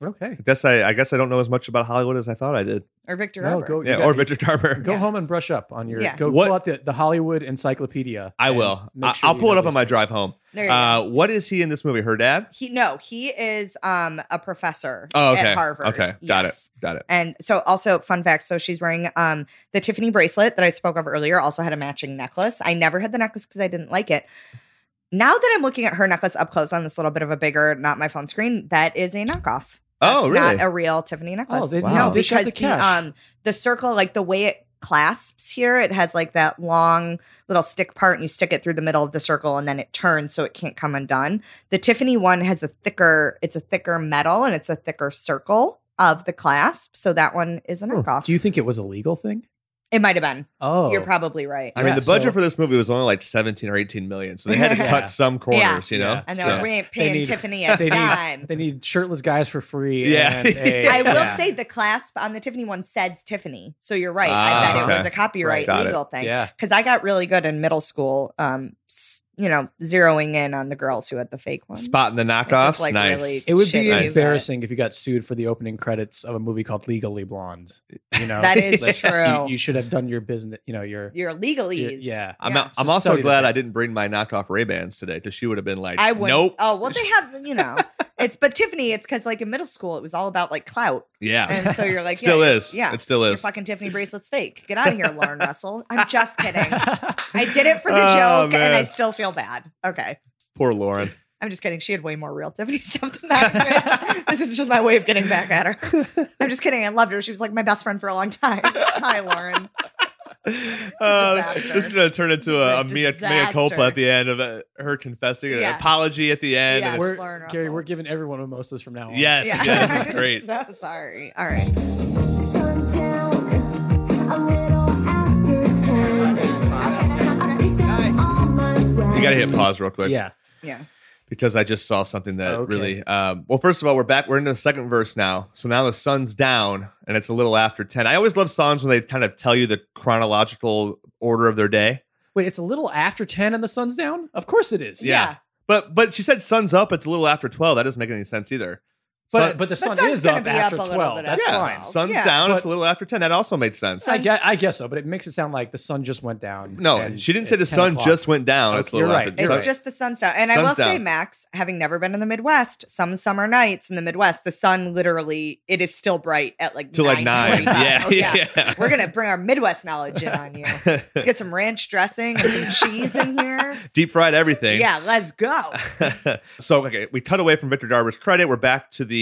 Speaker 4: Okay.
Speaker 2: I guess I, I guess I don't know as much about Hollywood as I thought I did.
Speaker 1: or Victor
Speaker 4: No,
Speaker 1: Garber.
Speaker 4: go- You
Speaker 2: Yeah,
Speaker 4: got
Speaker 2: or
Speaker 4: me.
Speaker 2: Victor Garber.
Speaker 4: Go
Speaker 1: Yeah.
Speaker 4: home and brush up on your.
Speaker 1: Yeah.
Speaker 4: Go
Speaker 2: What-
Speaker 4: pull out the, the Hollywood Encyclopedia.
Speaker 2: I
Speaker 4: and
Speaker 2: will.
Speaker 4: make
Speaker 2: I-
Speaker 4: sure
Speaker 2: I'll
Speaker 4: you
Speaker 2: pull
Speaker 4: know
Speaker 2: it up on
Speaker 4: these
Speaker 2: my
Speaker 4: things.
Speaker 2: drive home.
Speaker 1: There you go.
Speaker 2: Uh, what is he in this movie? Her dad?
Speaker 1: He no, he is um a professor
Speaker 2: Oh, okay.
Speaker 1: at Harvard.
Speaker 2: Okay, got
Speaker 1: Yes.
Speaker 2: it. Got it.
Speaker 1: And so also fun fact, so she's wearing um the Tiffany bracelet that I spoke of earlier, also had a matching necklace. I never had the necklace because I didn't like it. Now that I'm looking at her necklace up close on this little bit of a bigger, not my phone screen, that is a knockoff. That's
Speaker 2: Oh, really?
Speaker 1: not a real Tiffany necklace.
Speaker 4: Oh, they,
Speaker 2: Wow.
Speaker 4: no,
Speaker 1: No,
Speaker 4: they
Speaker 1: because
Speaker 4: shot the
Speaker 1: the,
Speaker 4: cash.
Speaker 1: um the circle, like the way it clasps here, it has like that long little stick part, and you stick it through the middle of the circle, and then it turns so it can't come undone. The Tiffany one has a thicker, it's a thicker metal, and it's a thicker circle of the clasp, so that one is a
Speaker 2: Hmm.
Speaker 1: knockoff.
Speaker 4: Do you think it was a legal thing?
Speaker 1: it might have been.
Speaker 4: Oh,
Speaker 1: You're probably right.
Speaker 2: I mean,
Speaker 4: Yeah,
Speaker 2: the budget
Speaker 4: so-
Speaker 2: for this movie was only like 17 or 18 million, so they had to
Speaker 1: Yeah.
Speaker 2: cut some corners, you know?
Speaker 4: Yeah.
Speaker 1: I know
Speaker 2: So-
Speaker 1: we ain't paying
Speaker 4: need-
Speaker 1: Tiffany a
Speaker 4: they need-
Speaker 1: dime.
Speaker 4: They need shirtless guys for free.
Speaker 2: Yeah.
Speaker 4: and a-
Speaker 1: I will
Speaker 4: yeah.
Speaker 1: say the clasp on the Tiffany one says Tiffany, so you're right.
Speaker 2: Ah,
Speaker 1: I bet
Speaker 2: okay.
Speaker 1: it was a copyright
Speaker 2: Got it.
Speaker 1: legal thing.
Speaker 4: Yeah.
Speaker 1: because I got really good in middle school, um, s- you know, zeroing in on the girls who had the fake ones.
Speaker 2: Spotting the
Speaker 1: Which is,
Speaker 2: knockoffs,
Speaker 1: like,
Speaker 2: nice.
Speaker 1: really
Speaker 4: It would
Speaker 1: shitty,
Speaker 4: be
Speaker 1: but-
Speaker 2: Nice.
Speaker 4: embarrassing if you got sued for the opening credits of a movie called Legally Blonde. You know,
Speaker 1: That is
Speaker 4: That's-
Speaker 1: true.
Speaker 4: You, you should have done your business. You know, your
Speaker 1: Your legalese.
Speaker 4: Yeah.
Speaker 2: I'm,
Speaker 1: Yeah.
Speaker 2: I'm
Speaker 4: Just
Speaker 2: also
Speaker 4: studied
Speaker 2: glad
Speaker 4: it.
Speaker 2: I didn't bring my knockoff Ray Bans today because she would have been like,
Speaker 1: I would.
Speaker 2: nope.
Speaker 1: Oh well, they have you know. It's but Tiffany. It's because like in middle school, it was all about like clout,
Speaker 2: Yeah.
Speaker 1: and so you're like,
Speaker 2: still
Speaker 1: yeah,
Speaker 2: is.
Speaker 1: Yeah,
Speaker 2: It still
Speaker 1: your
Speaker 2: is.
Speaker 1: fucking Tiffany bracelet's fake. Get out of here, Lauren Russell. I'm just kidding. I did it for the
Speaker 2: Oh,
Speaker 1: joke, and I
Speaker 2: man.
Speaker 1: still feel bad. Okay.
Speaker 2: Poor Lauren.
Speaker 1: I'm just kidding. She had way more real Tiffany stuff than that. this is just my way of getting back at her. I'm just kidding. I loved her. She was like my best friend for a long time. Hi, Lauren.
Speaker 2: Uh,
Speaker 1: disaster.
Speaker 2: this is going to turn into a, a
Speaker 1: It's a
Speaker 2: mea, mea culpa
Speaker 1: disaster.
Speaker 2: at the end of uh, her confessing, an
Speaker 1: Yeah.
Speaker 2: apology at the end.
Speaker 1: Yeah.
Speaker 2: and
Speaker 4: we're,
Speaker 1: Lauren
Speaker 4: Gary,
Speaker 1: Russell.
Speaker 4: we're giving everyone mimosas from now on.
Speaker 2: Yes, yeah, this is great.
Speaker 1: so sorry. All right.
Speaker 5: Sun's down, a little after ten. I picked up all my friends.
Speaker 2: You got to hit pause real quick.
Speaker 4: Yeah.
Speaker 1: Yeah.
Speaker 2: because I just saw something that
Speaker 4: Okay.
Speaker 2: really. Um, well, first of all, we're back. We're in the second verse now. So now the sun's down and it's a little after 10. I always love songs when they kind of tell you the chronological order of their day.
Speaker 4: Wait, it's a little after 10 and the sun's down? Of course it is.
Speaker 2: Yeah. But but she said sun's up. It's a little after 12. That doesn't make any sense either.
Speaker 4: But,
Speaker 2: Sun-
Speaker 4: but the sun
Speaker 1: sun's
Speaker 4: is
Speaker 1: gonna
Speaker 4: up
Speaker 1: be
Speaker 4: after
Speaker 1: up a little
Speaker 4: 12.
Speaker 1: bit
Speaker 4: That's
Speaker 1: after
Speaker 2: yeah,
Speaker 4: fine.
Speaker 1: 12.
Speaker 2: sun's
Speaker 1: Yeah.
Speaker 2: down. it's
Speaker 4: Oh, But-
Speaker 2: a little after 10. That also made sense.
Speaker 1: Sun-
Speaker 4: I guess, I guess so, but it makes it sound like the sun just went down.
Speaker 2: no,
Speaker 4: and
Speaker 2: she didn't say the
Speaker 4: it's 10
Speaker 2: sun
Speaker 4: o'clock.
Speaker 2: just went down. it's a
Speaker 4: Okay,
Speaker 2: little
Speaker 4: you're
Speaker 2: after
Speaker 4: right.
Speaker 1: It's
Speaker 4: You're
Speaker 2: sun-
Speaker 4: right.
Speaker 1: just the sun's down. And I
Speaker 2: Sun's
Speaker 1: will say,
Speaker 2: down.
Speaker 1: Max, having never been in the Midwest, some summer nights in the Midwest, the sun literally, it is still bright at like
Speaker 2: to like
Speaker 1: 9:45.
Speaker 2: nine. yeah,
Speaker 1: Oh,
Speaker 2: yeah.
Speaker 1: We're going to bring our Midwest knowledge in on you. Let's get some ranch dressing and some cheese in here.
Speaker 2: Deep fried everything.
Speaker 1: Yeah, let's go.
Speaker 2: so okay, we cut away from Victor Darber's credit. We're back to the,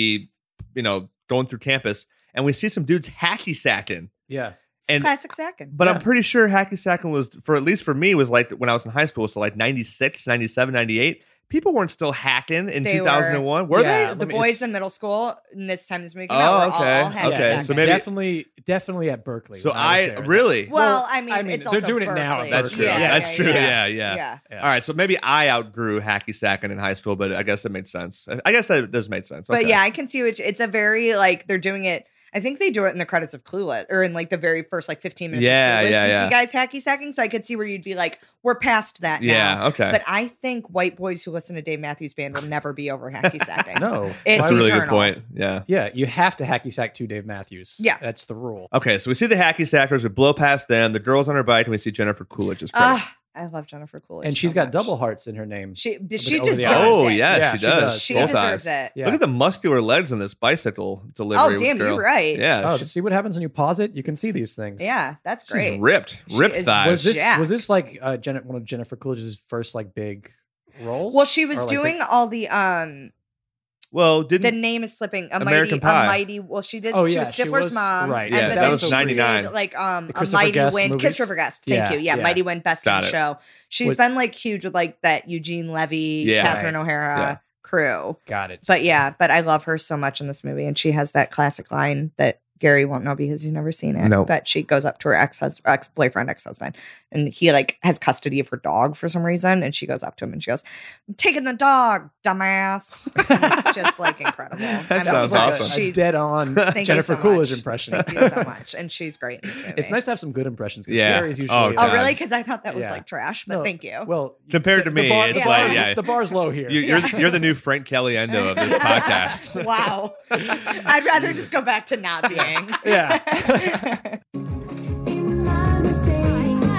Speaker 2: you know, going through campus, and we see some dudes hacky sacking.
Speaker 4: Yeah.
Speaker 1: It's
Speaker 2: And-
Speaker 1: classic second.
Speaker 2: But
Speaker 4: Yeah.
Speaker 2: I'm pretty sure hacky sacking was for at least for me was like when I was in high school, so like 96, 97, 98. People weren't still hacking in
Speaker 1: They were.
Speaker 2: 2001, were,
Speaker 4: Yeah.
Speaker 2: they?
Speaker 1: The
Speaker 4: let me-
Speaker 1: boys in middle school, and this time this movie came
Speaker 2: Oh,
Speaker 1: out, were
Speaker 2: okay,
Speaker 1: all hacky
Speaker 2: okay,
Speaker 1: sacking.
Speaker 2: so maybe-
Speaker 4: definitely, definitely at Berkeley.
Speaker 2: So
Speaker 4: when was
Speaker 2: I
Speaker 4: there.
Speaker 2: really.
Speaker 1: well,
Speaker 4: Well,
Speaker 1: I mean,
Speaker 4: I mean,
Speaker 1: it's
Speaker 4: they're
Speaker 1: also
Speaker 4: doing it now at
Speaker 1: Berkeley.
Speaker 2: that's
Speaker 4: yeah,
Speaker 2: true.
Speaker 4: yeah,
Speaker 2: that's true. Yeah, yeah.
Speaker 1: yeah.
Speaker 4: Yeah.
Speaker 2: All right. So maybe I outgrew hacky sacking in high school, but I guess it made sense. I- I guess that does make sense.
Speaker 1: But
Speaker 2: Okay.
Speaker 1: yeah, I can see it's it's a very like they're doing it. I think they do it in the credits of Clueless or in like the very first like 15 minutes.
Speaker 2: Yeah,
Speaker 1: of Clueless.
Speaker 2: yeah,
Speaker 1: you
Speaker 2: yeah.
Speaker 1: See guys hacky sacking, so I could see where you'd be like, we're past that now.
Speaker 2: Yeah. Okay.
Speaker 1: But I think white boys who listen to Dave Matthews Band will never be over hacky sacking.
Speaker 4: No.
Speaker 1: It's
Speaker 2: That's a really good
Speaker 1: eternal.
Speaker 2: point. Yeah.
Speaker 4: Yeah, you have to hacky sack to Dave Matthews.
Speaker 1: Yeah.
Speaker 4: That's the rule.
Speaker 2: Okay, so we see the hacky sackers. We blow past them. The girls on her bike, and we see Jennifer Coolidge is pregnant.
Speaker 1: Ah, I love Jennifer Coolidge.
Speaker 4: And
Speaker 1: so
Speaker 4: she's got
Speaker 1: much.
Speaker 4: double hearts in her name.
Speaker 1: She
Speaker 4: Over
Speaker 1: she
Speaker 4: the- over
Speaker 1: deserves
Speaker 4: the
Speaker 1: it.
Speaker 4: eyes.
Speaker 2: oh yeah,
Speaker 4: Yeah,
Speaker 2: she
Speaker 4: she
Speaker 2: does.
Speaker 4: does.
Speaker 1: she
Speaker 2: Both
Speaker 1: deserves
Speaker 2: eyes.
Speaker 1: it.
Speaker 4: Yeah.
Speaker 2: Look at the muscular legs on this bicycle delivery.
Speaker 1: Oh
Speaker 2: with
Speaker 1: damn,
Speaker 2: girl.
Speaker 1: you're right. Yeah,
Speaker 2: Yeah,
Speaker 4: Oh,
Speaker 2: she's,
Speaker 4: see what happens when you pause it? You can see these things.
Speaker 1: yeah that's
Speaker 2: she's
Speaker 1: great.
Speaker 2: ripped,
Speaker 1: She
Speaker 2: ripped
Speaker 1: is-
Speaker 2: thighs.
Speaker 4: Was this
Speaker 1: Jacked.
Speaker 4: was this like uh, Jen- one of Jennifer Coolidge's first like big roles?
Speaker 1: Well, she was
Speaker 4: Or, like, big-
Speaker 1: doing all the um
Speaker 2: well, didn't
Speaker 1: the name is slipping. A
Speaker 2: American
Speaker 1: mighty,
Speaker 2: Pie.
Speaker 1: a mighty. Well, she did.
Speaker 4: Oh,
Speaker 1: she
Speaker 4: yeah,
Speaker 1: was
Speaker 4: she
Speaker 1: Stifler's
Speaker 4: was-
Speaker 1: mom.
Speaker 4: right,
Speaker 2: yeah,
Speaker 1: but
Speaker 2: that
Speaker 1: then
Speaker 2: was
Speaker 1: she
Speaker 2: 99.
Speaker 1: did, Like um,
Speaker 4: The
Speaker 1: a
Speaker 4: Christopher
Speaker 1: mighty
Speaker 4: Guest
Speaker 1: win.
Speaker 4: movies?
Speaker 1: Christopher Guest. Thank
Speaker 4: Yeah,
Speaker 1: you. Yeah,
Speaker 4: yeah.
Speaker 1: mighty win best
Speaker 2: Got
Speaker 1: in
Speaker 2: it.
Speaker 1: show. She's
Speaker 4: With-
Speaker 1: been like huge with like that Eugene Levy,
Speaker 2: Yeah.
Speaker 1: Catherine O'Hara
Speaker 2: Yeah.
Speaker 1: crew.
Speaker 4: got it.
Speaker 1: But yeah, but I love her so much in this movie, and she has that classic line that. Gary won't know because he's never seen it.
Speaker 2: No.
Speaker 1: But she goes up to her ex husband, ex boyfriend, ex husband, and he like has custody of her dog for some reason. And she goes up to him and she goes, "I'm taking the dog, dumbass." it's just like incredible.
Speaker 2: That
Speaker 1: I'm
Speaker 2: sounds
Speaker 1: like,
Speaker 2: awesome.
Speaker 1: She's
Speaker 4: dead on
Speaker 1: you so
Speaker 4: Jennifer Coolidge
Speaker 1: much.
Speaker 4: impression.
Speaker 1: thank you so much, and she's great in this movie.
Speaker 4: It's nice to have some good impressions. 'cause
Speaker 2: Yeah.
Speaker 4: Gary's
Speaker 2: Oh,
Speaker 4: usually
Speaker 1: Oh,
Speaker 2: God.
Speaker 1: really? Because I thought that was
Speaker 4: Yeah.
Speaker 1: like trash, but
Speaker 4: No.
Speaker 1: thank you.
Speaker 4: Well,
Speaker 2: Compared to
Speaker 4: the
Speaker 2: me,
Speaker 4: bar-
Speaker 2: it's
Speaker 4: the
Speaker 1: like,
Speaker 4: bar's-
Speaker 2: yeah.
Speaker 4: the bar's low here.
Speaker 2: you, you're
Speaker 1: Yeah.
Speaker 2: you're the new Frank Caliendo of this podcast.
Speaker 1: wow. I'd rather just go back to not being.
Speaker 4: Yeah.
Speaker 5: In my Mercedes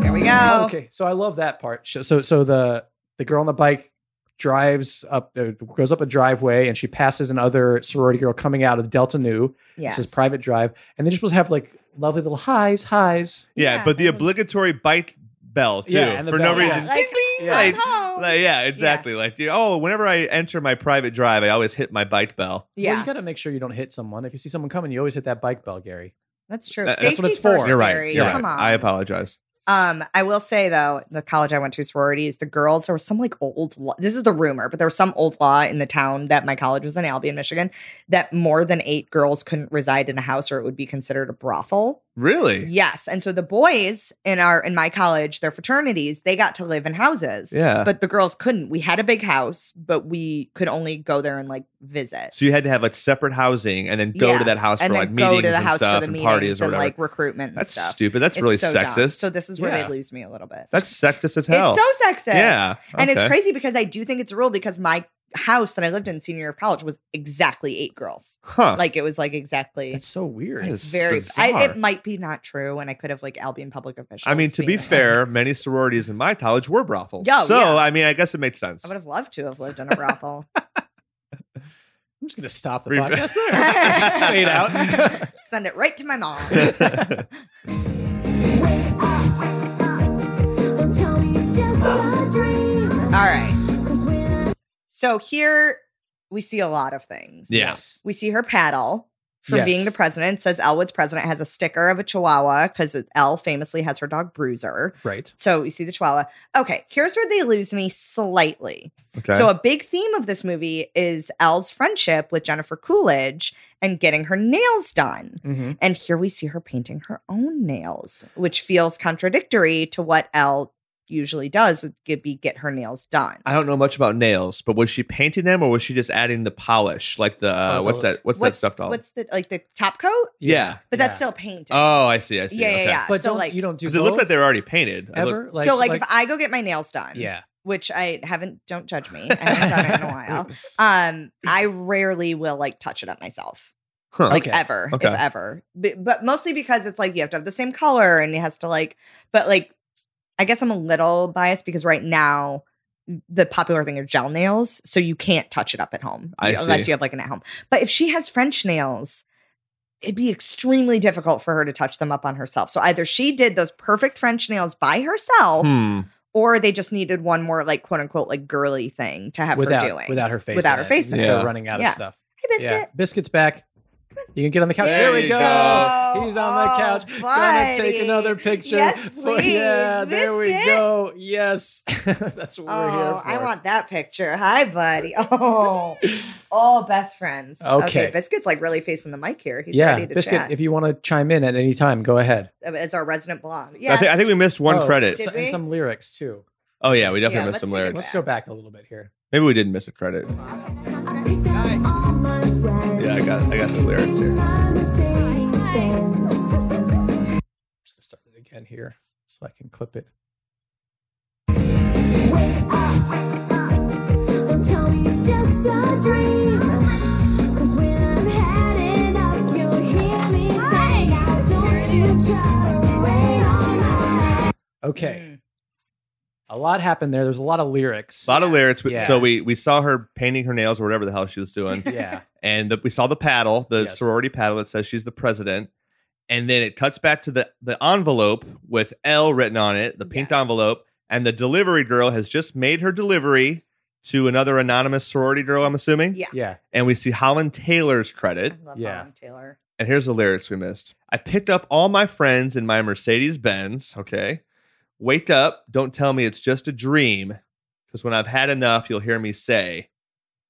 Speaker 1: there we go.
Speaker 4: Okay, so I love that part. So, so, so the the girl on the bike drives up, uh, goes up a driveway, and she passes another sorority girl coming out of Delta Nu.
Speaker 1: Yes.
Speaker 4: This is private drive, and they just supposed to have like lovely little highs, highs.
Speaker 2: yeah,
Speaker 1: Yeah.
Speaker 2: but the obligatory bike bell too
Speaker 4: Yeah, and the
Speaker 2: for
Speaker 4: bell,
Speaker 2: no
Speaker 4: yeah.
Speaker 2: reason.
Speaker 1: Like,
Speaker 4: Yeah.
Speaker 2: Like,
Speaker 1: I'm home.
Speaker 2: like, yeah, exactly. Like the, oh, whenever I enter my private drive, I always hit my bike bell.
Speaker 4: Well,
Speaker 1: yeah,
Speaker 4: you gotta make sure you don't hit someone. If you see someone coming, you always hit that bike bell, Gary.
Speaker 1: that's true.
Speaker 2: That-
Speaker 1: Safety
Speaker 4: that's what it's for.
Speaker 1: first,
Speaker 2: You're right.
Speaker 1: Gary.
Speaker 2: You're
Speaker 1: Come
Speaker 2: right.
Speaker 1: on.
Speaker 2: I apologize.
Speaker 1: Um, I will say though, the college I went to sororities, the girls, there was some like old law. This is the rumor, but there was some old law in the town that my college was in, Albion, Michigan, that more than eight girls couldn't reside in a house or it would be considered a brothel.
Speaker 2: Really?
Speaker 1: Yes. And so the boys in our in my college, their fraternities, they got to live in houses.
Speaker 2: Yeah.
Speaker 1: But the girls couldn't. We had a big house, but we could only go there and like visit.
Speaker 2: So you had to have like separate housing and then go
Speaker 1: Yeah,
Speaker 2: to that house
Speaker 1: and
Speaker 2: for
Speaker 1: then
Speaker 2: like meetings
Speaker 1: go to the
Speaker 2: and
Speaker 1: house
Speaker 2: stuff
Speaker 1: for the
Speaker 2: and
Speaker 1: meetings
Speaker 2: parties or
Speaker 1: and
Speaker 2: whatever.
Speaker 1: like recruitment and
Speaker 2: That's
Speaker 1: stuff.
Speaker 2: stupid. That's
Speaker 1: It's
Speaker 2: really
Speaker 1: so dumb.
Speaker 2: sexist.
Speaker 1: So this is where
Speaker 4: Yeah.
Speaker 1: they lose me a little bit.
Speaker 2: That's sexist as hell.
Speaker 1: It's so sexist.
Speaker 2: Yeah,
Speaker 1: And it's
Speaker 2: okay.
Speaker 1: crazy because I do think it's a rule because my house that I lived in senior year of college was exactly eight girls.
Speaker 2: huh.
Speaker 1: Like it was like exactly
Speaker 4: That's so weird.
Speaker 2: That is
Speaker 1: very I,
Speaker 2: bizarre.
Speaker 1: it might be not true and I could have like Albion public officials.
Speaker 2: I mean, to be
Speaker 1: being like,
Speaker 2: fair, many sororities in my college were brothels.
Speaker 1: Oh,
Speaker 2: so
Speaker 1: yeah.
Speaker 2: I mean, I guess it makes sense.
Speaker 1: I would have loved to have lived in a brothel.
Speaker 4: I'm just gonna stop the
Speaker 2: Re-
Speaker 4: podcast there. just fade out.
Speaker 1: Send it right to my mom.
Speaker 5: Wake up. Don't tell me it's just a dream.
Speaker 1: All right.
Speaker 5: 'Cause when I
Speaker 1: So here we see a lot of things.
Speaker 2: Yeah.
Speaker 4: Yes.
Speaker 1: We see her paddle. from
Speaker 4: Yes.
Speaker 1: being the president. It says Elwood's president has a sticker of a chihuahua because Elle famously has her dog Bruiser.
Speaker 4: Right.
Speaker 1: So you see the chihuahua. Okay, here's where they lose me slightly.
Speaker 2: Okay.
Speaker 1: So a big theme of this movie is Elle's friendship with Jennifer Coolidge and getting her nails done.
Speaker 4: Mm-hmm.
Speaker 1: And here we see her painting her own nails, which feels contradictory to what Elle usually does would g- be get her nails done.
Speaker 2: I don't know much about nails, but was she painting them or was she just adding the polish, like the uh,
Speaker 4: Oh,
Speaker 2: what's
Speaker 4: the-
Speaker 2: that? What's, that stuff doll?
Speaker 1: What's the like the top coat?
Speaker 2: yeah.
Speaker 1: But that's still painted.
Speaker 2: Oh, I see. I see.
Speaker 1: yeah, yeah,
Speaker 2: okay.
Speaker 1: yeah.
Speaker 4: But
Speaker 1: so
Speaker 4: don't-
Speaker 1: like
Speaker 4: you don't do
Speaker 2: Because it looked
Speaker 4: both
Speaker 2: like they were already painted. I
Speaker 4: ever.
Speaker 2: looked-
Speaker 1: so like, if I go get my nails done,
Speaker 4: yeah,
Speaker 1: which I haven't don't judge me. I haven't done it in a while. Um, I rarely will like touch it up myself.
Speaker 2: huh.
Speaker 1: like
Speaker 4: Okay.
Speaker 1: ever
Speaker 2: Okay.
Speaker 1: if ever but, but mostly because it's like you have to have the same color and it has to like but like i guess i'm a little biased because right now the popular thing are gel nails so you can't touch it up at home
Speaker 2: I
Speaker 1: unless
Speaker 2: see.
Speaker 1: you have like an at home but if she has french nails it'd be extremely difficult for her to touch them up on herself so either she did those perfect french nails by herself
Speaker 2: Hmm.
Speaker 1: or they just needed one more like quote unquote like girly thing to have
Speaker 4: without
Speaker 1: her doing
Speaker 4: without her face.
Speaker 1: Without
Speaker 4: in
Speaker 1: her
Speaker 4: it.
Speaker 1: face in
Speaker 2: it.
Speaker 4: They're
Speaker 2: Yeah.
Speaker 4: running out
Speaker 1: Yeah.
Speaker 4: of stuff.
Speaker 1: hey biscuit
Speaker 4: Yeah, biscuits back. You can get on the couch.
Speaker 2: There
Speaker 4: There, we
Speaker 2: you
Speaker 4: go.
Speaker 1: go.
Speaker 4: He's on the
Speaker 1: Oh,
Speaker 4: couch. Gonna take
Speaker 1: buddy.
Speaker 4: another picture.
Speaker 1: Yes,
Speaker 4: for- yeah,
Speaker 1: please,
Speaker 4: there we
Speaker 1: Biscuit.
Speaker 4: go. Yes, that's what we're here
Speaker 1: Oh,
Speaker 4: for.
Speaker 1: I want that picture. Hi, buddy. Oh, oh, best friends.
Speaker 4: Okay.
Speaker 1: Biscuit's like really facing the mic here. He's
Speaker 4: yeah,
Speaker 1: ready to
Speaker 4: biscuit.
Speaker 1: chat
Speaker 4: If you want to chime in at any time, go ahead.
Speaker 1: as our resident blonde.
Speaker 2: I,
Speaker 1: Yeah,
Speaker 2: think, I think we missed one
Speaker 4: Oh,
Speaker 2: credit.
Speaker 1: Did
Speaker 4: so-
Speaker 1: we?
Speaker 4: and some lyrics too.
Speaker 2: Oh yeah, we definitely
Speaker 1: Yeah,
Speaker 2: missed
Speaker 1: let's
Speaker 2: some
Speaker 1: take it
Speaker 2: lyrics.
Speaker 4: Let's go back a little bit here.
Speaker 2: Maybe we did miss a credit. Yeah, I got I got the lyrics here.
Speaker 4: I'm just gonna start it again here so I can clip it.
Speaker 5: Just a dream. Cause when I've had enough, you'll hear me say, Now don't you try to wait on
Speaker 4: Okay,
Speaker 1: Mm.
Speaker 4: a lot happened there. There's a lot of lyrics.
Speaker 2: A lot of lyrics. We-
Speaker 4: Yeah.
Speaker 2: So we we saw her painting her nails or whatever the hell she was doing,
Speaker 4: yeah,
Speaker 2: and the, we saw the paddle, the
Speaker 4: Yes.
Speaker 2: sorority paddle that says she's the president. And then it cuts back to the the envelope with L written on it, the pink
Speaker 1: Yes.
Speaker 2: envelope, and the delivery girl has just made her delivery to another anonymous sorority girl. I'm assuming.
Speaker 1: Yeah.
Speaker 4: yeah.
Speaker 2: And we see Holland Taylor's credit.
Speaker 1: Mm, I love
Speaker 4: Yeah.
Speaker 1: Holland Taylor.
Speaker 2: And here's the lyrics we missed. I picked up all my friends in my Mercedes Benz. Okay. Wake up. Don't tell me it's just a dream. Because when I've had enough, you'll hear me say,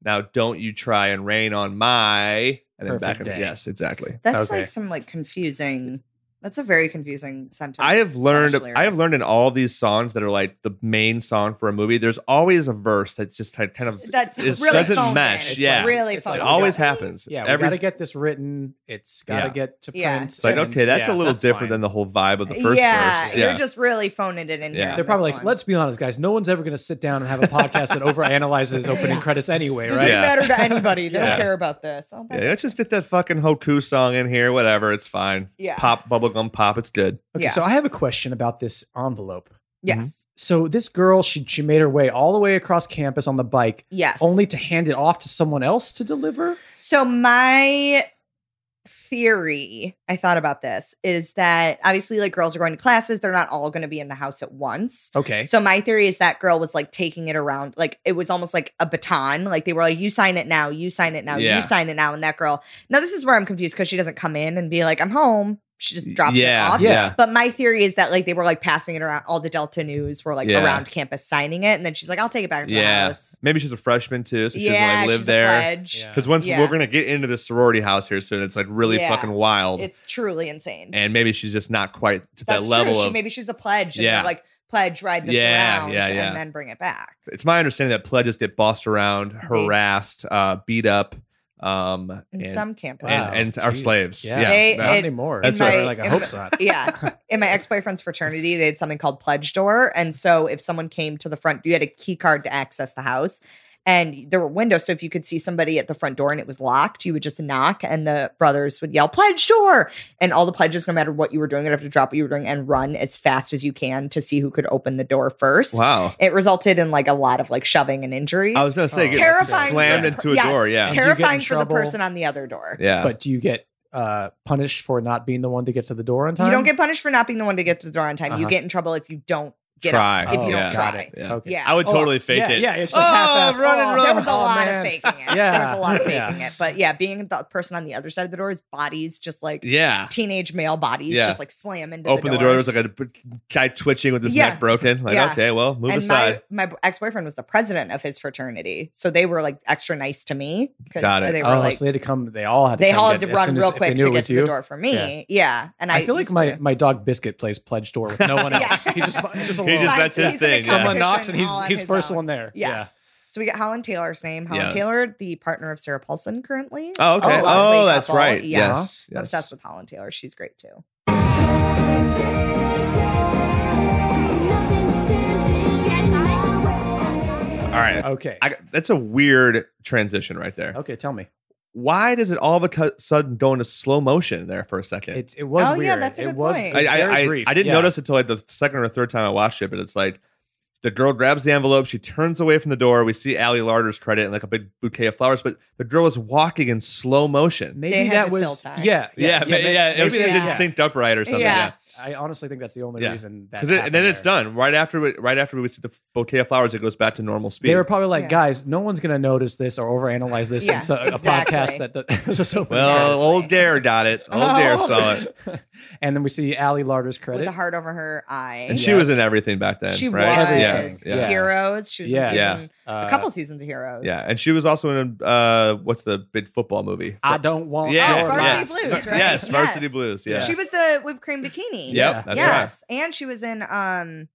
Speaker 2: Now don't you try and rain on my. And then back.
Speaker 4: Perfect day.
Speaker 2: Yes, exactly.
Speaker 1: That's
Speaker 4: Okay.
Speaker 1: like some like confusing. That's a very confusing sentence.
Speaker 2: I have learned
Speaker 1: slash
Speaker 2: I have learned in
Speaker 1: lyrics.
Speaker 2: all these songs that are like the main song for a movie. There's always a verse that just kind of
Speaker 1: That's
Speaker 2: is-
Speaker 1: really
Speaker 2: doesn't
Speaker 1: phoned in.
Speaker 2: mesh.
Speaker 1: It's
Speaker 2: yeah.
Speaker 1: really
Speaker 4: It's
Speaker 1: phoned
Speaker 2: it
Speaker 4: like-
Speaker 1: in.
Speaker 2: always happens.
Speaker 4: Yeah, we
Speaker 2: Every
Speaker 4: gotta get this written. It's gotta
Speaker 2: Yeah.
Speaker 4: get to print.
Speaker 1: Yeah,
Speaker 4: and-
Speaker 1: it's
Speaker 2: it's like, okay, that's a
Speaker 4: yeah,
Speaker 2: little
Speaker 4: that's
Speaker 2: different
Speaker 4: fine.
Speaker 2: than the whole vibe of the first
Speaker 1: yeah,
Speaker 2: verse.
Speaker 1: you're just really phoning it in.
Speaker 2: Yeah.
Speaker 1: here on
Speaker 4: They're probably
Speaker 1: this
Speaker 4: like,
Speaker 1: one.
Speaker 4: let's be honest, guys. No one's ever going to sit down and have a podcast that overanalyzes opening
Speaker 1: Yeah.
Speaker 4: credits anyway,
Speaker 1: Doesn't
Speaker 4: right?
Speaker 2: Yeah.
Speaker 1: matter to anybody. They
Speaker 4: Yeah.
Speaker 1: don't care about this. Oh, my
Speaker 2: Yeah, let's just get that fucking Hoku song in here. Whatever, it's fine.
Speaker 1: Yeah.
Speaker 2: Pop, bubblegum pop, it's good.
Speaker 4: Okay,
Speaker 1: Yeah.
Speaker 4: so I have a question about this envelope.
Speaker 2: Mm-hmm.
Speaker 1: Yes.
Speaker 4: So this girl, she she made her way all the way across campus on the bike,
Speaker 1: Yes.
Speaker 4: only to hand it off to someone else to deliver.
Speaker 1: So my theory, I thought about this, is that obviously like girls are going to classes, they're not all going to be in the house at once.
Speaker 4: Okay,
Speaker 1: So my theory is that girl was like taking it around, like it was almost like a baton. Like they were like, "You sign it now, you sign it now,
Speaker 2: Yeah.
Speaker 1: you sign it now." And that girl, now this is where I'm confused because she doesn't come in and be like, "I'm home." She just drops
Speaker 2: yeah,
Speaker 1: it off.
Speaker 2: Yeah,
Speaker 4: Yeah.
Speaker 1: But my theory is that like they were like passing it around. All the Delta News were like
Speaker 2: Yeah.
Speaker 1: around campus signing it, and then she's like, "I'll take it back to
Speaker 2: Yeah.
Speaker 1: the house."
Speaker 2: Maybe she's a freshman too, so she doesn't
Speaker 1: yeah,
Speaker 2: like live
Speaker 1: she's a
Speaker 2: there.
Speaker 1: pledge.
Speaker 4: Yeah.
Speaker 2: Because once
Speaker 1: Yeah.
Speaker 2: we're gonna get into the sorority house here soon, it's like really
Speaker 1: Yeah.
Speaker 2: fucking wild.
Speaker 1: It's truly insane.
Speaker 2: and maybe she's just not quite to
Speaker 1: That's
Speaker 2: that level
Speaker 1: true.
Speaker 2: of.
Speaker 1: she, maybe she's a pledge. And
Speaker 2: Yeah.
Speaker 1: yeah. Like pledge, ride this
Speaker 2: Yeah,
Speaker 1: around,
Speaker 2: yeah, yeah.
Speaker 1: and then bring it back.
Speaker 2: it's my understanding that pledges get bossed around, harassed, uh, beat up, um,
Speaker 1: In
Speaker 2: and,
Speaker 1: some campuses.
Speaker 2: and- and our slaves.
Speaker 4: Yeah,
Speaker 2: Yeah,
Speaker 1: They-
Speaker 4: not
Speaker 1: it-
Speaker 4: anymore.
Speaker 2: that's
Speaker 4: That's right.
Speaker 1: right.
Speaker 4: Like I
Speaker 1: It-
Speaker 4: hope not.
Speaker 1: yeah. In my ex boyfriend's fraternity, they had something called Pledge Door. And so if someone came to the front, you had a key card to access the house. And there were windows. So if you could see somebody at the front door and it was locked, you would just knock and the brothers would yell, Pledge Door. And all the pledges, no matter what you were doing, you'd have to drop what you were doing and run as fast as you can to see who could open the door first.
Speaker 2: wow.
Speaker 1: It resulted in like a lot of like shoving and injuries.
Speaker 2: I was gonna say,
Speaker 4: Oh.
Speaker 2: get
Speaker 1: Terrifying
Speaker 2: slammed
Speaker 1: for the-
Speaker 2: into a
Speaker 1: yes,
Speaker 2: door. Yeah,
Speaker 4: And you get in
Speaker 1: terrifying for the
Speaker 4: trouble.
Speaker 1: person on the other door.
Speaker 2: yeah.
Speaker 4: But do you get uh, punished for not being the one to get to the door on time?
Speaker 1: You don't get punished for not being the one to get to the door on time.
Speaker 4: Uh-huh.
Speaker 1: You get in trouble if you don't get
Speaker 2: Try.
Speaker 1: up if you
Speaker 2: Oh, yeah.
Speaker 1: don't
Speaker 4: got
Speaker 1: try.
Speaker 4: it.
Speaker 2: Yeah.
Speaker 4: Okay.
Speaker 1: Yeah.
Speaker 2: I would
Speaker 4: Oh,
Speaker 2: totally fake
Speaker 4: yeah,
Speaker 2: it.
Speaker 4: Yeah, it's like
Speaker 2: Oh,
Speaker 4: half-assed.
Speaker 2: run and run.
Speaker 1: There was a
Speaker 4: Oh,
Speaker 1: lot
Speaker 4: man.
Speaker 1: of faking it.
Speaker 4: Yeah.
Speaker 1: There was a lot of
Speaker 4: Yeah.
Speaker 1: faking it. But yeah, being the person on the other side of the door is bodies just like
Speaker 2: Yeah.
Speaker 1: teenage male bodies
Speaker 2: Yeah.
Speaker 1: just like slam into
Speaker 2: Open
Speaker 1: the
Speaker 2: the door. There's like a b- guy twitching with his
Speaker 1: Yeah.
Speaker 2: neck broken. Like,
Speaker 1: Yeah.
Speaker 2: okay, well, move
Speaker 1: and
Speaker 2: aside.
Speaker 1: my my ex boyfriend was the president of his fraternity, so they were like extra nice to me because
Speaker 2: Got it.
Speaker 1: they
Speaker 4: Oh,
Speaker 1: were like
Speaker 4: so they had to come. They all had to.
Speaker 1: they
Speaker 4: come
Speaker 1: all had
Speaker 4: get
Speaker 1: to
Speaker 4: it as
Speaker 1: run
Speaker 4: soon as-
Speaker 1: real
Speaker 4: if they
Speaker 1: quick
Speaker 4: knew
Speaker 1: to
Speaker 4: it
Speaker 1: get
Speaker 4: was
Speaker 1: to the
Speaker 4: you.
Speaker 1: door for me. Yeah, and I,
Speaker 4: I, feel like
Speaker 1: used
Speaker 4: my,
Speaker 1: to-
Speaker 4: my dog Biscuit plays pledge door with no one else. he just he's just
Speaker 2: He
Speaker 4: alone.
Speaker 2: just
Speaker 1: Mine's-
Speaker 2: that's
Speaker 1: he's
Speaker 2: his
Speaker 1: Oh, in a
Speaker 2: thing. yeah.
Speaker 4: someone
Speaker 1: competition
Speaker 4: knocks and he's
Speaker 1: all on
Speaker 4: he's
Speaker 1: his
Speaker 4: first
Speaker 1: own.
Speaker 4: one there.
Speaker 1: Yeah.
Speaker 4: yeah.
Speaker 1: So we got Holland Taylor's name. Holland
Speaker 2: Yeah.
Speaker 1: Taylor, the partner of Sarah Paulson currently.
Speaker 2: Oh, okay.
Speaker 1: A lovely
Speaker 2: Oh, that's
Speaker 1: couple.
Speaker 2: right.
Speaker 1: Yeah.
Speaker 2: Yes.
Speaker 1: I'm obsessed
Speaker 2: yes.
Speaker 1: with Holland Taylor. She's great too.
Speaker 2: All right.
Speaker 4: Okay.
Speaker 2: I, that's a weird transition right there.
Speaker 4: okay. Tell me.
Speaker 2: Why does it all of a cu- sudden go into slow motion there for a second?
Speaker 4: It, it was
Speaker 1: Oh, yeah,
Speaker 4: weird.
Speaker 1: that's a
Speaker 4: it
Speaker 1: good
Speaker 4: was
Speaker 1: point.
Speaker 2: I, I,
Speaker 4: very
Speaker 2: I,
Speaker 4: brief.
Speaker 2: I didn't
Speaker 4: Yeah.
Speaker 2: notice until like the second or third time I watched it, but it's like the girl grabs the envelope, she turns away from the door. We see Allie Larder's credit and like a big bouquet of flowers, but the girl is walking in slow motion.
Speaker 4: Maybe
Speaker 1: They had
Speaker 4: that
Speaker 1: to
Speaker 4: was
Speaker 1: fill
Speaker 4: yeah,
Speaker 1: time.
Speaker 4: yeah,
Speaker 2: Yeah, yeah,
Speaker 4: may-
Speaker 2: yeah. it was,
Speaker 4: maybe
Speaker 2: it
Speaker 4: they-
Speaker 2: didn't
Speaker 1: yeah.
Speaker 2: synced up right or something.
Speaker 1: Yeah.
Speaker 2: Yeah,
Speaker 4: I honestly think that's the only
Speaker 2: Yeah.
Speaker 4: reason that.
Speaker 2: because and then
Speaker 4: happened
Speaker 2: it's
Speaker 4: there.
Speaker 2: done right after. we- Right after we see the f- bouquet of flowers, it goes back to normal speed.
Speaker 4: They were probably like,
Speaker 1: Yeah.
Speaker 4: guys, no one's gonna notice this or overanalyze this.
Speaker 1: Yeah,
Speaker 4: it's a,
Speaker 1: exactly.
Speaker 4: a podcast that the, just opened.
Speaker 2: well,
Speaker 1: Exactly.
Speaker 2: old Dare got it. Old Dare saw it,
Speaker 4: and then we see Allie Larder's
Speaker 1: Oh. With
Speaker 4: credit.
Speaker 1: the heart over her eye.
Speaker 2: and she was
Speaker 4: Yes.
Speaker 2: in everything back then.
Speaker 1: She
Speaker 2: right?
Speaker 1: was.
Speaker 2: Yeah, yeah,
Speaker 4: Yeah.
Speaker 1: Heroes. She was
Speaker 4: Yes. Uh,
Speaker 1: in
Speaker 2: Yeah.
Speaker 1: season, a couple seasons of Heroes.
Speaker 2: yeah. And she was also in uh, what's the big football movie?
Speaker 4: I don't want.
Speaker 2: Yeah,
Speaker 4: your
Speaker 1: Oh, Varsity
Speaker 4: life.
Speaker 1: Blues, right?
Speaker 2: Yes, Varsity
Speaker 1: Yes.
Speaker 2: Blues. Yeah,
Speaker 1: She was the whipped cream bikini.
Speaker 2: Yep, that's
Speaker 1: yes. And she was in um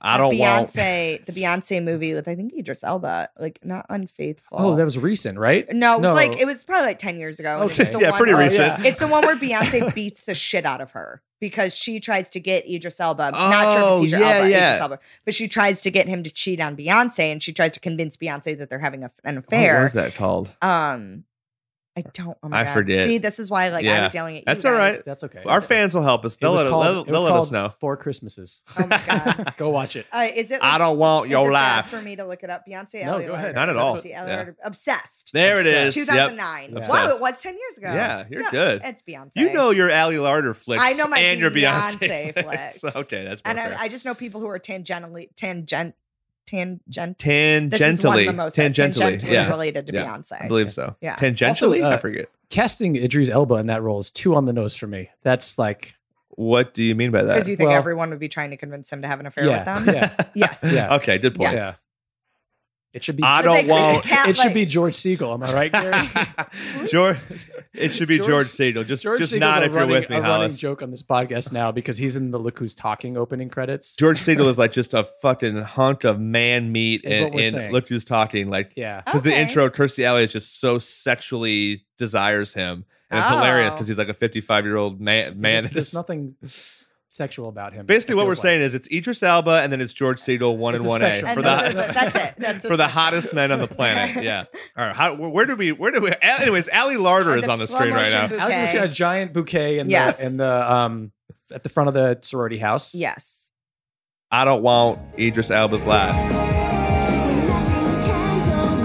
Speaker 2: I don't
Speaker 1: the
Speaker 2: want.
Speaker 1: Beyonce, the Beyonce movie with I think Idris Elba, like not unfaithful.
Speaker 4: Oh, that was recent, right?
Speaker 1: no, it was
Speaker 4: no.
Speaker 1: like it was probably like ten years ago. and it's
Speaker 4: Okay.
Speaker 1: the
Speaker 2: Yeah,
Speaker 1: one
Speaker 2: pretty
Speaker 1: where-
Speaker 2: recent.
Speaker 4: yeah.
Speaker 1: It's the one where Beyonce beats the shit out of her because she tries to get Idris Elba. not sure
Speaker 2: Oh,
Speaker 1: if it's Idris,
Speaker 2: yeah,
Speaker 1: Elba,
Speaker 2: yeah.
Speaker 1: Idris Elba, but she tries to get him to cheat on Beyonce, and she tries to convince Beyonce that they're having a, an
Speaker 2: Oh, What
Speaker 1: affair.
Speaker 2: was that called?
Speaker 1: Um, I don't. Oh my
Speaker 2: I
Speaker 1: God.
Speaker 2: forget.
Speaker 1: See, this is why like I
Speaker 2: Yeah.
Speaker 1: was yelling at
Speaker 2: That's
Speaker 1: you.
Speaker 2: all
Speaker 1: guys.
Speaker 2: right.
Speaker 4: That's okay.
Speaker 2: Our fans will help us.
Speaker 4: It
Speaker 2: They'll
Speaker 4: was
Speaker 2: let,
Speaker 4: called-
Speaker 2: they'll,
Speaker 4: it
Speaker 2: they'll
Speaker 4: was
Speaker 2: let us
Speaker 4: called
Speaker 2: know.
Speaker 4: Four Christmases.
Speaker 1: Oh my God.
Speaker 4: Go watch it.
Speaker 1: Uh, is it?
Speaker 2: I
Speaker 1: like-
Speaker 2: don't want
Speaker 1: is
Speaker 2: your
Speaker 1: it bad
Speaker 2: life.
Speaker 1: for me to look it up. Beyonce.
Speaker 4: No,
Speaker 1: Elliott
Speaker 4: go
Speaker 1: Larder.
Speaker 4: ahead.
Speaker 2: Not at all.
Speaker 1: Beyonce Elliott
Speaker 2: Yeah.
Speaker 1: Larder. Obsessed.
Speaker 2: There it
Speaker 4: Obsessed.
Speaker 1: uh,
Speaker 2: is. Yep.
Speaker 1: 2009.
Speaker 4: Yep.
Speaker 1: Wow,
Speaker 2: Obsessed.
Speaker 1: it was 10 years ago.
Speaker 2: Yeah, you're
Speaker 1: No,
Speaker 2: good.
Speaker 1: It's Beyonce.
Speaker 2: You know your Allie Larder flicks.
Speaker 1: I know my
Speaker 2: and your Beyonce,
Speaker 1: Beyonce
Speaker 2: flicks.
Speaker 1: flicks.
Speaker 2: okay, that's more
Speaker 1: and
Speaker 2: fair.
Speaker 1: I, I just know people who are tangentially tangent tangent this is one
Speaker 2: tangentially,
Speaker 1: mimosa,
Speaker 2: tangentially, yeah,
Speaker 1: related to
Speaker 2: Yeah.
Speaker 1: Beyonce.
Speaker 2: I believe so.
Speaker 1: Yeah.
Speaker 2: Tangentially,
Speaker 4: Also, uh,
Speaker 2: I forget.
Speaker 4: Casting Idris Elba in that role is two on the nose for me. That's like
Speaker 2: What do you mean by that?
Speaker 1: because you think
Speaker 4: Well-
Speaker 1: everyone would be trying to convince him to have an affair
Speaker 4: yeah,
Speaker 1: with them.
Speaker 4: yeah,
Speaker 1: Yes.
Speaker 4: yeah.
Speaker 2: Okay, good point.
Speaker 1: Yes.
Speaker 4: It should be.
Speaker 2: Uh, I
Speaker 1: But they
Speaker 2: don't
Speaker 1: couldn't
Speaker 2: want-
Speaker 1: cap,
Speaker 4: it should be
Speaker 1: like-
Speaker 4: George Siegel. Am I right, Gary?
Speaker 2: George, it should be George,
Speaker 4: George-
Speaker 2: Siegel. Just,
Speaker 4: George
Speaker 2: just
Speaker 4: Siegel's
Speaker 2: not
Speaker 4: a
Speaker 2: if you're
Speaker 4: running-
Speaker 2: with me,
Speaker 4: a running
Speaker 2: Hollis.
Speaker 4: joke on this podcast now because he's in the Look Who's Talking opening credits.
Speaker 2: George Siegel is like just a fucking hunk of man meat,
Speaker 4: Is what
Speaker 2: and,
Speaker 4: we're
Speaker 2: and
Speaker 4: saying.
Speaker 2: look who's talking. Like
Speaker 4: Yeah.
Speaker 2: because the
Speaker 1: Okay.
Speaker 2: intro Kirstie Alley is just so sexually desires him, and it's hilarious
Speaker 1: Oh.
Speaker 2: because he's like a 55 year old man. man
Speaker 4: There's, there's nothing sexual about him.
Speaker 2: Basically,
Speaker 4: it
Speaker 2: what we're
Speaker 4: feels
Speaker 2: saying
Speaker 4: like.
Speaker 2: is it's Idris Alba and then it's George Siegel, one
Speaker 4: It's
Speaker 2: and
Speaker 4: the
Speaker 2: one A
Speaker 4: spectrum.
Speaker 2: for
Speaker 1: And
Speaker 2: the
Speaker 1: those are the- that's it. That's the
Speaker 2: for the
Speaker 1: spectrum.
Speaker 2: hottest men on the planet. Yeah. All right. How, where do we? Where do we? Anyways, Allie Larder
Speaker 1: And
Speaker 2: is
Speaker 1: the
Speaker 2: on the
Speaker 1: slow
Speaker 2: screen right
Speaker 1: motion
Speaker 2: now.
Speaker 1: boo-
Speaker 4: Alex has
Speaker 1: Okay.
Speaker 4: got a giant bouquet in
Speaker 1: Yes.
Speaker 4: the in the um at the front of the sorority house.
Speaker 1: Yes.
Speaker 2: I don't want Idris Alba's laugh. Uh,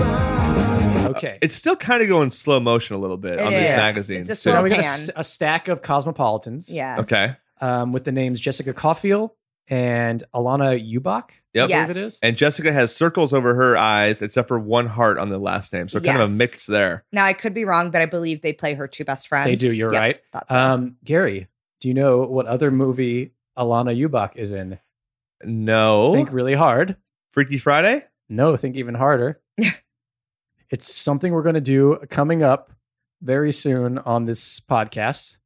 Speaker 4: Okay.
Speaker 2: It's still kind of going slow motion a little bit
Speaker 1: It
Speaker 2: on these
Speaker 1: is.
Speaker 2: magazines
Speaker 1: It's a
Speaker 2: too.
Speaker 1: slow
Speaker 4: now we got a,
Speaker 1: pan.
Speaker 4: s- a stack of cosmopolitans.
Speaker 1: Yes.
Speaker 2: Okay.
Speaker 4: Um, with the names Jessica Caulfield and Alana Ubach. I
Speaker 2: Yep.
Speaker 1: Yeah.
Speaker 4: believe it
Speaker 1: Yes.
Speaker 4: is.
Speaker 2: And Jessica has circles over her eyes, except for one heart on the last name. So kind of a
Speaker 1: Yes.
Speaker 2: mix there.
Speaker 1: Now I could be wrong, but I believe they play her two best friends.
Speaker 4: They do. You're
Speaker 1: Yeah,
Speaker 4: right.
Speaker 1: Thought so.
Speaker 4: Um, Gary, do you know what other movie Alana Ubach is in?
Speaker 2: No.
Speaker 4: Think really hard.
Speaker 2: Freaky Friday?
Speaker 4: No, think even harder. it's something we're going to do coming up very soon on this podcast.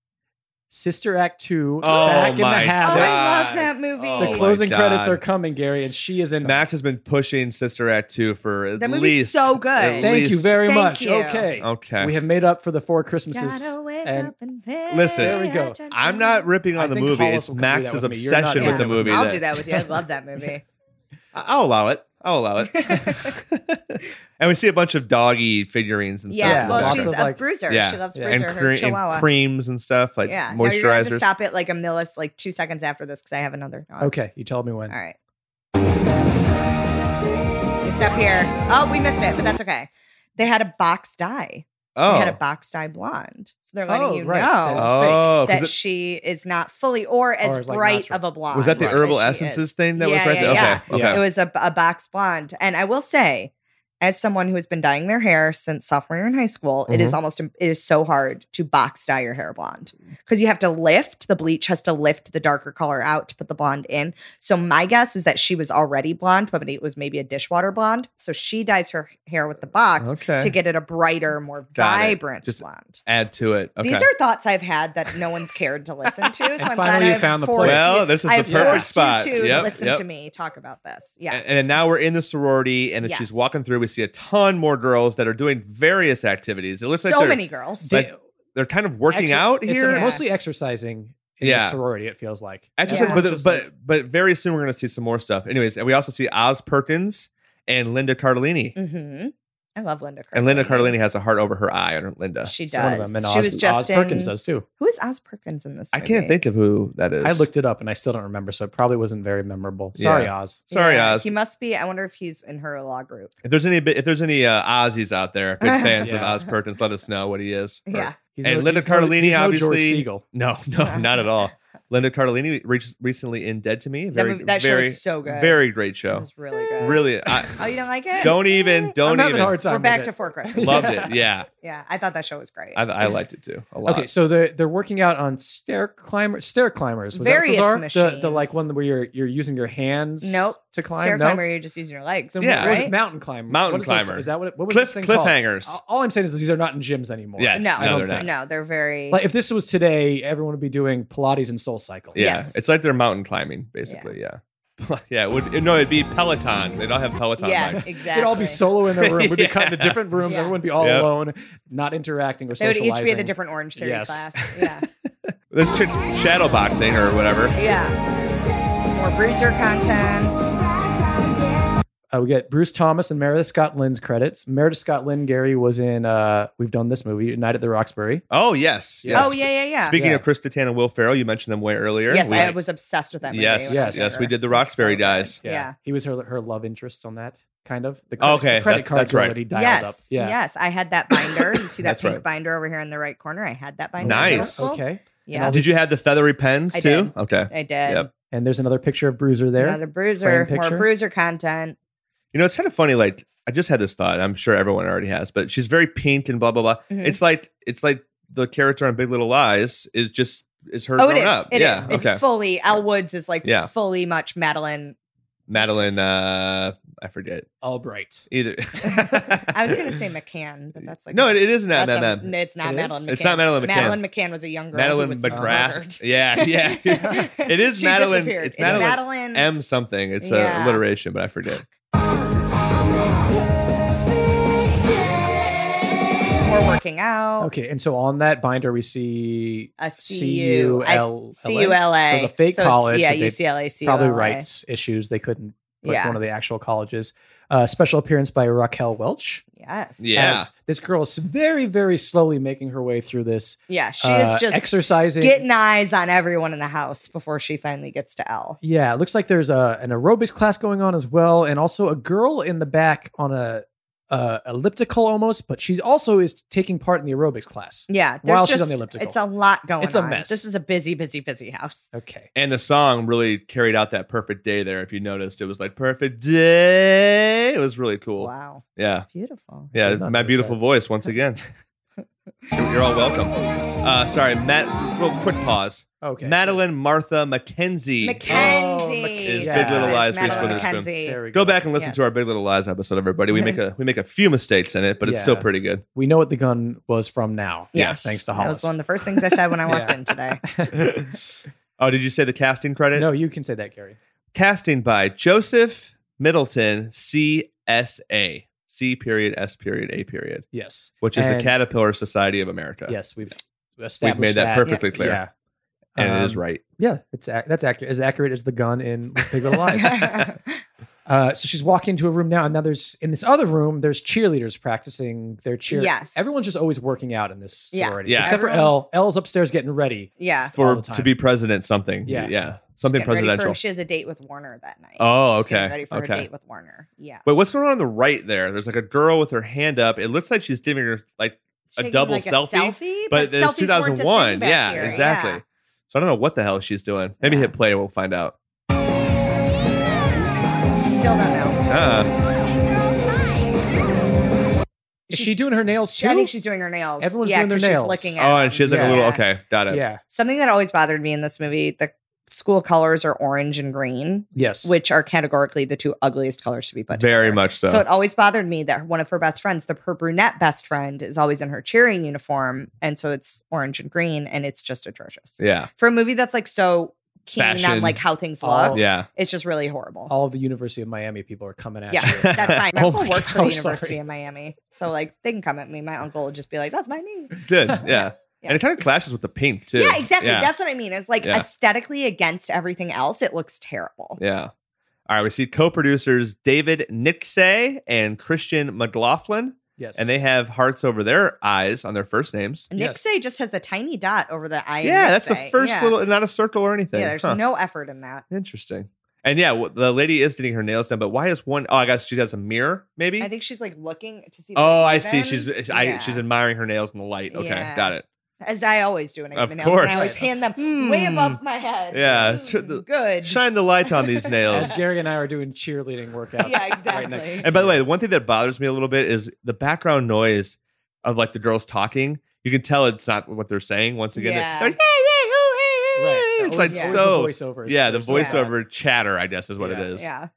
Speaker 4: Sister Act 2
Speaker 2: Oh
Speaker 4: back in the
Speaker 2: my
Speaker 1: oh,
Speaker 4: habit.
Speaker 1: I
Speaker 2: God.
Speaker 1: love that movie.
Speaker 2: Oh,
Speaker 4: The
Speaker 2: my
Speaker 4: closing credits
Speaker 2: God.
Speaker 4: are coming, Gary, and she is in them.
Speaker 2: Max has been pushing Sister Act 2 for at
Speaker 1: That movie's
Speaker 2: least
Speaker 1: so good.
Speaker 2: at
Speaker 4: Thank you
Speaker 2: least-
Speaker 4: very
Speaker 1: Thank
Speaker 4: much.
Speaker 1: you.
Speaker 4: Okay.
Speaker 2: Okay.
Speaker 4: We have made up for the four Christmases.
Speaker 1: Gotta wake
Speaker 4: and-
Speaker 1: up and pay
Speaker 2: Listen,
Speaker 4: There we go.
Speaker 1: attention.
Speaker 2: I'm not ripping
Speaker 4: I
Speaker 2: on the
Speaker 4: think
Speaker 2: movie.
Speaker 4: Hollis
Speaker 2: It's
Speaker 4: will come do that
Speaker 2: Max's
Speaker 4: with me. You're not
Speaker 2: obsession
Speaker 1: doing
Speaker 2: with the
Speaker 1: that
Speaker 2: movie.
Speaker 1: I'll do that with you. I love that movie.
Speaker 2: I- I'll allow it. I'll allow it. and we see a bunch of doggy figurines and
Speaker 1: yeah,
Speaker 2: stuff. in the
Speaker 1: well,
Speaker 4: Lots
Speaker 1: she's
Speaker 4: of,
Speaker 1: a
Speaker 2: background.
Speaker 4: like-
Speaker 1: bruiser.
Speaker 2: Yeah.
Speaker 1: She loves
Speaker 4: Yeah.
Speaker 1: bruiser.
Speaker 2: and,
Speaker 1: her
Speaker 2: cre- and
Speaker 1: chihuahua.
Speaker 2: creams and stuff like
Speaker 1: yeah, Now you're gonna have to
Speaker 2: moisturizers.
Speaker 1: stop it like a millis, like two seconds after this, because I have another. thought.
Speaker 4: Okay, you told me when.
Speaker 1: All right. It's up here. Oh, we missed it, but that's okay. They had a box die. They had a
Speaker 2: Oh,
Speaker 1: box dye blonde. So they're letting
Speaker 4: Oh,
Speaker 1: you
Speaker 4: right.
Speaker 1: know
Speaker 4: That's
Speaker 2: oh, 'cause
Speaker 1: that
Speaker 2: it-
Speaker 1: she is not fully or as
Speaker 4: Or is, like,
Speaker 1: bright
Speaker 4: natural.
Speaker 1: of a blonde.
Speaker 2: was that the
Speaker 1: as
Speaker 2: herbal
Speaker 1: she
Speaker 2: essences
Speaker 1: is.
Speaker 2: thing that was
Speaker 1: Yeah,
Speaker 2: right
Speaker 1: yeah,
Speaker 2: there?
Speaker 1: yeah.
Speaker 2: Okay,
Speaker 4: Yeah.
Speaker 1: It
Speaker 2: okay.
Speaker 1: was a, a box blonde. And I will say, as someone who has been dyeing their hair since sophomore year in high school, it
Speaker 2: Mm-hmm.
Speaker 1: is almost it is so hard to box dye your hair blonde
Speaker 2: Mm.
Speaker 1: because you have to lift the bleach has to lift the darker color out to put the blonde in. So my guess is that she was already blonde, but it was maybe a dishwater blonde. So she dyes her hair with the box
Speaker 2: Okay.
Speaker 1: to get it a brighter, more
Speaker 2: Got it.
Speaker 1: vibrant
Speaker 2: Just-
Speaker 1: blonde.
Speaker 2: Add to it. Okay.
Speaker 1: These are thoughts I've had that no one's cared to listen to. So I'm glad
Speaker 4: finally you
Speaker 1: I've
Speaker 4: found the
Speaker 1: forced
Speaker 4: place.
Speaker 2: Well, this is
Speaker 1: I
Speaker 2: the
Speaker 1: have
Speaker 2: perfect
Speaker 1: forced
Speaker 2: spot.
Speaker 1: You to
Speaker 2: Yep,
Speaker 1: listen
Speaker 2: yep.
Speaker 1: to me talk about this.
Speaker 2: A-
Speaker 1: Yes.
Speaker 2: And, now we're in the sorority, and as she's
Speaker 1: Yes.
Speaker 2: walking through, we see a ton more girls that are doing various activities. It looks
Speaker 1: so
Speaker 2: like they're,
Speaker 1: many girls.
Speaker 2: like, they're kind of working
Speaker 4: Exer-
Speaker 2: out
Speaker 4: it's
Speaker 2: here.
Speaker 1: Yeah.
Speaker 4: mostly exercising in
Speaker 2: Yeah.
Speaker 4: the sorority. It feels like
Speaker 2: Exercise,
Speaker 1: Yeah.
Speaker 2: but,
Speaker 4: Just
Speaker 2: but
Speaker 4: like-
Speaker 2: but very soon we're going to see some more stuff. Anyways, and we also see Oz Perkins and Linda Cardellini.
Speaker 1: hmm I love Linda. Cardellini.
Speaker 2: And Linda Cardellini has a heart over her eye, and Linda.
Speaker 1: She
Speaker 4: It's one of
Speaker 1: does.
Speaker 4: them. And
Speaker 1: she
Speaker 4: Oz,
Speaker 1: was just
Speaker 4: Oz Perkins
Speaker 1: in-
Speaker 4: does too.
Speaker 1: Who is Oz Perkins in this?
Speaker 2: I can't
Speaker 1: movie?
Speaker 2: think of who that is.
Speaker 4: I looked it up and I still don't remember, so it probably wasn't very memorable. Sorry,
Speaker 2: Yeah.
Speaker 4: Oz.
Speaker 2: Sorry,
Speaker 1: Yeah,
Speaker 2: Oz.
Speaker 1: He must be. I wonder if he's in her law group.
Speaker 2: If there's any, if there's any uh, Ozzies out there, big fans of
Speaker 4: Yeah.
Speaker 2: Oz Perkins, let us know what he is. Or-
Speaker 1: Yeah.
Speaker 4: He's
Speaker 2: And Linda
Speaker 4: he's no-
Speaker 2: Cardellini,
Speaker 4: he's no George
Speaker 2: obviously-
Speaker 4: Siegel.
Speaker 2: No, no, not at all. Linda Cardellini reached recently in Dead to Me.
Speaker 1: That,
Speaker 2: Very,
Speaker 1: movie, that show
Speaker 2: very,
Speaker 1: is so good.
Speaker 2: very great
Speaker 1: It
Speaker 2: show.
Speaker 1: was really good.
Speaker 2: Really, I
Speaker 1: Oh, you don't like it?
Speaker 2: don't even,
Speaker 4: I'm
Speaker 2: don't
Speaker 4: having
Speaker 2: even.
Speaker 4: a hard time.
Speaker 1: We're
Speaker 4: with
Speaker 1: back
Speaker 4: it.
Speaker 1: to Four Christmas.
Speaker 2: Loved it. Yeah,
Speaker 1: Yeah, I thought that show was great.
Speaker 2: I, I liked it too a lot.
Speaker 4: Okay, so they're they're working out on stair climber stair climbers. Was
Speaker 1: Various
Speaker 4: that what those are? The, the
Speaker 1: machines.
Speaker 4: like one where you're you're using your hands
Speaker 1: Nope.
Speaker 4: to climb.
Speaker 1: Stair
Speaker 4: no?
Speaker 1: climber, you're just using your legs.
Speaker 4: Then
Speaker 2: Yeah.
Speaker 4: what was it?
Speaker 1: right?
Speaker 4: mountain climber.
Speaker 2: Mountain
Speaker 4: What is those-
Speaker 2: climber.
Speaker 4: Is that what it, what was
Speaker 2: Cliff,
Speaker 4: this thing called?
Speaker 2: cliffhangers.
Speaker 4: All- All I'm saying is these are not in gyms anymore.
Speaker 2: Yes,
Speaker 1: No,
Speaker 4: I
Speaker 2: no,
Speaker 4: don't
Speaker 2: they're not.
Speaker 4: think.
Speaker 1: no, they're very.
Speaker 4: Like if this was today, everyone would be doing Pilates and Soul Cycle.
Speaker 2: Yeah,
Speaker 1: Yes.
Speaker 2: it's like they're mountain climbing, basically. Yeah, yeah. it would no, it'd be Peloton. They don't have Peloton
Speaker 1: yeah,
Speaker 2: bikes.
Speaker 1: exactly.
Speaker 4: They'd all be solo in their room. We'd be cut into
Speaker 2: Yeah.
Speaker 4: different rooms.
Speaker 1: Yeah.
Speaker 4: Everyone would be all
Speaker 2: Yep.
Speaker 4: alone, not interacting or
Speaker 1: They would
Speaker 4: socializing.
Speaker 1: each be at a different Orange Theory
Speaker 4: Yes.
Speaker 1: class. Yeah,
Speaker 2: There's chicks shadow boxing or whatever.
Speaker 1: yeah. More Bruiser content.
Speaker 4: Uh, we get Bruce Thomas and Meredith Scott Lynn's credits. Meredith Scott Lynn Gary was in. Uh, we've done this movie, Night at the Roxbury.
Speaker 2: Oh yes, yes.
Speaker 1: Oh yeah, yeah, yeah.
Speaker 2: Speaking
Speaker 4: Yeah.
Speaker 2: of Chris Kattan and Will Ferrell, you mentioned them way earlier.
Speaker 1: yes,
Speaker 2: We-
Speaker 1: I was obsessed with that movie.
Speaker 2: Yes,
Speaker 1: when I
Speaker 4: yes,
Speaker 1: was
Speaker 4: yes,
Speaker 1: younger.
Speaker 2: we did the
Speaker 1: It was
Speaker 2: Roxbury
Speaker 1: so good.
Speaker 2: guys.
Speaker 1: Yeah.
Speaker 4: he was her her love interest on that kind of the
Speaker 2: Oh,
Speaker 4: credit,
Speaker 2: okay,
Speaker 4: the credit
Speaker 2: that-
Speaker 4: card
Speaker 2: that's
Speaker 4: girl
Speaker 2: right.
Speaker 4: that he dialed up.
Speaker 1: yes,
Speaker 4: Yeah,
Speaker 1: yes. I had that binder. You see that
Speaker 2: That's
Speaker 1: pink
Speaker 2: right.
Speaker 1: binder over here in the right corner? I had that binder. in
Speaker 2: Nice.
Speaker 1: middle school.
Speaker 4: Okay,
Speaker 1: Yeah,
Speaker 2: Did you have the feathery pens
Speaker 1: I
Speaker 2: too?
Speaker 1: did.
Speaker 2: Okay.
Speaker 1: I did.
Speaker 2: Yep.
Speaker 4: and there's another picture of Bruiser there.
Speaker 1: Another bruiser,
Speaker 4: Frame
Speaker 1: more
Speaker 4: picture.
Speaker 1: bruiser content.
Speaker 2: You know, it's kind of funny. Like I just had this thought. I'm sure everyone already has, but she's very pink and blah blah blah.
Speaker 1: Mhm.
Speaker 2: It's like it's like the character on Big Little Lies is just is her
Speaker 1: Oh,
Speaker 2: grown
Speaker 1: it is.
Speaker 2: up.
Speaker 1: It is.
Speaker 2: yeah.
Speaker 1: It's
Speaker 2: okay.
Speaker 1: fully. Al Woods is like
Speaker 2: Yeah.
Speaker 1: fully much Madeline.
Speaker 2: Madeline. Uh, I forget
Speaker 4: Albright.
Speaker 2: either.
Speaker 1: I was gonna say McCann, but that's like
Speaker 2: no, it, it isn't that
Speaker 1: that's
Speaker 2: Mad
Speaker 1: a-
Speaker 2: Men.
Speaker 1: no, It's not
Speaker 4: It
Speaker 1: Madeline.
Speaker 4: is?
Speaker 1: McCann.
Speaker 2: It's not Madeline McCann.
Speaker 1: Madeline McCann was a young girl.
Speaker 2: Madeline
Speaker 1: who was
Speaker 2: McGrath.
Speaker 1: murdered.
Speaker 2: Yeah, yeah. it is
Speaker 1: She
Speaker 2: Madeline.
Speaker 1: disappeared.
Speaker 2: It's,
Speaker 1: It's
Speaker 2: Madeline,
Speaker 1: Madeline-
Speaker 2: M something. It's a
Speaker 1: Yeah.
Speaker 2: alliteration, but I forget.
Speaker 1: We're working out.
Speaker 4: Okay, and so on that binder we see
Speaker 1: A CU. I-
Speaker 4: CUL.
Speaker 1: CULA.
Speaker 4: So it's a fake
Speaker 1: So
Speaker 4: college.
Speaker 1: Yeah,
Speaker 4: that they
Speaker 1: UCLA. CULA.
Speaker 4: Probably rights issues. They couldn't put
Speaker 1: Yeah.
Speaker 4: one of the actual colleges. Uh, special appearance by Raquel Welch.
Speaker 1: Yes.
Speaker 2: Yeah.
Speaker 4: As this girl is very, very slowly making her way through this.
Speaker 1: Yeah. She
Speaker 4: uh,
Speaker 1: is just
Speaker 4: exercising.
Speaker 1: getting eyes on everyone in the house before she finally gets to L.
Speaker 4: yeah, it looks like there's a an aerobics class going on as well, and also a girl in the back on a, uh elliptical almost, but she also is taking part in the aerobics class.
Speaker 1: Yeah. there's
Speaker 4: While she's on
Speaker 1: just-
Speaker 4: the elliptical.
Speaker 1: It's a lot going on.
Speaker 4: It's a mess.
Speaker 1: This is a busy, busy, busy house.
Speaker 4: Okay.
Speaker 2: And the song really carried out that perfect day there. If you noticed, it was like perfect day. It was really cool.
Speaker 1: Wow.
Speaker 2: Yeah.
Speaker 1: Beautiful.
Speaker 2: Yeah.
Speaker 4: Did not
Speaker 2: My
Speaker 4: notice
Speaker 2: beautiful
Speaker 4: that.
Speaker 2: voice once again. You're all welcome. Uh, sorry, Matt. Real quick pause.
Speaker 4: Okay.
Speaker 2: Madeline Martha McKenzie.
Speaker 1: Mackenzie.
Speaker 4: Mackenzie.
Speaker 2: Is Big Oh, Little
Speaker 1: It
Speaker 2: Lies,
Speaker 1: is
Speaker 2: Reese
Speaker 1: Madeline
Speaker 2: Witherspoon.
Speaker 1: Mackenzie.
Speaker 4: There we go.
Speaker 2: Go back and listen to
Speaker 1: Yes.
Speaker 2: our Big Little Lies episode, everybody. We make a we make a few mistakes in it, but it's still
Speaker 4: Yeah.
Speaker 2: pretty good.
Speaker 4: We know what the gun was from now.
Speaker 2: Yes.
Speaker 4: Thanks to
Speaker 1: That was
Speaker 4: Hollis.
Speaker 1: one of the first things I said when I walked
Speaker 4: Yeah.
Speaker 1: in today.
Speaker 2: oh, did you say the casting credit?
Speaker 4: no, you can say that, Gary.
Speaker 2: Casting by Joseph Middleton, CSA. C period S period A period,
Speaker 4: Yes.
Speaker 2: which is the
Speaker 4: And-
Speaker 2: Caterpillar Society of America.
Speaker 4: Yes, we've established
Speaker 2: made that perfectly clear.
Speaker 4: Yeah.
Speaker 2: And it is
Speaker 4: Um,
Speaker 2: right.
Speaker 4: Yeah, it's ac- that's accurate. As accurate as the gun in Big Little Lies. uh, so she's walking into a room now, and now there's in this other room. There's cheerleaders practicing their cheer.
Speaker 1: Yes.
Speaker 4: everyone's just always working out in this
Speaker 1: Yeah.
Speaker 4: sorority,
Speaker 2: Yeah.
Speaker 4: except
Speaker 1: Everyone's-
Speaker 4: for L. L's upstairs getting ready.
Speaker 1: yeah.
Speaker 2: For
Speaker 4: the time.
Speaker 2: to be president something.
Speaker 4: Yeah.
Speaker 2: Yeah. Something
Speaker 1: She's getting ready for-
Speaker 2: presidential.
Speaker 1: she has a date with Warner that night.
Speaker 2: Oh,
Speaker 1: She's getting
Speaker 2: okay,
Speaker 1: ready for
Speaker 2: okay.
Speaker 1: her date with Warner. Yeah.
Speaker 2: Wait, what's going on on the right there? There's like a girl with her hand up. It looks like she's giving her like
Speaker 1: Taking,
Speaker 2: double
Speaker 1: like,
Speaker 2: selfie,
Speaker 1: selfie,
Speaker 2: but
Speaker 1: selfies
Speaker 2: it's
Speaker 1: weren't a thing
Speaker 2: 2001.
Speaker 1: back
Speaker 2: Yeah,
Speaker 1: here.
Speaker 2: exactly.
Speaker 1: Yeah.
Speaker 2: So I don't know what the hell she's doing. Maybe
Speaker 1: Yeah.
Speaker 2: hit play and we'll find out.
Speaker 1: Still don't know.
Speaker 2: Uh,
Speaker 4: Is
Speaker 1: She-
Speaker 4: she doing her nails too?
Speaker 1: I think she's doing her nails.
Speaker 4: Everyone's
Speaker 1: yeah,
Speaker 4: doing their
Speaker 1: 'cause she's
Speaker 4: nails.
Speaker 1: licking at
Speaker 2: oh, and
Speaker 1: them.
Speaker 2: she has like
Speaker 4: Yeah.
Speaker 2: a little. Okay, got it.
Speaker 4: yeah.
Speaker 1: Something that always bothered me in this movie: the school colors are orange and green,
Speaker 4: Yes.
Speaker 1: which are categorically the two ugliest colors to be put.
Speaker 2: Very
Speaker 1: together.
Speaker 2: much so.
Speaker 1: So it always bothered me that one of her best friends, the her brunette best friend, is always in her cheering uniform, and so it's orange and green, and it's just atrocious
Speaker 2: yeah,
Speaker 1: for a movie that's like so keen
Speaker 2: Fashion.
Speaker 1: on like how things
Speaker 4: All-
Speaker 1: look.
Speaker 2: yeah.
Speaker 1: It's just really horrible.
Speaker 4: all of the University of Miami people are coming at
Speaker 1: Yeah.
Speaker 4: you.
Speaker 1: That's fine. My
Speaker 2: Oh
Speaker 1: uncle
Speaker 2: my
Speaker 1: works
Speaker 4: God,
Speaker 1: for the University
Speaker 4: sorry.
Speaker 1: of Miami, so like they can come at me. My uncle will just be like, "That's my niece."
Speaker 2: Good. Yeah. and it kind of clashes with the pink too.
Speaker 1: Yeah, exactly.
Speaker 2: Yeah.
Speaker 1: That's what I mean. It's like
Speaker 2: Yeah.
Speaker 1: aesthetically against everything else. It looks terrible.
Speaker 2: Yeah. All right. We see co-producers David Nixay and Christian McLaughlin,
Speaker 4: Yes.
Speaker 2: and they have hearts over their eyes on their first names.
Speaker 1: Nick
Speaker 4: Yes.
Speaker 1: Say just has a tiny dot over the eye. in
Speaker 2: yeah, that's the
Speaker 1: Nixay.
Speaker 2: first
Speaker 1: Yeah.
Speaker 2: little, not a circle or anything.
Speaker 1: Yeah, there's
Speaker 2: Huh.
Speaker 1: no effort in that.
Speaker 2: Interesting. And yeah, wh- the lady is getting her nails done, but why is one oh I guess she has a mirror, maybe?
Speaker 1: I think she's like looking to see. the
Speaker 2: oh, I see.
Speaker 1: haven.
Speaker 2: She's I,
Speaker 1: Yeah.
Speaker 2: she's admiring her nails in the light. Okay,
Speaker 1: Yeah.
Speaker 2: got it.
Speaker 1: as I always do when I get
Speaker 2: Of
Speaker 1: my nails. done. I
Speaker 2: course.
Speaker 1: always hand them
Speaker 2: Hmm.
Speaker 1: way above my head.
Speaker 2: Yeah,
Speaker 1: Mm,
Speaker 2: tr- the-
Speaker 1: good.
Speaker 2: Shine the light on these
Speaker 4: As
Speaker 2: nails.
Speaker 4: Gary and I are doing cheerleading workouts.
Speaker 1: Yeah,
Speaker 4: Right
Speaker 1: exactly.
Speaker 4: next
Speaker 2: and by the
Speaker 4: to
Speaker 2: way,
Speaker 4: you.
Speaker 2: the one thing that bothers me a little bit is the background noise of like the girls talking. You can tell it's not what they're saying. Once again, They're-
Speaker 1: Yeah.
Speaker 2: they're, "Hey, hey, hoo, hey, hey,
Speaker 4: right.
Speaker 2: hey."
Speaker 4: that
Speaker 2: it's like
Speaker 4: always-
Speaker 1: yeah.
Speaker 2: so.
Speaker 4: always the voiceovers.
Speaker 2: Yeah, the
Speaker 4: There's like that.
Speaker 2: voiceover chatter, I guess, is what
Speaker 4: Yeah.
Speaker 2: it is.
Speaker 1: Yeah.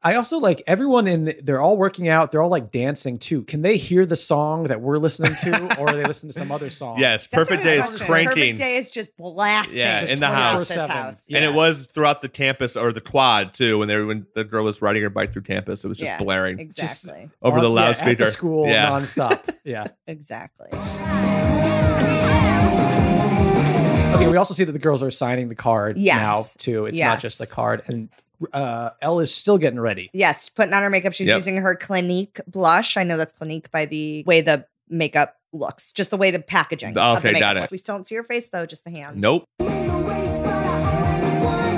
Speaker 4: I also like everyone in. The, they're all working out. They're all like dancing too. Can they hear the song that we're listening to, or are they listening to some other song?
Speaker 1: That's
Speaker 2: Yes, perfect
Speaker 1: what I
Speaker 2: day
Speaker 1: love
Speaker 2: is
Speaker 1: about it.
Speaker 2: cranking.
Speaker 1: Perfect day is just blasting.
Speaker 2: Yeah,
Speaker 4: Just
Speaker 2: in the house.
Speaker 4: 24/7.
Speaker 1: house.
Speaker 2: And it
Speaker 4: Yes.
Speaker 2: was throughout the campus or the quad too. When they when the girl was riding her bike through campus, it was just
Speaker 1: Yeah,
Speaker 2: blaring
Speaker 4: Just-
Speaker 1: Exactly.
Speaker 2: over the
Speaker 4: On- yeah,
Speaker 2: loudspeaker.
Speaker 4: at the school
Speaker 2: yeah,
Speaker 4: nonstop. Yeah.
Speaker 1: Exactly.
Speaker 4: Okay. We also see that the girls are signing the card
Speaker 1: Yes.
Speaker 4: now too. It's not just the
Speaker 1: Yes.
Speaker 4: card. And uh, Elle is still getting ready.
Speaker 1: Yes, putting on her makeup. She's
Speaker 2: Yep.
Speaker 1: using her Clinique blush. I know that's Clinique by the way the makeup looks, just the way the packaging. of the
Speaker 2: Oh, Okay,
Speaker 1: makeup
Speaker 2: got it.
Speaker 1: looks. We still don't see her face though, just the hand.
Speaker 2: nope.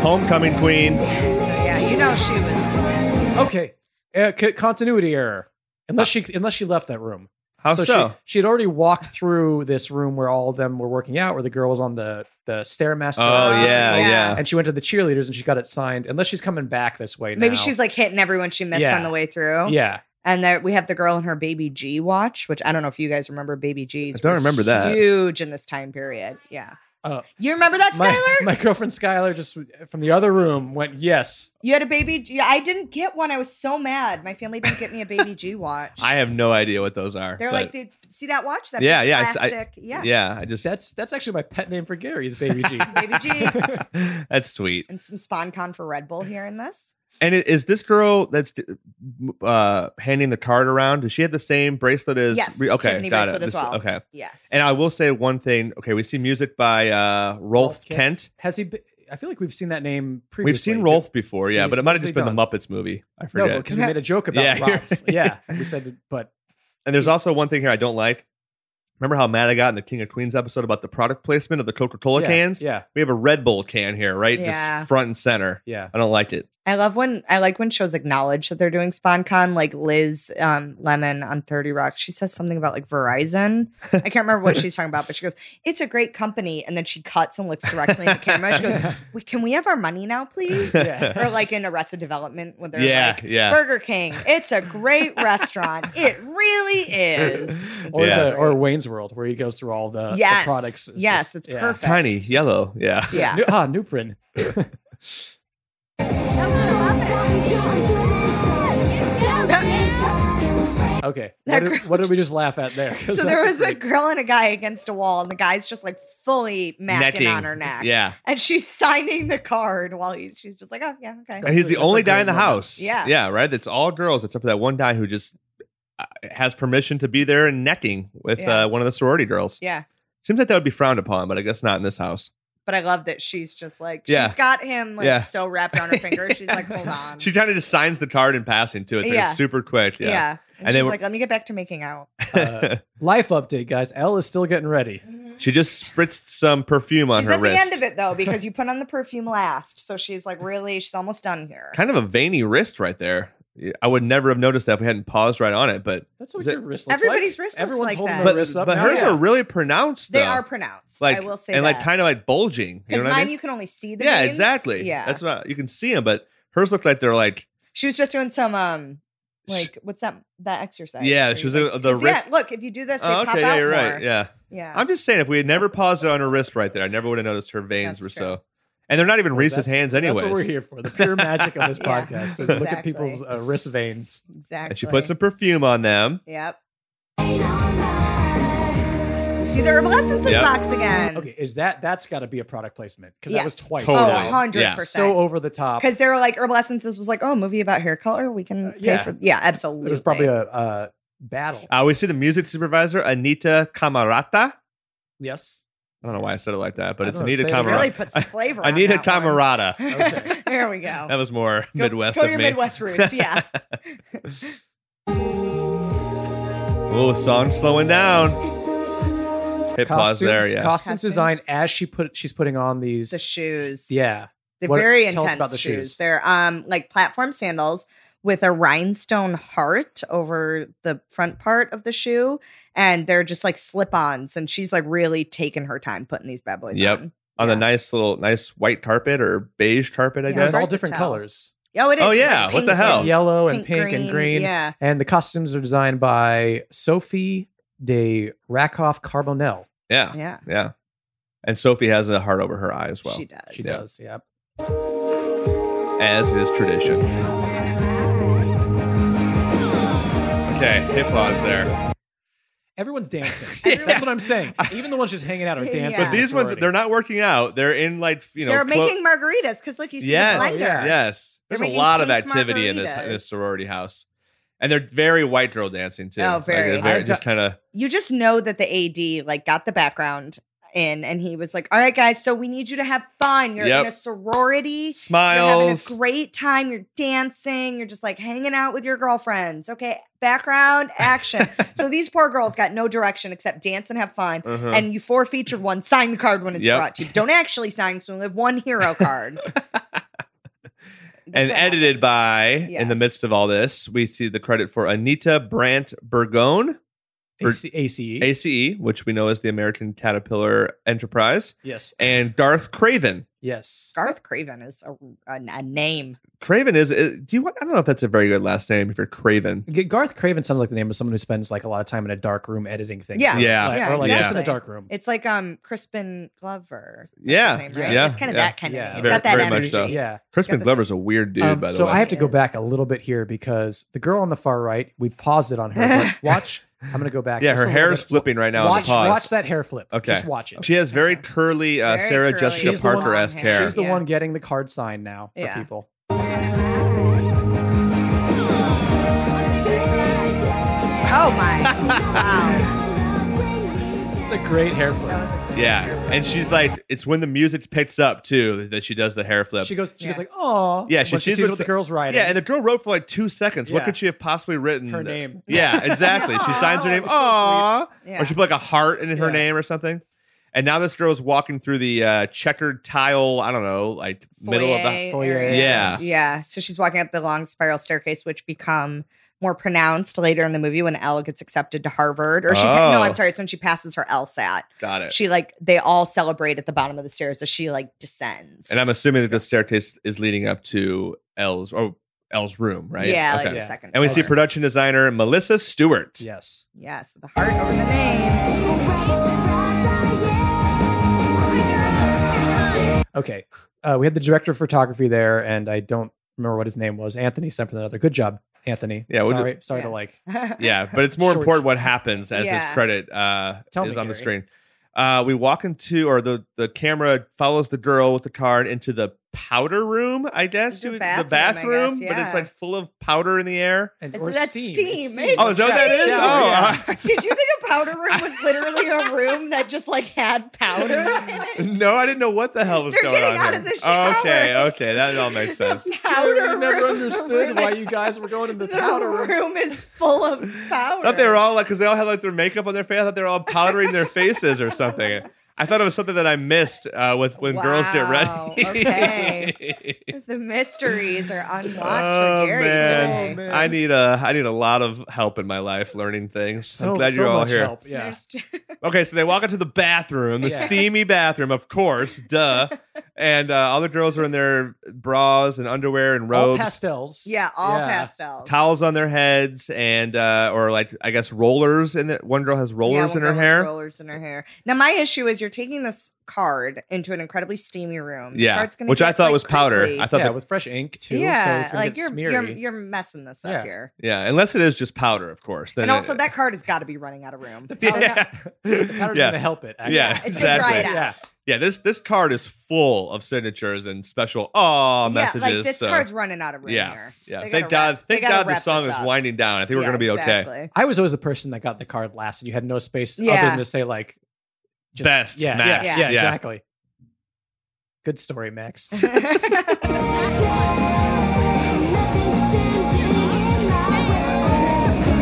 Speaker 2: Homecoming queen.
Speaker 1: Yeah, you know she was.
Speaker 4: Okay. Uh, c- continuity error. Unless
Speaker 2: Uh.
Speaker 4: she unless she left that room.
Speaker 2: How so?
Speaker 4: so, She, she had already walked through this room where all of them were working out, where the girl was on the the stairmaster.
Speaker 2: oh yeah,
Speaker 1: yeah.
Speaker 2: yeah.
Speaker 4: uh, And she went to the cheerleaders and she got it signed. Unless she's coming back this way.
Speaker 1: Maybe
Speaker 4: now.
Speaker 1: she's like hitting everyone she missed
Speaker 4: Yeah.
Speaker 1: on the way through.
Speaker 4: Yeah.
Speaker 1: And there we have the girl in her baby G watch, which I don't know if you guys remember baby G's.
Speaker 2: I don't
Speaker 1: were
Speaker 2: remember that.
Speaker 1: Huge in this time period. Yeah.
Speaker 4: Oh.
Speaker 1: you remember that,
Speaker 4: My,
Speaker 1: Skylar?
Speaker 4: my girlfriend Skylar just from the other room went yes.
Speaker 1: you had a baby. G- I didn't get one. I was so mad. My family didn't get me a baby G watch.
Speaker 2: I have no idea what those are.
Speaker 1: They're
Speaker 2: but-
Speaker 1: like, they, see that watch? That
Speaker 2: Yeah,
Speaker 1: big
Speaker 2: yeah, I s- I-
Speaker 1: plastic. yeah.
Speaker 2: yeah. I just
Speaker 4: That's that's actually my pet name for Gary is Baby G.
Speaker 1: Baby G.
Speaker 2: that's sweet.
Speaker 1: and some SponCon for Red Bull here in this.
Speaker 2: And i- is this girl that's uh handing the card around? Does she have the same bracelet as?
Speaker 1: Yes,
Speaker 2: re- okay,
Speaker 1: Tiffany
Speaker 2: got
Speaker 1: bracelet
Speaker 2: it.
Speaker 1: as well.
Speaker 2: Okay.
Speaker 1: Yes.
Speaker 2: And I will say one thing. Okay, we see music by uh Rolf
Speaker 4: Rolf Kent.
Speaker 2: Kent.
Speaker 4: Has he? Been, I feel like we've seen that name previously.
Speaker 2: We've seen Rolf before, yeah,
Speaker 4: he's
Speaker 2: but it might have just been
Speaker 4: previously
Speaker 2: the Muppets movie. I
Speaker 4: No,
Speaker 2: forget.
Speaker 4: because we made a joke about
Speaker 2: Yeah, you're
Speaker 4: Rolf.
Speaker 2: right.
Speaker 4: Yeah, we said, but
Speaker 2: and there's also one thing here I don't like. Remember how mad I got in the King of Queens episode about the product placement of the Coca-Cola
Speaker 4: yeah,
Speaker 2: cans?
Speaker 4: Yeah,
Speaker 2: We have a Red Bull can here, right?
Speaker 1: Yeah.
Speaker 2: Just front and center.
Speaker 4: yeah.
Speaker 2: I don't like it.
Speaker 1: I love when I like when shows acknowledge that they're doing SponCon, like Liz um, Lemon on 30 Rock. She says something about like Verizon. I can't remember what she's talking about, but she goes, It's a great company. And then she cuts and looks directly at the camera. She goes, "We- Can we have our money now, please?
Speaker 4: Yeah.
Speaker 1: Or like in Arrested Development when they're
Speaker 2: yeah,
Speaker 1: like,
Speaker 2: yeah.
Speaker 1: Burger King, it's a great restaurant. It really is. It's
Speaker 4: Or
Speaker 2: Yeah.
Speaker 4: the or
Speaker 1: great.
Speaker 4: Wayne's World, where he goes through all the, the
Speaker 1: Yes.
Speaker 4: products. It's
Speaker 1: Yes,
Speaker 4: just-
Speaker 1: it's
Speaker 4: yeah.
Speaker 1: perfect.
Speaker 2: Tiny, yellow. Yeah.
Speaker 1: yeah.
Speaker 4: New, ah, Nuprin. Okay, what
Speaker 1: That
Speaker 4: did,
Speaker 1: girl-
Speaker 4: what did we just laugh at there? 'Cause
Speaker 1: So there
Speaker 4: that's
Speaker 1: was a
Speaker 4: great-
Speaker 1: girl and a guy against a wall, and the guy's just like fully macking
Speaker 2: Necking.
Speaker 1: on her neck.
Speaker 2: Yeah.
Speaker 1: And she's signing the card while he's she's just like, oh yeah, okay.
Speaker 2: And he's the
Speaker 4: That's a
Speaker 2: only guy in the
Speaker 4: great moment.
Speaker 2: house.
Speaker 1: Yeah.
Speaker 2: Yeah, right? That's all girls except for that one guy who just uh, has permission to be there and necking with
Speaker 1: Yeah.
Speaker 2: uh, one of the sorority girls.
Speaker 1: Yeah.
Speaker 2: Seems like that would be frowned upon, but I guess not in this house.
Speaker 1: But I love that she's just like
Speaker 2: Yeah.
Speaker 1: she's got him like
Speaker 2: Yeah.
Speaker 1: so wrapped around her finger. She's like, hold on.
Speaker 2: She kind of just signs the card in passing too. It's like
Speaker 1: Um, Yeah.
Speaker 2: super quick.
Speaker 1: yeah.
Speaker 2: Yeah.
Speaker 1: And,
Speaker 2: And they
Speaker 1: she's
Speaker 2: were-
Speaker 1: like, let me get back to making out.
Speaker 4: Uh, life update, guys. Elle is still getting ready.
Speaker 2: she just spritzed some perfume Mm-hmm. on
Speaker 1: she's
Speaker 2: her
Speaker 1: at
Speaker 2: wrist.
Speaker 1: the end of it though, because you put on the perfume last. So she's like, really, she's almost done here.
Speaker 2: Kind of a veiny wrist right there. Yeah, I would never have noticed that if we hadn't paused right on it. But
Speaker 4: That's
Speaker 2: Is
Speaker 4: what
Speaker 2: it-
Speaker 4: your wrist looks
Speaker 1: Everybody's
Speaker 4: like.
Speaker 1: wrist looks
Speaker 4: Everyone's
Speaker 1: like
Speaker 4: holding
Speaker 1: that.
Speaker 4: their
Speaker 2: but,
Speaker 4: wrists up.
Speaker 2: but
Speaker 4: now.
Speaker 2: hers
Speaker 1: Yeah.
Speaker 2: are really pronounced.
Speaker 1: They
Speaker 2: though.
Speaker 1: are pronounced.
Speaker 2: like
Speaker 1: I will say
Speaker 2: and
Speaker 1: that.
Speaker 2: like kind of like bulging. You know
Speaker 1: because
Speaker 2: what
Speaker 1: mine
Speaker 2: I mean?
Speaker 1: you can only see the
Speaker 2: yeah,
Speaker 1: veins.
Speaker 2: exactly.
Speaker 1: Yeah,
Speaker 2: that's not you can see them, but hers looked like they're like
Speaker 1: she was just doing some um like what's that that exercise?
Speaker 2: Yeah,
Speaker 1: where
Speaker 2: she
Speaker 1: you,
Speaker 2: was
Speaker 1: like-
Speaker 2: doing the
Speaker 1: 'cause,
Speaker 2: wrist-
Speaker 1: Yeah, look if you do this, they
Speaker 2: oh,
Speaker 1: pop
Speaker 2: okay, yeah,
Speaker 1: out
Speaker 2: you're
Speaker 1: more.
Speaker 2: right, yeah.
Speaker 1: yeah.
Speaker 2: I'm just saying, if we had never paused it on her wrist right there, I never would have noticed her veins
Speaker 1: That's
Speaker 2: were
Speaker 1: true.
Speaker 2: so. And they're not even
Speaker 4: Well,
Speaker 2: Reese's
Speaker 4: that's-
Speaker 2: hands,
Speaker 4: That's what we're
Speaker 2: anyways.
Speaker 4: here for. The pure magic of this
Speaker 1: Yeah,
Speaker 4: podcast is look at
Speaker 1: exactly.
Speaker 4: people's uh, wrist veins.
Speaker 1: exactly.
Speaker 2: And she put some perfume on them.
Speaker 1: Yep.
Speaker 5: Ain't
Speaker 1: See the Reminiscences
Speaker 2: Yep.
Speaker 1: box again.
Speaker 4: Okay, is that that's got to be a product placement because that was
Speaker 1: Yes.
Speaker 4: twice.
Speaker 1: Oh,
Speaker 2: Totally.
Speaker 4: now.
Speaker 1: 100
Speaker 2: Yeah.
Speaker 1: percent.
Speaker 4: So over the top.
Speaker 1: because they were like herbal essences was like oh a movie about hair color we can
Speaker 4: Uh,
Speaker 1: pay
Speaker 4: yeah.
Speaker 1: for yeah absolutely
Speaker 4: There was probably a uh, battle.
Speaker 2: Uh, we see the music supervisor Anita Camarata.
Speaker 4: Yes.
Speaker 2: I don't know why I said it like that,
Speaker 4: I
Speaker 2: but it's
Speaker 4: don't know,
Speaker 2: Anita
Speaker 4: say it
Speaker 1: They
Speaker 4: again.
Speaker 2: Camarata.
Speaker 1: really put some flavor on
Speaker 2: Anita
Speaker 1: that one.
Speaker 2: Camarata.
Speaker 4: Okay.
Speaker 1: there we go
Speaker 2: That was more
Speaker 1: Oh. Go-
Speaker 2: Midwest
Speaker 1: go to
Speaker 2: of
Speaker 1: your
Speaker 2: me.
Speaker 1: midwest roots yeah
Speaker 2: Oh, song slowing down. Hit pause
Speaker 4: Costumes,
Speaker 2: there. Yeah.
Speaker 4: costumes,
Speaker 1: Costumes.
Speaker 4: design as she put she's putting on these.
Speaker 1: the shoes
Speaker 4: yeah.
Speaker 1: they're
Speaker 4: What-
Speaker 1: very
Speaker 4: tell us
Speaker 1: intense
Speaker 4: about the
Speaker 1: shoes.
Speaker 4: shoes.
Speaker 1: they're um like platform sandals with a rhinestone heart over the front part of the shoe and they're just like slip-ons and she's like really taking her time putting these bad boys
Speaker 2: Yep.
Speaker 1: on
Speaker 2: on
Speaker 1: Yeah.
Speaker 2: the nice little nice white carpet or beige carpet, I
Speaker 1: Yeah,
Speaker 4: It's
Speaker 2: guess.
Speaker 1: hard
Speaker 4: all
Speaker 1: to
Speaker 4: different
Speaker 1: tell.
Speaker 4: colors.
Speaker 1: oh it is
Speaker 2: Oh,
Speaker 1: It's
Speaker 2: yeah. What
Speaker 1: pink
Speaker 2: the hell?
Speaker 1: and
Speaker 4: Yellow and pink, and green.
Speaker 1: yeah
Speaker 4: And the costumes are designed by Sophie de Rakoff Carbonell.
Speaker 2: yeah,
Speaker 1: yeah
Speaker 2: yeah. And Sophie has a heart over her eye as well,
Speaker 1: she does
Speaker 4: She does. Yeah.
Speaker 2: as is tradition. Okay, hit pause there.
Speaker 4: Everyone's dancing.
Speaker 2: Yeah.
Speaker 4: That's what I'm saying. Even the ones just hanging out are dancing.
Speaker 1: Yeah.
Speaker 2: But these ones,
Speaker 4: Sorority.
Speaker 2: they're not working out. They're in like you know,
Speaker 1: they're
Speaker 2: clo-
Speaker 1: making margaritas because look, you see
Speaker 2: yes,
Speaker 1: the blender.
Speaker 4: yeah.
Speaker 2: yes.
Speaker 1: They're
Speaker 2: There's a
Speaker 1: making
Speaker 2: lot of
Speaker 1: pink
Speaker 2: activity in this, in this
Speaker 1: margaritas.
Speaker 2: sorority house, and they're very white girl dancing too.
Speaker 1: Oh,
Speaker 2: Like, they're
Speaker 1: very.
Speaker 2: very
Speaker 4: I've
Speaker 2: just kind of
Speaker 1: You just know that the AD like got the background in, and he was like, "All right, guys, so we need you to have fun. You're
Speaker 2: Yep.
Speaker 1: in a sorority. You're having
Speaker 2: smiles.
Speaker 1: a great time. You're dancing. You're just like hanging out with your girlfriends. Okay, background action. so these poor girls got no direction except dance and have fun.
Speaker 2: Uh-huh.
Speaker 1: And you four featured one, sign the card when it's
Speaker 2: Yep.
Speaker 1: brought to you. Don't actually sign, so we have one hero card. That's
Speaker 2: and
Speaker 1: what happened.
Speaker 2: edited by in the
Speaker 1: Yes.
Speaker 2: midst of all this we see the credit for anita brandt burgone
Speaker 4: AC, ACE.
Speaker 2: ace which we know as the american caterpillar enterprise
Speaker 4: Yes.
Speaker 2: and darth craven
Speaker 4: Yes.
Speaker 1: Garth Craven is a, a, a name.
Speaker 2: craven is is- do you i don't know if that's a very good last name if you're craven
Speaker 4: G- Garth Craven sounds like the name of someone who spends like a lot of time in a dark room editing things.
Speaker 1: Yeah.
Speaker 2: Yeah.
Speaker 4: Like-
Speaker 1: Yeah,
Speaker 4: or like just in
Speaker 1: exactly.
Speaker 4: a dark room.
Speaker 1: It's like um Crispin Glover. That's his
Speaker 2: Yeah,
Speaker 1: name, right?
Speaker 2: yeah,
Speaker 1: It's kind of
Speaker 2: yeah.
Speaker 1: that kind of
Speaker 4: Yeah.
Speaker 1: name. It's
Speaker 2: Very-
Speaker 1: got that
Speaker 2: very much
Speaker 1: energy.
Speaker 2: so.
Speaker 4: yeah.
Speaker 1: Got
Speaker 2: crispin
Speaker 1: this-
Speaker 2: glover's a weird dude
Speaker 4: Um,
Speaker 2: by the
Speaker 4: so
Speaker 2: way
Speaker 4: I have to go
Speaker 1: Yes.
Speaker 4: back a little bit here because the girl on the far right, we've paused it on her. But watch. I'm going to go back.
Speaker 2: yeah
Speaker 4: just
Speaker 2: her
Speaker 4: a
Speaker 2: hair
Speaker 4: little
Speaker 2: is
Speaker 4: bit.
Speaker 2: flipping right now
Speaker 4: Watch,
Speaker 2: on the
Speaker 4: watch
Speaker 2: pause
Speaker 4: that hair flip.
Speaker 2: Okay.
Speaker 4: Just watch it.
Speaker 2: she has very curly uh,
Speaker 1: Very
Speaker 2: sarah
Speaker 1: curly.
Speaker 2: jessica
Speaker 4: She's the one-
Speaker 2: parker-esque
Speaker 1: She's
Speaker 2: hair
Speaker 4: She's the
Speaker 1: Yeah.
Speaker 4: one getting the card sign now for
Speaker 1: Yeah.
Speaker 4: people.
Speaker 1: Oh my! wow.
Speaker 4: It's a great hair flip.
Speaker 2: yeah and she's like it's when the music picks up too that she does the hair flip
Speaker 4: She goes. She goes
Speaker 1: Yeah.
Speaker 4: like, oh.
Speaker 2: Yeah, she
Speaker 4: she
Speaker 2: sees
Speaker 4: sees
Speaker 2: what's-
Speaker 4: what the girl's writing.
Speaker 2: yeah, and the girl wrote for like two seconds. What
Speaker 4: Yeah.
Speaker 2: could she have possibly written?
Speaker 4: her name.
Speaker 2: Yeah, exactly. she signs
Speaker 1: Oh,
Speaker 2: her name.
Speaker 4: It was so
Speaker 2: Aww.
Speaker 1: Yeah.
Speaker 2: Or she put like a heart in her
Speaker 4: Yeah.
Speaker 2: name or something. And now this girl is walking through the uh, checkered tile. I don't know, like middle of the.
Speaker 4: Foyer.
Speaker 1: area.
Speaker 2: Yeah.
Speaker 1: Yeah. So she's walking up the long spiral staircase, which become more pronounced later in the movie when Elle gets accepted to Harvard. Or she pa-
Speaker 2: Oh. Uh,
Speaker 1: no, I'm sorry, it's when she passes her LSAT.
Speaker 2: Got it.
Speaker 1: She like they all celebrate at the bottom of the stairs as she like descends.
Speaker 2: and I'm assuming that the staircase is leading up to Elle's or Elle's room, right?
Speaker 1: Yeah,
Speaker 2: Okay.
Speaker 1: like
Speaker 4: Yeah.
Speaker 1: the second.
Speaker 2: and we see
Speaker 1: floor.
Speaker 2: production designer Melissa Stewart.
Speaker 4: Yes.
Speaker 1: Yes, with the heart over the name.
Speaker 4: Okay. Uh, we had the director of photography there, and I don't remember what his name was. Anthony sent for another. Good job, Anthony.
Speaker 2: Yeah, we'll do-
Speaker 4: Sorry. sorry to
Speaker 1: Yeah.
Speaker 4: like.
Speaker 2: Yeah, but it's more
Speaker 4: Short-
Speaker 2: important what happens as his
Speaker 1: Yeah.
Speaker 2: credit uh,
Speaker 4: Tell
Speaker 2: is
Speaker 4: me,
Speaker 2: on the
Speaker 4: Gary.
Speaker 2: screen. Uh, we walk into, or the the camera follows the girl with the card into the powder room. I guess
Speaker 1: The
Speaker 2: you would-
Speaker 1: bathroom, I
Speaker 2: the bathroom,
Speaker 1: guess,
Speaker 2: but it's
Speaker 1: yeah.
Speaker 2: like full of powder in the air.
Speaker 4: And,
Speaker 1: It's- that's steam.
Speaker 4: It's
Speaker 1: It's
Speaker 2: Oh, is that what that
Speaker 1: Yeah,
Speaker 2: is?
Speaker 1: yeah,
Speaker 2: oh,
Speaker 4: yeah.
Speaker 2: all right.
Speaker 1: Did you think a powder room was literally a room that just like had powder in it?
Speaker 2: No, I didn't know what the hell was
Speaker 1: They're
Speaker 2: going
Speaker 1: getting
Speaker 2: on.
Speaker 1: out of
Speaker 2: here.
Speaker 1: the shower.
Speaker 2: Okay, okay, that all makes sense.
Speaker 1: Powder
Speaker 4: I never
Speaker 1: room.
Speaker 4: understood why you
Speaker 1: is-
Speaker 4: guys were going in the
Speaker 1: The
Speaker 4: powder room.
Speaker 1: room is full of powder.
Speaker 2: I thought they were all like, because they all had like their makeup on their face. I thought they were all powdering their faces or something. I thought it was something that I missed uh, with when girls get
Speaker 1: Wow,
Speaker 2: ready.
Speaker 1: okay. the mysteries are unlocked
Speaker 2: Oh,
Speaker 1: for Gary
Speaker 2: man.
Speaker 1: today.
Speaker 4: Oh,
Speaker 2: I need a I need a lot of help in my life learning things. I'm glad you're all
Speaker 4: much
Speaker 2: here.
Speaker 4: help, Yeah.
Speaker 1: There's j-
Speaker 2: Okay, so they walk into the bathroom, the
Speaker 4: Yeah.
Speaker 2: steamy bathroom, of course, duh. And uh, all the girls are in their bras and underwear and
Speaker 4: All
Speaker 2: robes,
Speaker 4: pastels.
Speaker 1: yeah, all pastels.
Speaker 2: towels on their heads, and uh, or like I guess rollers. In the, one girl has
Speaker 1: Yeah,
Speaker 2: rollers
Speaker 1: one
Speaker 2: in her
Speaker 1: girl has
Speaker 2: hair.
Speaker 1: Rollers in her hair. Now my issue is you're taking this card into an incredibly steamy room. The
Speaker 2: yeah,
Speaker 1: card's gonna
Speaker 2: which
Speaker 1: get,
Speaker 2: I thought
Speaker 1: like,
Speaker 2: was powder.
Speaker 1: crinkly.
Speaker 2: I thought
Speaker 4: yeah,
Speaker 2: that
Speaker 4: with fresh ink too. so
Speaker 1: yeah,
Speaker 4: it's gonna
Speaker 1: like
Speaker 4: get
Speaker 1: you're,
Speaker 4: smeary.
Speaker 1: you're you're messing this up
Speaker 4: Yeah.
Speaker 1: here.
Speaker 2: yeah, unless it is just powder, of course. Then
Speaker 1: And
Speaker 2: it-
Speaker 1: also that card has got to be running out of room. Oh,
Speaker 2: yeah,
Speaker 4: the powder's
Speaker 2: yeah.
Speaker 4: gonna help it. Actually.
Speaker 2: Yeah,
Speaker 1: it's gonna dry it
Speaker 2: exactly.
Speaker 1: out.
Speaker 4: Yeah.
Speaker 2: yeah. This this card is full of signatures and special aw messages.
Speaker 1: Yeah, like this
Speaker 2: so
Speaker 1: card's running out of room
Speaker 2: Yeah,
Speaker 1: here.
Speaker 2: yeah,
Speaker 1: They
Speaker 2: thank
Speaker 1: gotta wrap-
Speaker 2: God, thank
Speaker 1: they gotta
Speaker 2: God, the
Speaker 1: wrap
Speaker 2: song
Speaker 1: this
Speaker 2: is
Speaker 1: up.
Speaker 2: winding down. I think we're
Speaker 1: Yeah,
Speaker 2: gonna be okay.
Speaker 1: exactly.
Speaker 4: I was always the person that got the card last, and you had no space other
Speaker 1: Yeah.
Speaker 4: than to say like just,
Speaker 2: Best,
Speaker 4: Yeah,
Speaker 2: Max,
Speaker 4: yeah,
Speaker 1: yeah.
Speaker 4: yeah,
Speaker 2: yeah.
Speaker 4: exactly. Good story, Max.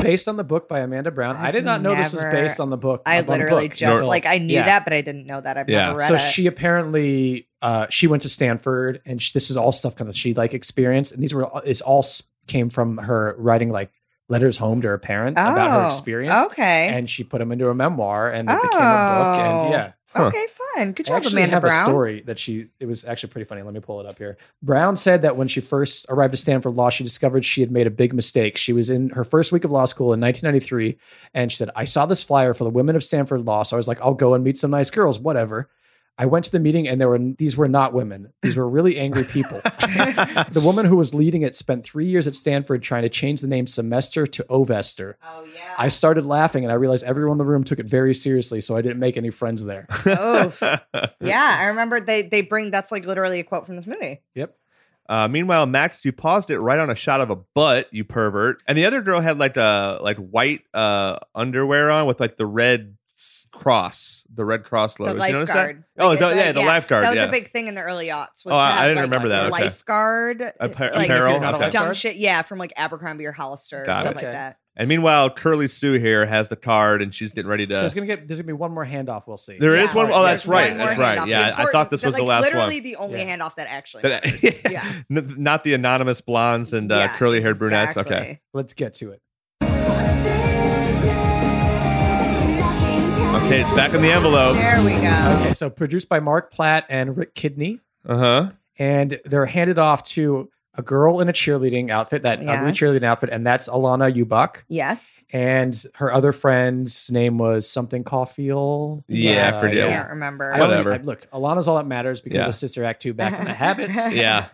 Speaker 4: based on the book by Amanda Brown. i
Speaker 1: I've
Speaker 4: did not know this was
Speaker 1: never-
Speaker 4: based on the book.
Speaker 1: I
Speaker 4: on the
Speaker 1: literally
Speaker 4: book.
Speaker 1: just
Speaker 4: So-
Speaker 1: like I knew
Speaker 4: Yeah.
Speaker 1: that, but I didn't know that. I've
Speaker 2: Yeah.
Speaker 1: never read
Speaker 4: So
Speaker 1: it.
Speaker 4: she apparently uh, she went to Stanford, and sh this is all stuff kind of she like experienced, and these were it's all s- came from her writing like letters home to her parents about her
Speaker 1: Oh,
Speaker 4: experience,
Speaker 1: Okay.
Speaker 4: and she put them into a memoir, and it became a book, and
Speaker 1: Oh.
Speaker 4: yeah.
Speaker 2: Huh.
Speaker 1: Okay, fun. Good
Speaker 4: I
Speaker 1: job,
Speaker 4: actually
Speaker 1: Amanda
Speaker 4: have
Speaker 1: Brown.
Speaker 4: a story that she. It was actually pretty funny. Let me pull it up here. Brown said that when she first arrived at Stanford Law, she discovered she had made a big mistake. She was in her first week of law school in 1993, and she said, "I saw this flyer for the women of Stanford Law, so I was like, I'll go and meet some nice girls, whatever." I went to the meeting, and there were these were not women; these were really angry people. the woman who was leading it spent three years at Stanford trying to change the name semester to Ovester.
Speaker 1: Oh yeah.
Speaker 4: I started laughing, and I realized everyone in the room took it very seriously, so I didn't make any friends there.
Speaker 1: Oof. yeah, I remember they they bring that's like literally a quote from this movie.
Speaker 2: Uh, meanwhile, Max, you paused it right on a shot of a butt, you pervert. And the other girl had like a like white uh underwear on with like the red s- cross, the red cross logo.
Speaker 1: the
Speaker 2: Did you notice that?
Speaker 1: lifeguard.
Speaker 2: Oh,
Speaker 1: Like,
Speaker 2: is that
Speaker 1: it's a-
Speaker 2: yeah, the lifeguard.
Speaker 1: That was
Speaker 2: yeah.
Speaker 1: a big thing in the early aughts. Was
Speaker 2: Oh,
Speaker 1: to
Speaker 2: I- I
Speaker 1: have,
Speaker 2: didn't
Speaker 1: like,
Speaker 2: remember that, okay.
Speaker 1: Lifeguard
Speaker 2: Appa-
Speaker 1: like,
Speaker 2: apparel.
Speaker 4: if you're not a
Speaker 2: Okay.
Speaker 1: dumb
Speaker 4: Lifeguard?
Speaker 1: shit. Yeah, from like Abercrombie or Hollister or
Speaker 2: Got
Speaker 1: stuff
Speaker 4: it.
Speaker 1: like
Speaker 4: Okay.
Speaker 1: that.
Speaker 2: And meanwhile, Curly Sue here has the card and she's getting ready to.
Speaker 4: There's gonna get there's gonna be one more handoff. We'll see.
Speaker 2: There
Speaker 1: is
Speaker 4: Yeah.
Speaker 2: one- oh, that's
Speaker 1: There's
Speaker 2: right,
Speaker 1: one
Speaker 2: that's
Speaker 1: more
Speaker 2: right.
Speaker 1: handoff.
Speaker 2: Yeah,
Speaker 1: The
Speaker 2: I- I thought this
Speaker 1: important-
Speaker 2: was the
Speaker 1: like,
Speaker 2: last
Speaker 1: literally the only
Speaker 4: Yeah.
Speaker 1: handoff that actually.
Speaker 2: That-
Speaker 1: matters. yeah.
Speaker 2: N- not the anonymous blondes and uh,
Speaker 1: Yeah,
Speaker 2: curly haired brunettes. Okay.
Speaker 1: exactly.
Speaker 4: Let's get to it.
Speaker 2: Okay, it's back in the envelope.
Speaker 1: There we go.
Speaker 4: Okay, so produced by Mark Platt and Rick Kidney,
Speaker 2: Uh huh.
Speaker 4: and they're handed off to a girl in a cheerleading outfit, that ugly
Speaker 1: Yes.
Speaker 4: cheerleading outfit, and that's Alana Ubach.
Speaker 1: Yes.
Speaker 4: And her other friend's name was something Caulfield.
Speaker 2: Yeah, I
Speaker 4: Uh,
Speaker 2: forget.
Speaker 1: I
Speaker 2: yeah.
Speaker 1: can't remember.
Speaker 4: I only-
Speaker 2: Whatever.
Speaker 4: I- look, Alana's all that matters because
Speaker 2: Yeah.
Speaker 4: of Sister Act Two back in the habits.
Speaker 2: Yeah.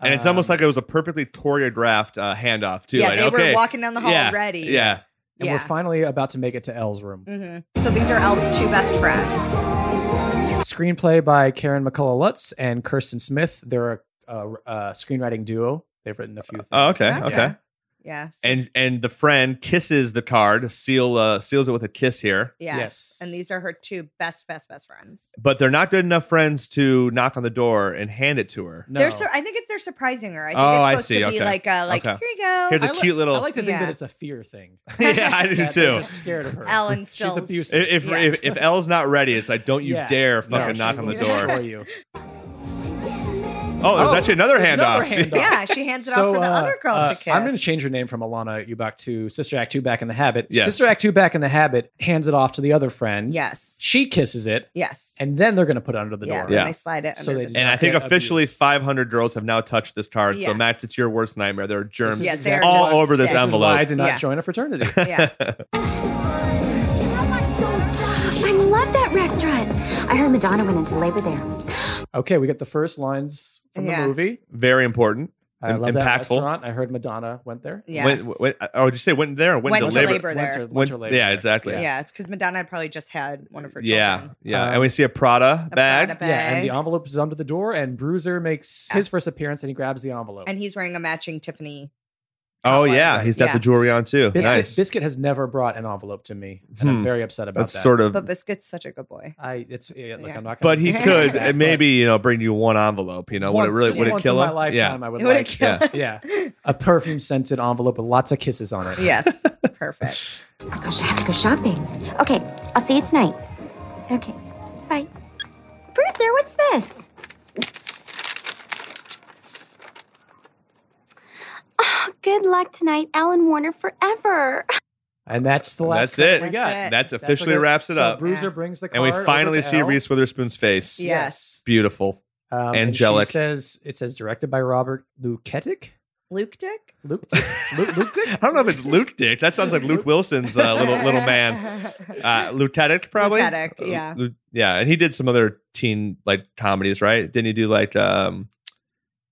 Speaker 2: And it's almost
Speaker 4: Um,
Speaker 2: like it was a perfectly choreographed uh, handoff, too.
Speaker 1: yeah,
Speaker 2: like,
Speaker 1: they
Speaker 2: okay.
Speaker 1: were walking down the hall
Speaker 2: yeah,
Speaker 1: already.
Speaker 2: yeah.
Speaker 4: and
Speaker 1: yeah.
Speaker 4: we're finally about to make it to Elle's room.
Speaker 1: Mhm. So these are Elle's two best friends.
Speaker 4: Screenplay by Karen McCullough Lutz and Kirsten Smith. They're a, a, a screenwriting duo. They've written a few. Things.
Speaker 2: Oh, okay.
Speaker 1: Yeah.
Speaker 2: Okay.
Speaker 4: Yeah.
Speaker 1: Yes.
Speaker 2: and and the friend kisses the card seal uh, seals it with a kiss here
Speaker 1: yes.
Speaker 4: yes.
Speaker 1: And these are her two best, best, best friends.
Speaker 2: but they're not good enough friends to knock on the door and hand it to her
Speaker 4: No.
Speaker 1: They're so. I think it, they're surprising her. I think
Speaker 2: Oh, I
Speaker 1: it's supposed
Speaker 2: see,
Speaker 1: to be
Speaker 2: okay.
Speaker 1: like, uh, like
Speaker 2: Okay.
Speaker 1: here you go.
Speaker 2: Here's a
Speaker 4: I li-
Speaker 2: cute little
Speaker 4: I like to think
Speaker 1: Yeah.
Speaker 4: that it's a fear thing.
Speaker 2: yeah i do
Speaker 4: that they're
Speaker 2: too
Speaker 4: just scared of her.
Speaker 1: Ellen still.
Speaker 4: She's abusive.
Speaker 2: if if,
Speaker 1: Yeah.
Speaker 2: if if L's not ready, it's like don't you
Speaker 4: Yeah.
Speaker 2: dare
Speaker 4: No,
Speaker 2: fucking
Speaker 4: she
Speaker 2: knock on the
Speaker 4: will
Speaker 2: door.
Speaker 4: destroy you.
Speaker 2: Oh, there's
Speaker 4: Oh,
Speaker 2: actually another
Speaker 4: there's
Speaker 2: handoff.
Speaker 4: another handoff.
Speaker 1: Yeah, she hands it off for the
Speaker 4: uh,
Speaker 1: other girl
Speaker 4: uh,
Speaker 1: to kiss.
Speaker 4: I'm going to change her name from Alana Ubach to Sister Act 2 Back in the Habit.
Speaker 2: Yes.
Speaker 4: Sister Act 2 Back in the Habit hands it off to the other friend.
Speaker 1: Yes.
Speaker 4: She kisses it,
Speaker 1: Yes.
Speaker 4: and then they're going to put it under the
Speaker 1: yeah.
Speaker 4: door.
Speaker 1: When
Speaker 2: Yeah.
Speaker 1: they slide it.
Speaker 4: So
Speaker 1: under
Speaker 4: they
Speaker 1: the
Speaker 4: did
Speaker 2: and
Speaker 1: door.
Speaker 2: I think
Speaker 4: Get
Speaker 2: officially
Speaker 4: abused.
Speaker 2: 500 girls have now touched this card. So
Speaker 1: Yeah.
Speaker 2: Max, it's your worst nightmare. There are germs.
Speaker 1: Yeah,
Speaker 4: exactly
Speaker 1: they're
Speaker 2: all
Speaker 1: just
Speaker 2: over this
Speaker 1: sick.
Speaker 4: This is why I
Speaker 2: envelope.
Speaker 4: did not
Speaker 1: Yeah.
Speaker 4: join a fraternity.
Speaker 1: Yeah.
Speaker 5: I love that restaurant. I heard Madonna went into labor there. Oh
Speaker 4: okay, we get the first lines from
Speaker 1: Yeah.
Speaker 4: the movie.
Speaker 2: Very important.
Speaker 4: I
Speaker 2: Im-
Speaker 4: love
Speaker 2: impactful.
Speaker 4: that restaurant. I went. I heard Madonna went there.
Speaker 1: Yes.
Speaker 2: Went, went, oh, did you say went there? Or went,
Speaker 1: Went
Speaker 2: to
Speaker 1: to
Speaker 2: labor.
Speaker 1: labor. there.
Speaker 4: Went to,
Speaker 2: Went-
Speaker 4: went to labor
Speaker 2: yeah,
Speaker 4: there.
Speaker 2: exactly.
Speaker 4: Yeah.
Speaker 1: yeah, because Madonna had probably just had one of her
Speaker 2: Yeah.
Speaker 1: children.
Speaker 2: Yeah.
Speaker 4: Um,
Speaker 2: and we see a Prada
Speaker 1: A
Speaker 2: bag.
Speaker 1: Prada
Speaker 4: Yeah, and the
Speaker 1: bag.
Speaker 4: envelope is under the door, and Bruiser makes
Speaker 1: Yeah.
Speaker 4: his first appearance, and he grabs the envelope.
Speaker 1: And he's wearing a matching Tiffany.
Speaker 2: Oh
Speaker 4: Hotline,
Speaker 2: yeah,
Speaker 4: right?
Speaker 2: he's got
Speaker 1: Yeah.
Speaker 2: the jewelry on too.
Speaker 4: Biscuit,
Speaker 2: nice.
Speaker 4: Biscuit has never brought an envelope to me, and
Speaker 2: Hmm.
Speaker 4: I'm very upset about
Speaker 2: That's
Speaker 4: that.
Speaker 2: sort of,
Speaker 1: But
Speaker 2: but,
Speaker 1: Biscuit's such a good boy.
Speaker 4: I it's yeah, look,
Speaker 1: Yeah.
Speaker 4: I'm not. Gonna
Speaker 2: he
Speaker 4: disagree
Speaker 2: could
Speaker 4: with that,
Speaker 2: and maybe you know bring you one envelope. You
Speaker 4: but
Speaker 2: know, would it
Speaker 4: once-
Speaker 2: really
Speaker 4: just
Speaker 2: would it
Speaker 4: once
Speaker 2: kill
Speaker 4: in
Speaker 2: him?
Speaker 4: my lifetime,
Speaker 2: yeah,
Speaker 4: I would
Speaker 1: It would have
Speaker 4: like-
Speaker 1: killed.
Speaker 4: yeah, a perfume scented envelope with lots of kisses on it.
Speaker 1: yes. Perfect.
Speaker 5: Oh my gosh, I have to go shopping. Okay, I'll see you tonight. Okay, bye. sister, what's this? Oh, good luck tonight, Alan Warner, forever.
Speaker 4: And that's the
Speaker 2: And
Speaker 4: last.
Speaker 2: that's
Speaker 4: card
Speaker 2: it.
Speaker 4: We
Speaker 1: That's
Speaker 4: got.
Speaker 1: it.
Speaker 2: That's
Speaker 4: That's
Speaker 2: officially
Speaker 4: what
Speaker 2: wraps it
Speaker 4: so
Speaker 2: up.
Speaker 4: Bruiser
Speaker 1: Yeah.
Speaker 4: brings the
Speaker 2: and
Speaker 4: card,
Speaker 2: we
Speaker 4: over
Speaker 2: finally
Speaker 4: to
Speaker 2: see
Speaker 4: Elle.
Speaker 2: Reese Witherspoon's face.
Speaker 1: Yeah. Yes.
Speaker 2: Beautiful.
Speaker 4: Um, and
Speaker 2: Angelic.
Speaker 4: she says it says directed by Robert Luketic.
Speaker 1: Luke Dick?
Speaker 4: Luke, Luke, Luke
Speaker 2: I don't know if it's Luke Dick. That sounds like Luke Wilson's uh, little little man. Uh, Lieutenant, probably.
Speaker 1: Lieutenant,
Speaker 2: Uh,
Speaker 1: yeah.
Speaker 2: Lu- yeah, and he did some other teen like comedies, right? Didn't he do like um,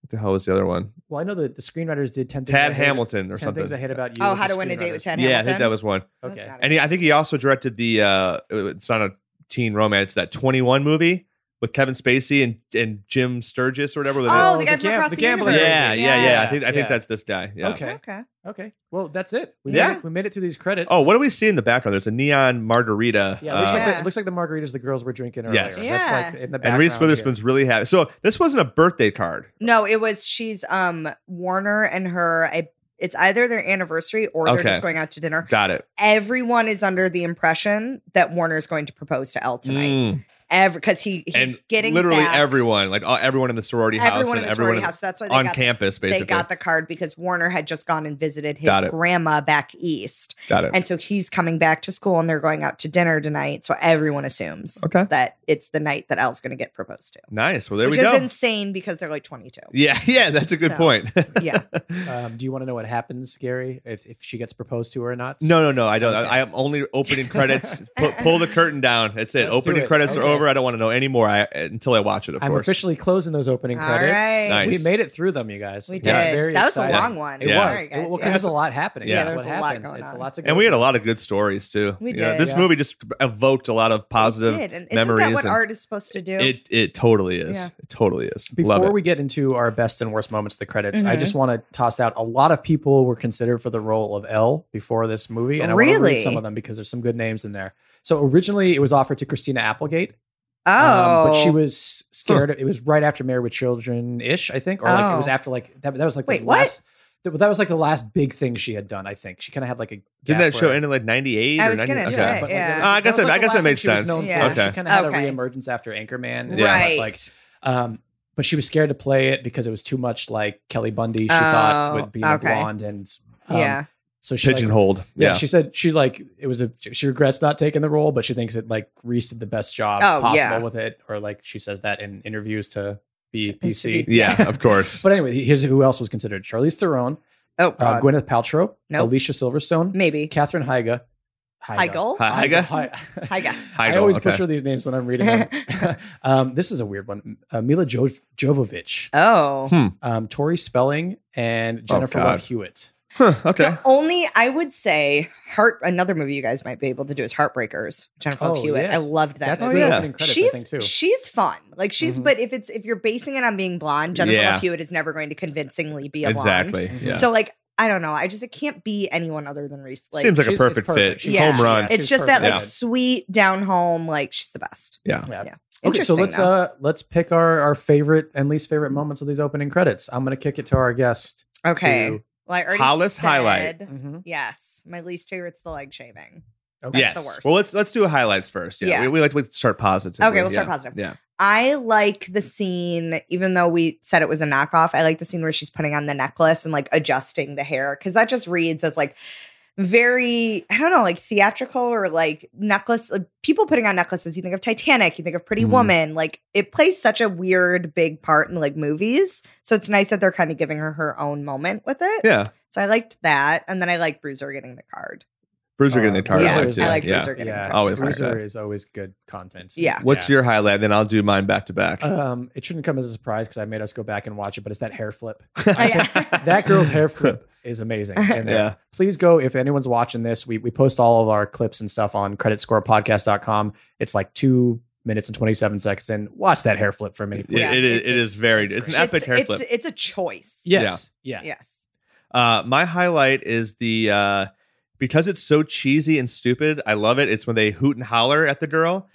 Speaker 2: what the hell was the other one?
Speaker 4: Well, I know that the screenwriters did ten. Things I
Speaker 2: Tad
Speaker 4: Hate-
Speaker 2: Hamilton or
Speaker 4: 10
Speaker 2: something.
Speaker 4: Things I hate about you.
Speaker 1: Oh,
Speaker 4: as
Speaker 1: How to Win a Date with
Speaker 4: screenwriters.
Speaker 1: Ted
Speaker 2: yeah, I think
Speaker 1: Hamilton?
Speaker 2: that was one.
Speaker 1: That's
Speaker 4: Okay.
Speaker 1: not
Speaker 2: And he, I think he also directed the uh, it's not a teen romance that Twenty One movie with Kevin Spacey and and Jim Sturgis or whatever. with
Speaker 1: Oh, the
Speaker 4: Oh, the
Speaker 1: guy from
Speaker 4: gam-
Speaker 1: across
Speaker 4: the
Speaker 1: the,
Speaker 4: gambler.
Speaker 2: it.
Speaker 1: universe.
Speaker 2: yeah, yeah, yeah. I think I think
Speaker 4: Yes.
Speaker 2: that's this guy. Yeah.
Speaker 4: Okay.
Speaker 1: Okay.
Speaker 4: Okay. Well, that's it. We
Speaker 2: Yeah.
Speaker 4: Made it. We made it through these credits.
Speaker 2: Oh, what do we see in the background? There's a neon margarita.
Speaker 4: Yeah, it looks,
Speaker 2: uh,
Speaker 4: like the,
Speaker 1: Yeah.
Speaker 4: it looks like the margaritas the girls were drinking earlier.
Speaker 2: Yes.
Speaker 4: That's like in the background.
Speaker 2: and Reese
Speaker 4: here.
Speaker 2: Witherspoon's really happy. So this wasn't a birthday card.
Speaker 1: No, it was she's um Warner and her I, it's either their anniversary or they're
Speaker 2: Okay.
Speaker 1: just going out to dinner.
Speaker 2: Got it.
Speaker 1: Everyone is under the impression that Warner's going to propose to Elle tonight.
Speaker 2: Mm.
Speaker 1: Every because he he's
Speaker 2: And
Speaker 1: getting
Speaker 2: literally
Speaker 1: back-
Speaker 2: everyone, like all, everyone in the sorority house
Speaker 1: everyone
Speaker 2: and
Speaker 1: in the
Speaker 2: everyone
Speaker 1: sorority house. That's why they
Speaker 2: on
Speaker 1: got
Speaker 2: campus,
Speaker 1: they
Speaker 2: basically.
Speaker 1: got the card because Warner had just gone and visited his
Speaker 2: Got it.
Speaker 1: grandma back east.
Speaker 2: Got it.
Speaker 1: And so he's coming back to school and they're going out to dinner tonight. So everyone assumes
Speaker 2: Okay.
Speaker 1: that it's the night that Elle's going to get proposed to.
Speaker 2: nice. Well, there
Speaker 1: which
Speaker 2: we go.
Speaker 1: is insane because they're like 22.
Speaker 2: yeah, yeah, that's a good
Speaker 1: So,
Speaker 2: point.
Speaker 1: yeah.
Speaker 4: Um, do you want to know what happens, Gary, if, if she gets proposed to or not?
Speaker 2: No, no, no. I don't.
Speaker 4: Okay.
Speaker 2: I, I am only opening credits. Pu- pull the curtain down. That's it.
Speaker 4: Let's do
Speaker 2: opening
Speaker 4: it.
Speaker 2: credits are
Speaker 4: Okay.
Speaker 2: over. I don't want to know anymore. I, until I watch it, of
Speaker 4: I'm
Speaker 2: course.
Speaker 4: officially closing those opening
Speaker 1: All
Speaker 4: credits.
Speaker 1: right.
Speaker 2: Nice.
Speaker 4: We made it through them, you guys.
Speaker 1: We did.
Speaker 2: That's
Speaker 4: very
Speaker 1: that was
Speaker 4: exciting.
Speaker 1: a long one.
Speaker 4: It
Speaker 2: Yeah.
Speaker 4: was.
Speaker 1: Sorry, guys.
Speaker 4: well, because
Speaker 1: Yeah.
Speaker 4: there's a lot happening.
Speaker 2: Yeah.
Speaker 4: That's
Speaker 1: There
Speaker 4: what
Speaker 1: was a lot
Speaker 4: happens.
Speaker 1: going
Speaker 4: It's a
Speaker 1: on.
Speaker 4: lot to go
Speaker 2: and we had a
Speaker 4: through.
Speaker 2: lot of good stories too.
Speaker 1: We
Speaker 2: You know,
Speaker 1: did.
Speaker 2: this
Speaker 4: Yeah.
Speaker 2: movie just evoked a lot of positive.
Speaker 1: It did. And isn't
Speaker 2: memories
Speaker 1: that what
Speaker 2: and-
Speaker 1: art is supposed to do?
Speaker 2: It it totally is.
Speaker 1: Yeah.
Speaker 2: It totally is. Love
Speaker 4: Before
Speaker 2: it.
Speaker 4: we get into our best and worst moments of the credits, I
Speaker 1: Mhm.
Speaker 4: just want to toss out a lot of people were considered for the role of L before this movie, and I want to
Speaker 1: Really?
Speaker 4: read some of them because there's some good names in there. So originally, it was offered to Christina Applegate,
Speaker 1: oh,
Speaker 4: Um, but she was scared. It was right after Married with Children ish, I think, or like it was
Speaker 1: Oh.
Speaker 4: after like that. That was like
Speaker 1: Wait,
Speaker 4: the
Speaker 1: what?
Speaker 4: last. That, that was like the last big thing she had done. I think she kind of had like a.
Speaker 2: Didn't
Speaker 4: gap
Speaker 2: that show
Speaker 4: where-
Speaker 2: end in like '98
Speaker 1: I
Speaker 2: or
Speaker 1: was gonna
Speaker 2: 90?
Speaker 1: say,
Speaker 2: Okay.
Speaker 1: but- yeah.
Speaker 4: that was-
Speaker 1: Uh, I
Speaker 4: that
Speaker 2: guess
Speaker 4: was,
Speaker 2: that-
Speaker 4: like,
Speaker 2: I
Speaker 4: the
Speaker 2: guess
Speaker 4: last
Speaker 2: that
Speaker 4: thing
Speaker 2: makes
Speaker 4: she was
Speaker 2: sense.
Speaker 4: known for.
Speaker 1: Yeah.
Speaker 4: She kind of had
Speaker 1: Okay.
Speaker 4: a reemergence after Anchorman, and
Speaker 1: Right.
Speaker 4: Like, um, but she was scared to play it because it was too much like Kelly Bundy. She thought
Speaker 1: Oh,
Speaker 4: would be
Speaker 1: okay.
Speaker 4: blonde and um,
Speaker 1: yeah.
Speaker 4: So she like,
Speaker 2: Pigeonholed.
Speaker 4: yeah,
Speaker 2: yeah.
Speaker 4: she said she like it was a she regrets not taking the role, but she thinks it like Reese did the best job
Speaker 1: Oh,
Speaker 4: possible
Speaker 1: yeah.
Speaker 4: with it, or like she says that in interviews to be
Speaker 1: be-
Speaker 4: PC.
Speaker 2: yeah, of course.
Speaker 4: But anyway, here's who else was considered: Charlize Theron,
Speaker 1: Oh,
Speaker 4: uh,
Speaker 1: God.
Speaker 4: Gwyneth Paltrow,
Speaker 1: Nope.
Speaker 4: Alicia Silverstone,
Speaker 1: maybe.
Speaker 4: Catherine Heiga,
Speaker 1: Heigl?
Speaker 2: Hi- Heiga?
Speaker 4: Heiga.
Speaker 1: Heiga.
Speaker 4: I
Speaker 2: Heiga,
Speaker 4: always
Speaker 2: okay.
Speaker 4: butcher these names when I'm reading them. um, this is a weird one. Uh, Mila jo- Jovovich,
Speaker 2: Uh,
Speaker 1: Oh.
Speaker 4: um, Tori Spelling, and Jennifer
Speaker 2: oh, God.
Speaker 4: Love Hewitt.
Speaker 2: Huh, okay.
Speaker 1: The only I would say heart another movie you guys might be able to do is Heartbreakers. Jennifer Love
Speaker 4: Oh,
Speaker 1: Hewitt. I
Speaker 4: yes.
Speaker 1: loved that.
Speaker 4: That's
Speaker 1: movie.
Speaker 4: good
Speaker 2: Oh, yeah.
Speaker 4: opening credits, I think, too.
Speaker 1: she's she's fun. Like she's
Speaker 4: Mhm.
Speaker 1: but if it's if you're basing it on being blonde, Jennifer
Speaker 2: Yeah.
Speaker 1: Love Hewitt is never going to convincingly be a blonde.
Speaker 2: Exactly.
Speaker 4: Mhm.
Speaker 2: Yeah.
Speaker 1: So like I don't know. I just it can't be anyone other than Reese. Like,
Speaker 2: Seems like a
Speaker 4: She's- it's
Speaker 2: perfect fit.
Speaker 4: perfect.
Speaker 1: She's- Yeah.
Speaker 2: Home run.
Speaker 4: Yeah.
Speaker 1: it's
Speaker 4: she's
Speaker 1: just that like
Speaker 4: perfect.
Speaker 1: sweet down home. Like she's the best.
Speaker 4: Yeah.
Speaker 1: Yeah.
Speaker 4: Okay, so
Speaker 1: Interesting,
Speaker 4: let's
Speaker 1: though.
Speaker 4: uh let's pick our our favorite and least favorite moments of these opening credits. I'm gonna kick it to our guest.
Speaker 1: okay.
Speaker 4: to-
Speaker 1: Well, I already
Speaker 2: Hollis
Speaker 1: said,
Speaker 2: highlight.
Speaker 1: Mm-hmm. Yes, my least favorite's the leg shaving.
Speaker 4: Okay.
Speaker 1: That's
Speaker 2: Yes.
Speaker 1: the worst.
Speaker 2: Well, let's let's do highlights first. Yeah.
Speaker 1: Yeah.
Speaker 2: We, we like to start positive.
Speaker 1: Okay, we'll start positive.
Speaker 2: Yeah.
Speaker 1: I like the scene, even though we said it was a knockoff. I like the scene where she's putting on the necklace and like adjusting the hair because that just reads as like very, I don't know, like theatrical or like necklace. like, people putting on necklaces, you think of Titanic, you think of Pretty
Speaker 2: Mhm.
Speaker 1: Woman. Like it plays such a weird big part in like movies. So it's nice that they're kind of giving her her own moment with it.
Speaker 2: Yeah.
Speaker 1: So I liked that. And then I like Bruiser getting the card.
Speaker 4: Uh,
Speaker 2: Bruiser getting the card.
Speaker 1: yeah,
Speaker 2: I like
Speaker 1: Bruiser
Speaker 2: too.
Speaker 1: I like
Speaker 2: yeah.
Speaker 1: Bruiser. getting
Speaker 4: yeah,
Speaker 1: credit.
Speaker 2: Always like
Speaker 4: Bruiser
Speaker 2: that.
Speaker 4: is always good content.
Speaker 1: Yeah.
Speaker 2: What's your highlight? Then I'll do mine back to back.
Speaker 4: um it shouldn't come as a surprise because I made us go back and watch it, but it's that hair flip.
Speaker 1: yeah.
Speaker 4: That girl's hair flip is amazing. And uh,
Speaker 2: Yeah.
Speaker 4: please go if anyone's watching this, we we post all of our clips and stuff on creditscorepodcast.com. It's like two minutes and 27 seconds and watch that hair flip for me. please.
Speaker 1: Yeah,
Speaker 2: it is.
Speaker 1: it's-
Speaker 2: It is very. It's,
Speaker 4: it's
Speaker 2: an
Speaker 4: great.
Speaker 2: epic hair
Speaker 1: it's,
Speaker 2: flip.
Speaker 1: It's a choice.
Speaker 4: Yes. Yeah.
Speaker 1: Yes.
Speaker 2: Uh, my highlight is the uh, because it's so cheesy and stupid, I love it. It's when they hoot and holler at the girl.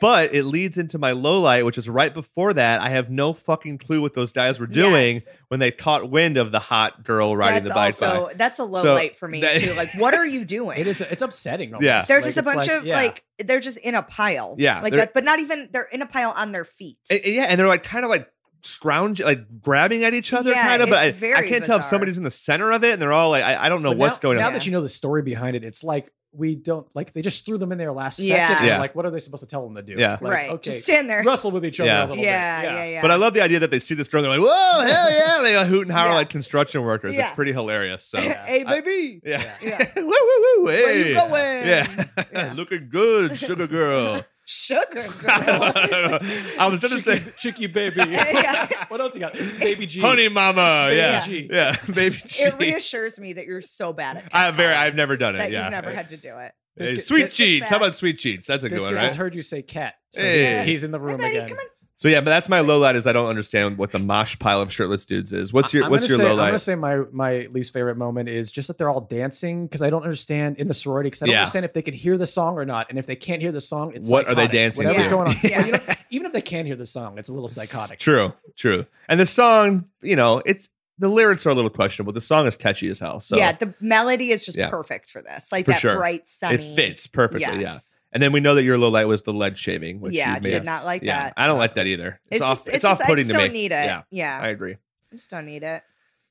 Speaker 2: But it leads into my low light, which is right before that. I have no fucking clue what those guys were doing
Speaker 1: Yes.
Speaker 2: when they caught wind of the hot girl riding
Speaker 1: that's
Speaker 2: the bike
Speaker 1: also
Speaker 2: by.
Speaker 1: that's a low
Speaker 2: So
Speaker 1: light for me
Speaker 2: that-
Speaker 1: too. Like, what are you doing?
Speaker 4: It is. It's upsetting. Almost.
Speaker 2: Yeah.
Speaker 1: They're
Speaker 4: Like,
Speaker 1: just a
Speaker 4: it's
Speaker 1: bunch of
Speaker 4: yeah.
Speaker 1: like they're just in a pile.
Speaker 2: Yeah,
Speaker 1: like
Speaker 2: they're-
Speaker 1: that, but not even they're in a pile on their feet.
Speaker 2: And- and yeah, and they're like kind of like scrounge, like grabbing at each other,
Speaker 1: Yeah,
Speaker 2: kind of. But I,
Speaker 1: it's very
Speaker 2: I can't tell if
Speaker 1: bizarre.
Speaker 2: somebody's in the center of it, and they're all like, I, I don't know
Speaker 4: But
Speaker 2: what's
Speaker 4: now,
Speaker 2: going
Speaker 4: now
Speaker 2: on.
Speaker 1: Yeah.
Speaker 4: that you know the story behind it, it's like we don't like they just threw them in there last
Speaker 1: Yeah.
Speaker 4: second. and
Speaker 2: Yeah.
Speaker 4: Like, what are they supposed to tell them to do?
Speaker 2: Yeah.
Speaker 4: Like,
Speaker 1: right,
Speaker 4: Okay.
Speaker 1: just stand there.
Speaker 4: wrestle with each other
Speaker 2: Yeah.
Speaker 4: a little
Speaker 1: yeah,
Speaker 4: bit.
Speaker 1: yeah, yeah,
Speaker 2: But I love the idea that they see this girl and they're like, whoa, hell yeah. They uh, hoot and holler
Speaker 1: Yeah.
Speaker 2: like construction workers.
Speaker 1: Yeah.
Speaker 2: It's pretty hilarious. So, yeah.
Speaker 4: Yeah.
Speaker 1: hey, baby.
Speaker 2: yeah.
Speaker 1: Yeah.
Speaker 2: woo, woo, woo.
Speaker 1: Where you
Speaker 2: hey.
Speaker 1: going?
Speaker 2: Yeah.
Speaker 1: Yeah.
Speaker 2: Looking good, sugar girl.
Speaker 1: Sugar girl.
Speaker 2: I was going to say,
Speaker 4: Chicky, chicky baby.
Speaker 1: Yeah.
Speaker 4: what else you got? Baby G.
Speaker 2: honey mama.
Speaker 4: Baby
Speaker 2: yeah.
Speaker 4: G.
Speaker 2: Yeah. Baby G.
Speaker 1: it reassures me that you're so bad at
Speaker 2: I very, I've
Speaker 1: kindergarten
Speaker 2: never done it.
Speaker 1: that
Speaker 2: yeah.
Speaker 1: you've never had to do it.
Speaker 2: Hey,
Speaker 4: Biscuit-
Speaker 2: sweet
Speaker 1: biscuit
Speaker 2: cheats. How
Speaker 1: fat.
Speaker 2: about sweet cheats? That's a
Speaker 4: This
Speaker 2: good
Speaker 4: guy
Speaker 2: one,
Speaker 4: just
Speaker 2: right?
Speaker 4: heard you say cat, so
Speaker 2: Hey.
Speaker 4: he's, he's in the room
Speaker 1: Hey, buddy,
Speaker 4: again.
Speaker 1: come on.
Speaker 2: So yeah, but that's my low light is I don't understand what the mosh pile of shirtless dudes is. What's your
Speaker 4: I- I'm
Speaker 2: what's your
Speaker 4: gonna say,
Speaker 2: low
Speaker 4: I'm gonna
Speaker 2: light?
Speaker 4: say my my least favorite moment is just that they're all dancing because I don't understand in the sorority because I don't
Speaker 2: Yeah.
Speaker 4: understand if they can hear the song or not, and if they can't hear the song, it's
Speaker 2: What are they
Speaker 4: psychotic.
Speaker 2: dancing
Speaker 4: Whatever's
Speaker 1: to?
Speaker 4: going on,
Speaker 1: Yeah.
Speaker 4: But you know, even if they can hear the song, it's a little psychotic.
Speaker 2: True, true. And the song, you know, it's the lyrics are a little questionable. The song is catchy as hell. So
Speaker 1: yeah, the melody is just
Speaker 2: Yeah.
Speaker 1: perfect for this. Like
Speaker 2: For
Speaker 1: that
Speaker 2: sure.
Speaker 1: bright
Speaker 2: it
Speaker 1: sunny.
Speaker 2: fits perfectly. Yeah. And then we know that your low light was the lead shaving, which
Speaker 1: Yeah,
Speaker 2: you made
Speaker 1: did
Speaker 2: us-
Speaker 1: not like
Speaker 2: yeah,
Speaker 1: that.
Speaker 2: I don't like that either. It's,
Speaker 1: It's,
Speaker 2: off
Speaker 1: just,
Speaker 2: it's,
Speaker 1: it's, just, I
Speaker 2: off-putting
Speaker 1: just
Speaker 2: to me.
Speaker 1: don't need it.
Speaker 2: Yeah,
Speaker 1: Yeah.
Speaker 2: I agree.
Speaker 1: I just don't need it.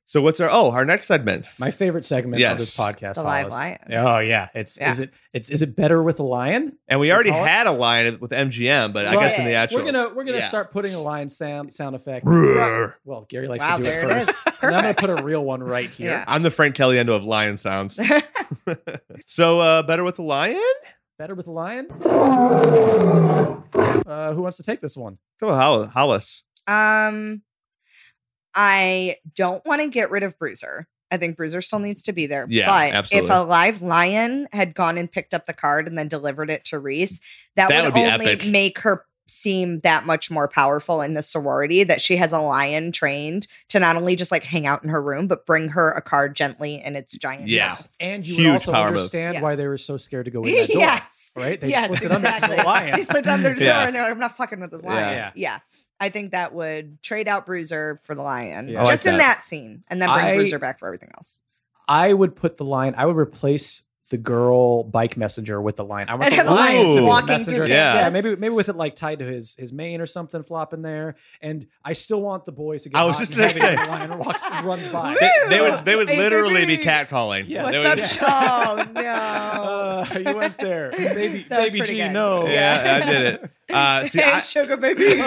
Speaker 2: So what's our oh, our next segment.
Speaker 4: My favorite segment of this
Speaker 2: Yes.
Speaker 4: podcast,
Speaker 1: The live
Speaker 4: Hollis.
Speaker 1: lion.
Speaker 4: Oh yeah, it's
Speaker 1: Yeah.
Speaker 4: is it it's is it better with a lion?
Speaker 2: And we already
Speaker 4: call it?
Speaker 2: had a line with MGM, but I
Speaker 4: Right.
Speaker 2: guess in the actual
Speaker 4: We're gonna we're gonna
Speaker 2: Yeah.
Speaker 4: start putting a lion sound sound effect.
Speaker 2: Brrr.
Speaker 4: Well, Gary likes
Speaker 1: Wow,
Speaker 4: to do it
Speaker 1: there it is.
Speaker 4: first. and I'm gonna put a real one right here.
Speaker 1: Yeah.
Speaker 2: I'm the Frank Caliendo of lion sounds. so uh better with a lion?
Speaker 4: Better with a lion. Uh, who wants to take this one?
Speaker 2: Come on, Hol- Hollis.
Speaker 1: Um, I don't want to get rid of Bruiser. I think Bruiser still needs to be there.
Speaker 2: Yeah,
Speaker 1: but
Speaker 2: absolutely.
Speaker 1: if a live lion had gone and picked up the card and then delivered it to Reese, that,
Speaker 2: That
Speaker 1: would,
Speaker 2: would be
Speaker 1: only
Speaker 2: epic.
Speaker 1: make her seem that much more powerful in the sorority that she has a lion trained to not only just like hang out in her room, but bring her a card gently in its giant
Speaker 2: Yeah.
Speaker 1: mouth.
Speaker 4: And you
Speaker 2: Huge
Speaker 4: would also
Speaker 2: power move.
Speaker 4: understand why
Speaker 1: Yes.
Speaker 4: they were so scared to go in that door.
Speaker 1: yes.
Speaker 4: Right? They
Speaker 1: yes,
Speaker 4: slipped it under
Speaker 1: exactly.
Speaker 4: because of the lion.
Speaker 1: They slipped under the
Speaker 2: Yeah.
Speaker 1: door and they're like, I'm not fucking with this
Speaker 2: Yeah.
Speaker 1: lion.
Speaker 4: Yeah.
Speaker 1: Yeah. I think that would trade out Bruiser for the lion.
Speaker 4: Yeah. I like
Speaker 1: Just in
Speaker 2: that.
Speaker 1: that scene. And then bring
Speaker 4: I-
Speaker 1: Bruiser back for everything else.
Speaker 4: I would put the line, I would replace the girl bike messenger with the lion. I want
Speaker 1: I'd
Speaker 4: the
Speaker 1: have a
Speaker 2: lion
Speaker 4: to be the
Speaker 2: walking
Speaker 1: through
Speaker 4: messenger.
Speaker 2: Yeah.
Speaker 4: yeah,
Speaker 1: campus.
Speaker 4: maybe maybe with it like tied to his his mane or something flopping there. And I still want the boys to get
Speaker 2: I was
Speaker 4: hot
Speaker 2: just
Speaker 4: and
Speaker 2: gonna
Speaker 4: heavy when
Speaker 2: say.
Speaker 4: the lion walks runs by.
Speaker 1: Woo!
Speaker 2: They, they would they would
Speaker 1: Hey,
Speaker 2: literally be
Speaker 1: baby.
Speaker 2: catcalling.
Speaker 4: Yeah.
Speaker 2: They
Speaker 1: What's
Speaker 2: would-
Speaker 1: up, show?
Speaker 4: Uh,
Speaker 1: No.
Speaker 4: you went there. Baby,
Speaker 1: That was
Speaker 4: baby
Speaker 1: pretty
Speaker 4: G,
Speaker 1: good.
Speaker 4: no.
Speaker 2: Yeah, I did it. Uh, see,
Speaker 1: hey,
Speaker 2: I,
Speaker 1: sugar baby.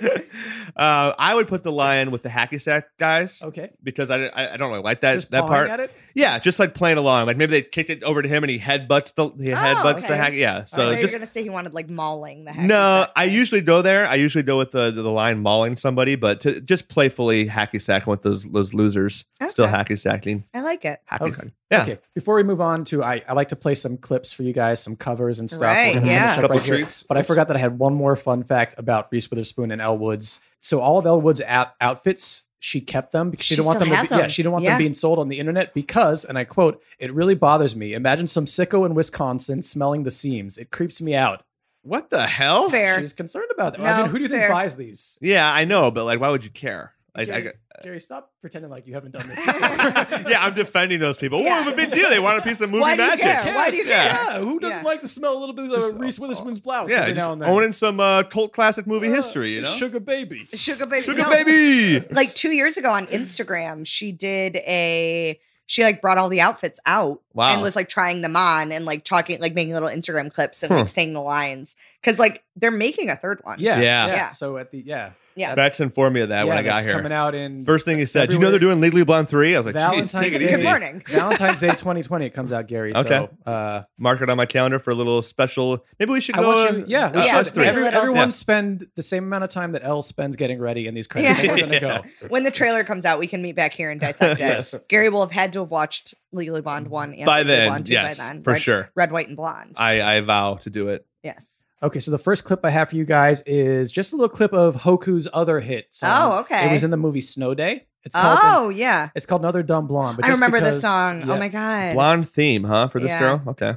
Speaker 2: uh, I would put the lion with the hacky sack guys
Speaker 1: Oh.
Speaker 4: Okay.
Speaker 2: because I, I, I don't really like that
Speaker 4: Just
Speaker 2: that
Speaker 4: pawing
Speaker 2: part.
Speaker 4: At it?
Speaker 2: Yeah, just like playing along. Like maybe they kick it over to him and he headbutts the he headbutts the
Speaker 1: Oh, okay.
Speaker 2: hack. Yeah,
Speaker 1: I
Speaker 2: so
Speaker 1: thought you were
Speaker 2: just
Speaker 1: going to say he wanted like mauling the heck.
Speaker 2: no. I
Speaker 1: usually
Speaker 2: usually go there. I usually go with the the line mauling somebody, but to just playfully hacky sack with those those losers. Still
Speaker 1: Okay.
Speaker 2: hacky sacking.
Speaker 1: I like it.
Speaker 2: Hacky
Speaker 4: Okay.
Speaker 2: sack. Yeah.
Speaker 4: Oh, Okay. Before we move on to, I, I like to play some clips for you guys, some covers and stuff. We're
Speaker 1: Right,
Speaker 4: gonna finish
Speaker 1: yeah.
Speaker 4: up
Speaker 2: Couple
Speaker 4: right here.
Speaker 2: treats.
Speaker 4: But I forgot that I had one more fun fact about Reese Witherspoon and Elle Woods. So all of Elle Woods' out- outfits, she kept them because she,
Speaker 1: She
Speaker 4: didn't want
Speaker 1: still
Speaker 4: them. To
Speaker 1: has
Speaker 4: be, Yeah,
Speaker 1: them.
Speaker 4: she didn't want them
Speaker 1: Yeah.
Speaker 4: being sold on the internet because, and I quote, "It really bothers me. Imagine some sicko in Wisconsin smelling the seams. It creeps me out."
Speaker 2: What the hell?
Speaker 1: Fair.
Speaker 4: She's concerned about that. I
Speaker 1: No,
Speaker 4: mean, who do you think
Speaker 1: fair.
Speaker 4: buys these?
Speaker 2: Yeah, I know, but like, why would you care? Like, I,
Speaker 4: Gary, Gary, stop pretending like you haven't done this.
Speaker 2: got-
Speaker 4: Before.
Speaker 2: yeah, I'm defending those people.
Speaker 1: Yeah.
Speaker 2: What a big deal? They want a piece of movie
Speaker 1: Why do you
Speaker 2: magic.
Speaker 1: care? Why do you
Speaker 2: Yeah.
Speaker 1: care?
Speaker 4: Yeah, who doesn't
Speaker 1: Yeah.
Speaker 4: like to smell a little bit of
Speaker 2: Just,
Speaker 4: Reese
Speaker 2: uh,
Speaker 4: Witherspoon's blouse
Speaker 2: Yeah,
Speaker 4: every
Speaker 2: just
Speaker 4: now and then?
Speaker 2: owning some uh, cult classic movie
Speaker 4: Uh,
Speaker 2: history, you know? Sugar,
Speaker 4: Sugar Baby.
Speaker 1: Sugar baby. no.
Speaker 2: Baby!
Speaker 1: Like two years ago on Instagram, she did a. She like brought all the outfits out
Speaker 2: Wow.
Speaker 1: and was like trying them on and like talking, like making little Instagram clips and
Speaker 2: Huh.
Speaker 1: like saying the lines because like they're making a third one.
Speaker 4: Yeah,
Speaker 2: Yeah.
Speaker 4: yeah.
Speaker 1: Yeah.
Speaker 4: So at the yeah,
Speaker 1: yeah.
Speaker 2: Bex informed me of that
Speaker 4: yeah,
Speaker 2: when I got
Speaker 4: that's
Speaker 2: here.
Speaker 4: coming out in
Speaker 2: First thing he said, "Do you know
Speaker 4: February.
Speaker 2: they're doing Legally Blonde 3? I was like, "Geez,
Speaker 4: Valentine's
Speaker 2: take it
Speaker 4: Day.
Speaker 1: Good
Speaker 2: easy."
Speaker 1: morning.
Speaker 4: Valentine's Day 2020 it comes out, Gary.
Speaker 2: Okay.
Speaker 4: So uh,
Speaker 2: Mark it on my calendar for a little special. Maybe we should
Speaker 4: I
Speaker 2: go.
Speaker 4: want you,
Speaker 2: uh,
Speaker 4: yeah, we
Speaker 2: uh,
Speaker 1: Yeah,
Speaker 2: us
Speaker 4: should.
Speaker 2: three.
Speaker 1: maybe-
Speaker 4: Every,
Speaker 1: little-
Speaker 4: everyone
Speaker 2: Yeah.
Speaker 4: spend the same amount of time that Elle spends getting ready in these credits.
Speaker 1: Yeah.
Speaker 4: We're gonna go.
Speaker 1: When the trailer comes out, we can meet back here and dissect
Speaker 4: Yes.
Speaker 1: it. Gary will have had to have watched Legally Blonde one and
Speaker 2: By
Speaker 1: Legally
Speaker 2: then,
Speaker 1: Blonde 2
Speaker 2: yes,
Speaker 1: by then,
Speaker 2: for
Speaker 1: Red-
Speaker 2: sure.
Speaker 1: Red, white, and blonde.
Speaker 2: I, I vow to do it.
Speaker 1: yes.
Speaker 4: Okay, so the first clip I have for you guys is just a little clip of Hoku's other hit song.
Speaker 1: Oh, okay.
Speaker 4: It was in the movie Snow Day. It's called an-
Speaker 1: Oh yeah,
Speaker 4: it's called Another Dumb Blonde. But
Speaker 1: I
Speaker 4: just
Speaker 1: remember this
Speaker 4: because-
Speaker 1: song.
Speaker 4: yeah.
Speaker 1: Oh my god.
Speaker 2: Blonde theme, huh? For this
Speaker 1: Yeah.
Speaker 2: girl? Okay.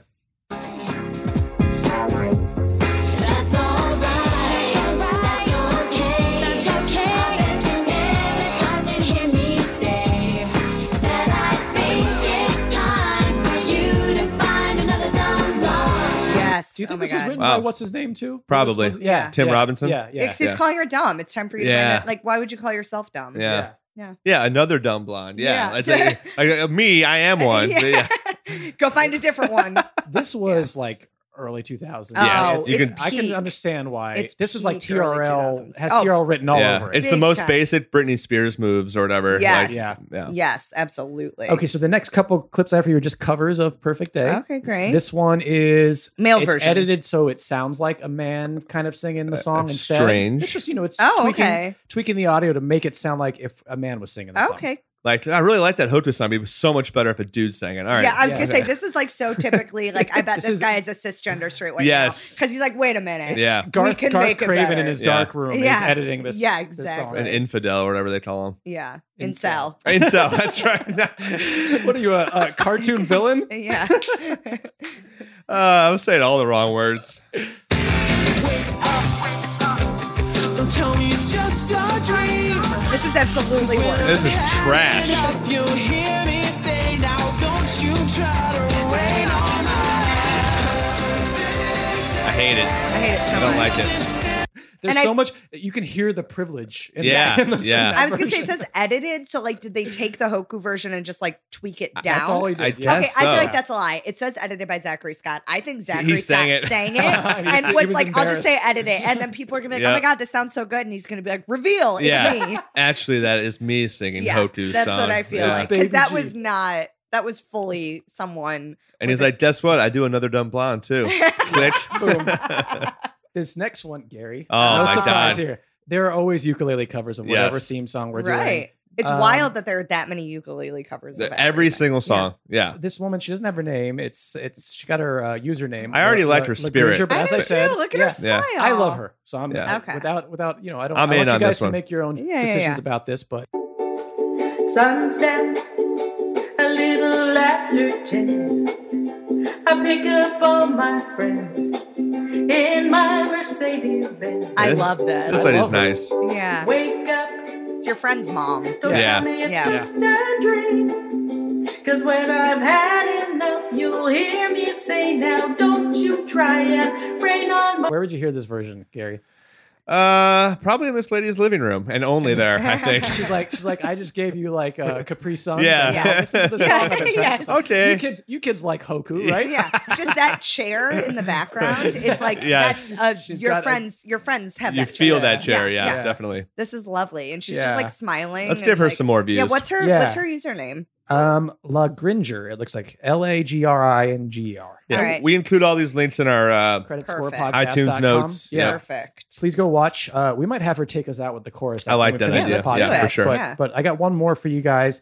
Speaker 5: That's alright. That's okay. That's okay. I bet you never thought you'd hear me say that I think it's time for you to find another dumb blonde.
Speaker 1: Yes.
Speaker 4: Do you think
Speaker 1: oh my
Speaker 4: this was
Speaker 1: God.
Speaker 4: written
Speaker 2: Wow.
Speaker 4: by what's his name too?
Speaker 2: Probably.
Speaker 4: This was- yeah.
Speaker 2: Tim
Speaker 4: yeah,
Speaker 2: Robinson?
Speaker 4: Yeah. Yeah.
Speaker 1: It's- he's
Speaker 2: Yeah.
Speaker 1: calling her dumb. It's time for you to
Speaker 2: Yeah.
Speaker 1: find out. Like, why would you call yourself dumb?
Speaker 2: Yeah. Yeah, another dumb blonde. Yeah.
Speaker 1: Yeah.
Speaker 2: It's like, I- I- me, I am one. but yeah.
Speaker 1: Go find a different one.
Speaker 4: This was like early 2000s.
Speaker 1: Yeah,
Speaker 2: it's-
Speaker 4: it's,
Speaker 2: you
Speaker 4: it's-
Speaker 2: can-
Speaker 4: I can
Speaker 1: Oh, peak.
Speaker 4: understand why.
Speaker 1: It's
Speaker 4: this was like
Speaker 1: peak early
Speaker 4: TRL
Speaker 1: 2000s.
Speaker 4: has
Speaker 1: Oh.
Speaker 4: TRL written all
Speaker 2: Yeah.
Speaker 4: over it.
Speaker 2: It's the
Speaker 1: Big
Speaker 2: most
Speaker 1: time.
Speaker 2: basic Britney Spears moves or whatever.
Speaker 1: Yes.
Speaker 4: Yeah.
Speaker 2: yeah.
Speaker 1: yes, absolutely.
Speaker 4: Okay, so the next couple clips after you are just covers of Perfect Day.
Speaker 1: Okay, great.
Speaker 4: This one is
Speaker 1: Male
Speaker 4: it's
Speaker 1: version.
Speaker 4: edited so it sounds like a man kind of singing the song
Speaker 2: that's
Speaker 4: instead.
Speaker 2: strange.
Speaker 4: It's just you know it's
Speaker 1: oh,
Speaker 4: tweaking,
Speaker 1: okay.
Speaker 4: tweaking the audio to make it sound like if a man was singing the song.
Speaker 1: Okay.
Speaker 2: Like, I really like that Hotu song. but It was so much better if a dude sang it. All right.
Speaker 1: yeah, I was
Speaker 4: yeah.
Speaker 1: gonna say this is like so typically like I bet
Speaker 4: This
Speaker 1: this,
Speaker 4: is-
Speaker 1: guy is a cisgender straight white
Speaker 2: Yes.
Speaker 1: because he's like, wait a minute,
Speaker 2: Yeah.
Speaker 4: Garth,
Speaker 1: can
Speaker 4: Garth
Speaker 1: make it
Speaker 4: Craven in
Speaker 1: better.
Speaker 4: his
Speaker 2: Yeah.
Speaker 4: dark room is
Speaker 1: Yeah.
Speaker 4: editing this.
Speaker 1: Yeah,
Speaker 4: this song.
Speaker 1: exactly.
Speaker 2: An infidel, or whatever they call him.
Speaker 1: yeah,
Speaker 4: Incel.
Speaker 1: incel.
Speaker 2: And so that's right.
Speaker 4: what are you, a, a cartoon villain?
Speaker 1: Yeah.
Speaker 2: Uh, I was saying all the wrong words.
Speaker 3: Don't tell me it's just a dream.
Speaker 1: this is absolutely worse.
Speaker 2: This is trash.
Speaker 3: If you hear me say now, don't you try to rain on
Speaker 2: I hate
Speaker 1: I
Speaker 2: it.
Speaker 1: hate it so
Speaker 2: I don't
Speaker 1: much.
Speaker 2: like it.
Speaker 4: There's
Speaker 1: And I-
Speaker 4: so much you can hear the privilege. In
Speaker 2: Yeah,
Speaker 4: that, in this- in
Speaker 2: yeah.
Speaker 4: that
Speaker 1: I was gonna say it
Speaker 4: version.
Speaker 1: says edited, so like, did they take the Hoku version and just like tweak it down?
Speaker 4: That's all he did.
Speaker 2: I
Speaker 4: yeah.
Speaker 1: okay,
Speaker 2: guess
Speaker 1: I feel
Speaker 2: so.
Speaker 1: like that's a lie. It says edited by Zachary Scott. I think Zachary
Speaker 2: sang
Speaker 1: Scott
Speaker 2: it.
Speaker 1: sang it
Speaker 4: He was-
Speaker 1: and
Speaker 4: he
Speaker 1: was,
Speaker 4: was
Speaker 1: like, "I'll just say edit
Speaker 4: embarrassed.
Speaker 1: it," and then people are gonna be like, "Oh
Speaker 2: Yeah.
Speaker 1: my god, this sounds so good," and he's gonna be like, "Reveal, it's
Speaker 2: Yeah.
Speaker 1: me."
Speaker 2: Actually, that is me singing
Speaker 1: Yeah,
Speaker 2: Hoku's
Speaker 1: that's
Speaker 2: song.
Speaker 1: what I feel
Speaker 2: Yeah.
Speaker 1: like
Speaker 4: Baby
Speaker 1: because that
Speaker 4: G.
Speaker 1: was not that was fully someone.
Speaker 2: And he's like, guess what? I do another dumb blonde too. Glitch.
Speaker 4: Boom. this next one, Gary.
Speaker 2: Oh
Speaker 4: no
Speaker 2: my God.
Speaker 4: surprise here. There are always ukulele covers of whatever
Speaker 2: Yes.
Speaker 4: theme song we're doing.
Speaker 1: right? It's
Speaker 4: Um,
Speaker 1: wild that there are that many ukulele covers. Of
Speaker 2: Every
Speaker 1: everything.
Speaker 2: single song. Yeah.
Speaker 4: This woman, she doesn't have her name. It's it's she got her uh, username.
Speaker 2: I already
Speaker 4: La-
Speaker 2: like
Speaker 4: La-
Speaker 2: her
Speaker 4: La
Speaker 2: spirit.
Speaker 4: Granger, but
Speaker 1: I
Speaker 4: as
Speaker 1: do
Speaker 4: I said,
Speaker 1: too. Look at
Speaker 4: yeah,
Speaker 1: her smile.
Speaker 4: I love her. So I'm
Speaker 2: Yeah.
Speaker 4: I-
Speaker 1: Okay.
Speaker 4: without without you know I don't.
Speaker 2: I'm
Speaker 4: I
Speaker 2: in
Speaker 4: want
Speaker 2: on
Speaker 4: you guys
Speaker 2: this
Speaker 4: to
Speaker 2: one.
Speaker 4: make your own
Speaker 1: Yeah, yeah,
Speaker 4: decisions
Speaker 1: yeah.
Speaker 4: about this, but
Speaker 6: Sunset, a little after ten. I pick up all my friends in my Mercedes Benz.
Speaker 1: I
Speaker 2: This-
Speaker 1: love this.
Speaker 2: This
Speaker 4: I
Speaker 2: lady's
Speaker 4: love her.
Speaker 2: nice.
Speaker 1: yeah,
Speaker 6: Wake up,
Speaker 1: it's your friend's mom.
Speaker 6: don't
Speaker 2: Yeah.
Speaker 6: tell me it's
Speaker 1: Yeah.
Speaker 6: just a dream. Cause when I've had enough, you'll hear me say now, don't you try and rain on my.
Speaker 4: where would you hear this version, Gary?
Speaker 2: Uh, probably in this lady's living room and only there, I think.
Speaker 4: She's like she's like I just gave you like uh, Capri Suns.
Speaker 2: Yeah.
Speaker 4: and now This is the
Speaker 1: Yeah.
Speaker 4: song I've been
Speaker 1: Yeah.
Speaker 4: practicing.
Speaker 2: Okay.
Speaker 4: You kids, you kids like Hoku, right?
Speaker 1: yeah, just that chair in the background is like
Speaker 2: Yes.
Speaker 1: that's a,
Speaker 4: She's
Speaker 1: your
Speaker 4: got a-
Speaker 1: friends. your friends have
Speaker 2: You
Speaker 1: that
Speaker 2: feel
Speaker 1: chair.
Speaker 2: that chair.
Speaker 1: Yeah,
Speaker 2: Yeah,
Speaker 4: yeah.
Speaker 2: definitely.
Speaker 1: This is lovely, and she's
Speaker 4: Yeah.
Speaker 1: just like smiling.
Speaker 2: Let's
Speaker 1: and,
Speaker 2: give her
Speaker 1: like-
Speaker 2: some more views.
Speaker 1: Yeah, what's her
Speaker 4: Yeah.
Speaker 1: what's her username?
Speaker 4: Um, La Gringer. It looks like L A G R I N G E R.
Speaker 2: Yeah,
Speaker 1: All right.
Speaker 2: We include all these links in our uh,
Speaker 4: Credit score
Speaker 1: Perfect.
Speaker 4: podcast.
Speaker 2: iTunes notes.
Speaker 4: Yeah.
Speaker 2: Yeah.
Speaker 1: Perfect.
Speaker 4: Please go watch. Uh, we might have her take us out with the chorus.
Speaker 2: I like that
Speaker 4: after we finish
Speaker 2: idea.
Speaker 4: this
Speaker 1: let's do
Speaker 2: Yeah, for
Speaker 1: it.
Speaker 2: sure.
Speaker 4: But,
Speaker 1: Yeah.
Speaker 4: but I got one more for you guys.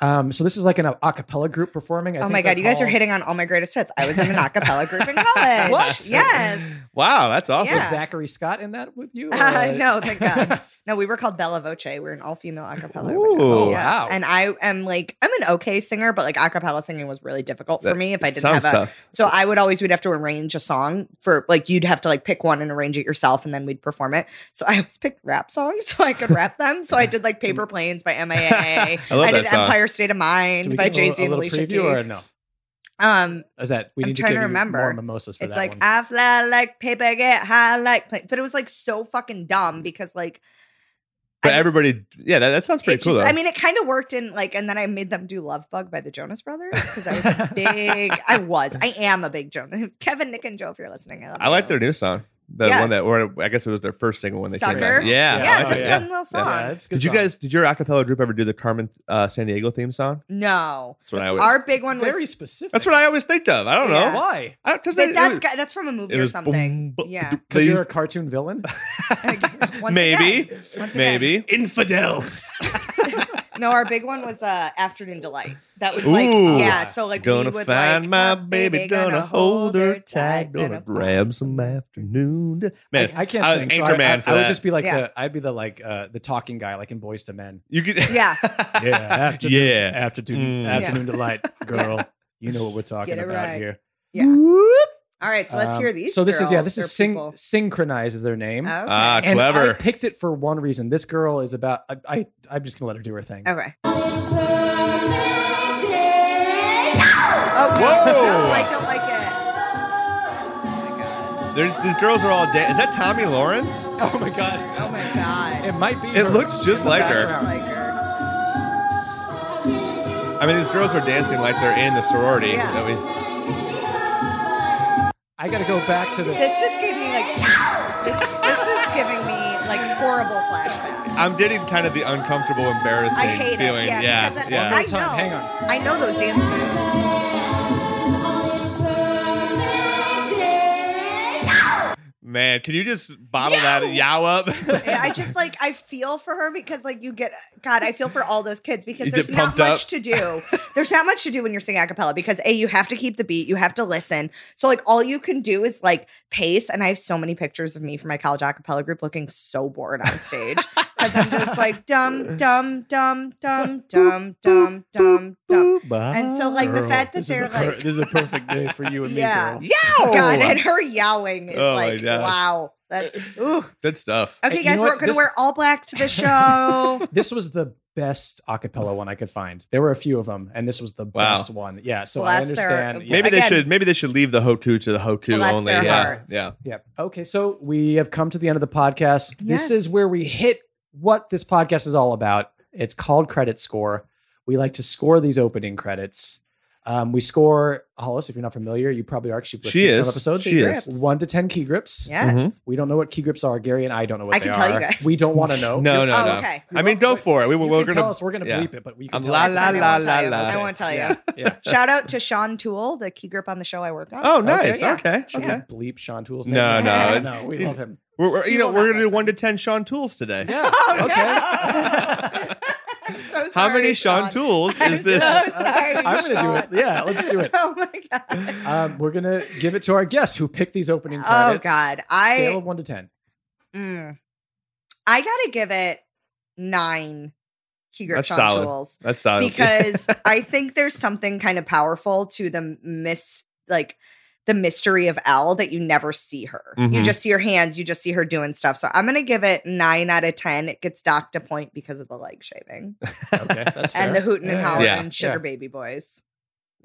Speaker 4: Um, so this is like an a cappella group performing. I
Speaker 1: Oh
Speaker 4: think
Speaker 1: my
Speaker 4: they're
Speaker 1: god, you guys are
Speaker 4: called-
Speaker 1: hitting on all my greatest hits. I was in an acapella group in college.
Speaker 4: What?
Speaker 1: Yes.
Speaker 2: Wow, that's awesome.
Speaker 4: Was
Speaker 1: Yeah.
Speaker 4: Zachary Scott in that with you?
Speaker 1: Uh,
Speaker 4: or-
Speaker 1: no, thank God. No, we were called Bella Voce. We were an all female acapella. group.
Speaker 2: Ooh.
Speaker 4: Wow.
Speaker 1: And I am like, I'm an okay singer, but like acapella singing was really difficult for
Speaker 2: That
Speaker 1: me if I didn't
Speaker 2: Sounds
Speaker 1: have a.
Speaker 2: tough.
Speaker 1: So I would always, we'd have to arrange a song for like, you'd have to like pick one and arrange it yourself and then we'd perform it. So I always picked rap songs so I could rap them. So I did like Paper Planes by MIA.
Speaker 2: I love
Speaker 1: I did
Speaker 2: that song.
Speaker 1: Empire State of
Speaker 4: Do
Speaker 1: Mind
Speaker 4: we
Speaker 1: by
Speaker 4: give a
Speaker 1: Jay
Speaker 4: little-
Speaker 1: Z
Speaker 4: a
Speaker 1: and
Speaker 4: little
Speaker 1: Alicia
Speaker 4: preview
Speaker 1: Keys.
Speaker 4: or no?
Speaker 1: Um,
Speaker 4: Is that we
Speaker 1: I'm
Speaker 4: need to
Speaker 1: trying
Speaker 4: give
Speaker 1: to
Speaker 4: you more
Speaker 1: remember.
Speaker 4: mimosas for
Speaker 1: it's
Speaker 4: that
Speaker 1: like "Ah,
Speaker 4: one.
Speaker 1: I fly like paper, get high like pla-" But it was like so fucking dumb because like
Speaker 2: But
Speaker 1: I-
Speaker 2: everybody, yeah, that, that sounds pretty
Speaker 1: it
Speaker 2: cool.
Speaker 1: just-
Speaker 2: though.
Speaker 1: I mean, it kind of worked in like, and then I made them do Love Bug by the Jonas Brothers because I was a big. I was. I am a big Jonas. Kevin, Nick, and Joe, if you're listening, I, love
Speaker 2: I like
Speaker 1: you.
Speaker 2: their new song. The
Speaker 1: Yeah.
Speaker 2: one that, or I guess it was their first single when they came
Speaker 1: Sucker.
Speaker 2: out. Yeah.
Speaker 1: Yeah,
Speaker 2: I
Speaker 1: it's
Speaker 2: like
Speaker 1: a
Speaker 2: it,
Speaker 1: fun little song.
Speaker 4: Yeah, it's a good
Speaker 2: Did you
Speaker 4: song.
Speaker 2: guys? Did your acapella group ever do the Carmen uh, San Diego theme song?
Speaker 1: No,
Speaker 2: That's what I. Would,
Speaker 1: our big one was.
Speaker 4: very specific?
Speaker 2: that's what I always think of. I don't know
Speaker 1: Yeah.
Speaker 2: why. I don't, cause
Speaker 1: but
Speaker 2: it-
Speaker 1: that's
Speaker 2: it
Speaker 1: got- that's from a movie
Speaker 2: it
Speaker 1: or
Speaker 2: was
Speaker 1: something.
Speaker 2: boom, bu-
Speaker 1: yeah.
Speaker 2: do-
Speaker 4: Because you're a
Speaker 2: please.
Speaker 4: cartoon villain.
Speaker 1: Once
Speaker 2: maybe,
Speaker 1: again. Once again.
Speaker 2: maybe.
Speaker 4: Infidels.
Speaker 1: No, our big one was uh Afternoon Delight. That was
Speaker 2: Ooh.
Speaker 1: like yeah, so like
Speaker 2: gonna
Speaker 1: we would
Speaker 2: find
Speaker 1: like,
Speaker 2: my baby, gonna, hold her tight, gonna grab some afternoon. di-" Man,
Speaker 4: I, I can't
Speaker 2: I was
Speaker 4: sing. so
Speaker 2: anchor
Speaker 4: I,
Speaker 2: man
Speaker 4: I-
Speaker 2: for
Speaker 4: I would
Speaker 2: that.
Speaker 4: just be like
Speaker 1: Yeah.
Speaker 4: the I'd be the like uh, the talking guy, like in Boys to Men.
Speaker 2: you could,
Speaker 1: Yeah.
Speaker 4: Yeah, afternoon,
Speaker 2: Yeah.
Speaker 4: afternoon,
Speaker 2: Mm.
Speaker 4: afternoon delight, girl. You know what we're talking
Speaker 1: Get it
Speaker 4: about
Speaker 1: right.
Speaker 4: here.
Speaker 1: Yeah. All right, so let's
Speaker 4: Um,
Speaker 1: hear these.
Speaker 4: So this is yeah,
Speaker 1: girls
Speaker 4: this
Speaker 1: or
Speaker 4: is sing
Speaker 1: people. Uh,
Speaker 4: synchronize is their name.
Speaker 1: Okay.
Speaker 2: Ah,
Speaker 4: And I
Speaker 2: clever.
Speaker 4: picked it for one reason. This girl is about. I, I I'm just gonna let her do her thing.
Speaker 1: okay.
Speaker 5: Perfect day.
Speaker 1: Oh no,
Speaker 2: Whoa.
Speaker 1: no, I don't like it. Oh my god.
Speaker 2: There's these girls are all dead. Is that Tommy Lauren?
Speaker 4: Oh my god.
Speaker 1: Oh my god.
Speaker 4: It might be.
Speaker 2: It looks just
Speaker 4: In the
Speaker 2: like her.
Speaker 1: Looks
Speaker 4: background.
Speaker 1: like her.
Speaker 2: I mean, these girls are dancing like they're in the sorority.
Speaker 1: Yeah.
Speaker 2: that we-
Speaker 4: I gotta go back to this.
Speaker 1: This just gave me like this, this is giving me like horrible flashbacks.
Speaker 2: I'm getting kind of the uncomfortable, embarrassing
Speaker 1: I hate
Speaker 2: feeling.
Speaker 1: it. Yeah,
Speaker 2: yeah,
Speaker 1: because I,
Speaker 2: yeah.
Speaker 1: I know.
Speaker 4: time, hang on.
Speaker 1: I know those dance moves.
Speaker 2: Man, can you just bottle that yow up?
Speaker 1: I just like I feel for her because like you get God, I feel for all those kids because
Speaker 2: You get
Speaker 1: there's not
Speaker 2: pumped
Speaker 1: much
Speaker 2: up.
Speaker 1: to do. There's not much to do when you're singing a cappella because a you have to keep the beat, you have to listen. So like all you can do is like pace. And I have so many pictures of me from my college a cappella group looking so bored on stage because I'm just like dum dum dum dum dum dum dum dum. And so like the fact that
Speaker 4: this
Speaker 1: they're
Speaker 4: is a per-
Speaker 1: like
Speaker 4: this is a perfect day for you and
Speaker 1: Yeah.
Speaker 4: me, girl.
Speaker 2: Yow!
Speaker 1: God, and her yowling is
Speaker 2: Oh my
Speaker 1: like
Speaker 2: God.
Speaker 1: wow. That's ooh.
Speaker 2: Good stuff.
Speaker 1: Okay,
Speaker 4: Hey, you
Speaker 1: guys,
Speaker 4: know
Speaker 1: we're
Speaker 4: what?
Speaker 1: gonna
Speaker 4: This-
Speaker 1: wear all black to the show.
Speaker 4: This was the best acapella one I could find. There were a few of them, and this was the
Speaker 2: Wow.
Speaker 4: best one. Yeah, so I
Speaker 1: Bless their-
Speaker 4: understand. yeah.
Speaker 2: Maybe they
Speaker 1: Again-
Speaker 2: should. Maybe they should leave the hoku to the hoku
Speaker 1: Bless
Speaker 2: only.
Speaker 1: their
Speaker 2: Yeah,
Speaker 1: hearts.
Speaker 2: yeah.
Speaker 4: Yep. Okay. So we have come to the end of the podcast.
Speaker 1: Yes.
Speaker 4: This is where we hit what this podcast is all about. It's called credit score. We like to score these opening credits. Um, we score Hollis. If you're not familiar, you probably are. 'cause You've listened
Speaker 2: She
Speaker 4: to
Speaker 2: is.
Speaker 4: some episodes.
Speaker 2: She is.
Speaker 4: one to ten key grips.
Speaker 1: yes.
Speaker 4: We don't know what key grips are. Gary and I don't know what
Speaker 1: I
Speaker 4: they
Speaker 1: can tell you
Speaker 4: are.
Speaker 1: guys.
Speaker 4: We don't want to know.
Speaker 2: No, no,
Speaker 1: Oh,
Speaker 2: no.
Speaker 1: okay.
Speaker 2: I mean, go for it. We,
Speaker 4: You
Speaker 2: we're
Speaker 4: can tell
Speaker 2: gonna.
Speaker 4: us. We're gonna
Speaker 2: yeah.
Speaker 4: bleep it, but we can
Speaker 2: I'm
Speaker 4: tell
Speaker 2: la,
Speaker 4: us.
Speaker 2: la,
Speaker 1: That's fine,
Speaker 2: la,
Speaker 1: I won't tell
Speaker 2: la,
Speaker 1: you. I
Speaker 2: la.
Speaker 1: won't tell you.
Speaker 4: Yeah. yeah.
Speaker 1: Shout out to Sean Toole, the key grip on the show I work on.
Speaker 2: Oh, nice.
Speaker 1: yeah.
Speaker 2: Okay,
Speaker 4: Should
Speaker 2: okay.
Speaker 4: we bleep Sean Toole's name?
Speaker 2: No,
Speaker 1: no.
Speaker 4: no. We love him.
Speaker 2: We're, we're- you
Speaker 1: He
Speaker 2: know,
Speaker 1: will
Speaker 2: we're
Speaker 1: not
Speaker 2: gonna do
Speaker 1: listen.
Speaker 2: one to ten Sean Tools today.
Speaker 4: Yeah.
Speaker 1: Oh,
Speaker 4: okay.
Speaker 1: no. I'm so sorry,
Speaker 2: How many Sean
Speaker 1: Sean
Speaker 2: Tools
Speaker 1: I'm
Speaker 2: is this?
Speaker 1: So sorry,
Speaker 4: I'm gonna do it.
Speaker 1: Sean.
Speaker 4: Yeah, let's do it.
Speaker 1: Oh my god.
Speaker 4: Um, we're gonna give it to our guests who picked these opening
Speaker 1: Oh
Speaker 4: credits.
Speaker 1: god. I
Speaker 4: scale of one to ten.
Speaker 1: mm. I gotta give it nine key grip
Speaker 2: That's
Speaker 1: Sean
Speaker 2: solid.
Speaker 1: Tools.
Speaker 2: That's solid.
Speaker 1: because I think there's something kind of powerful to the miss like the mystery of L that you never see her. You
Speaker 2: Mhm.
Speaker 1: just see her hands, you just see her doing stuff. So I'm gonna give it nine out of ten. It gets docked a point because of the leg shaving
Speaker 4: Okay, that's fair.
Speaker 1: and the hooting and
Speaker 4: Yeah,
Speaker 1: hollering
Speaker 2: yeah.
Speaker 1: and sugar
Speaker 4: Yeah.
Speaker 1: baby boys.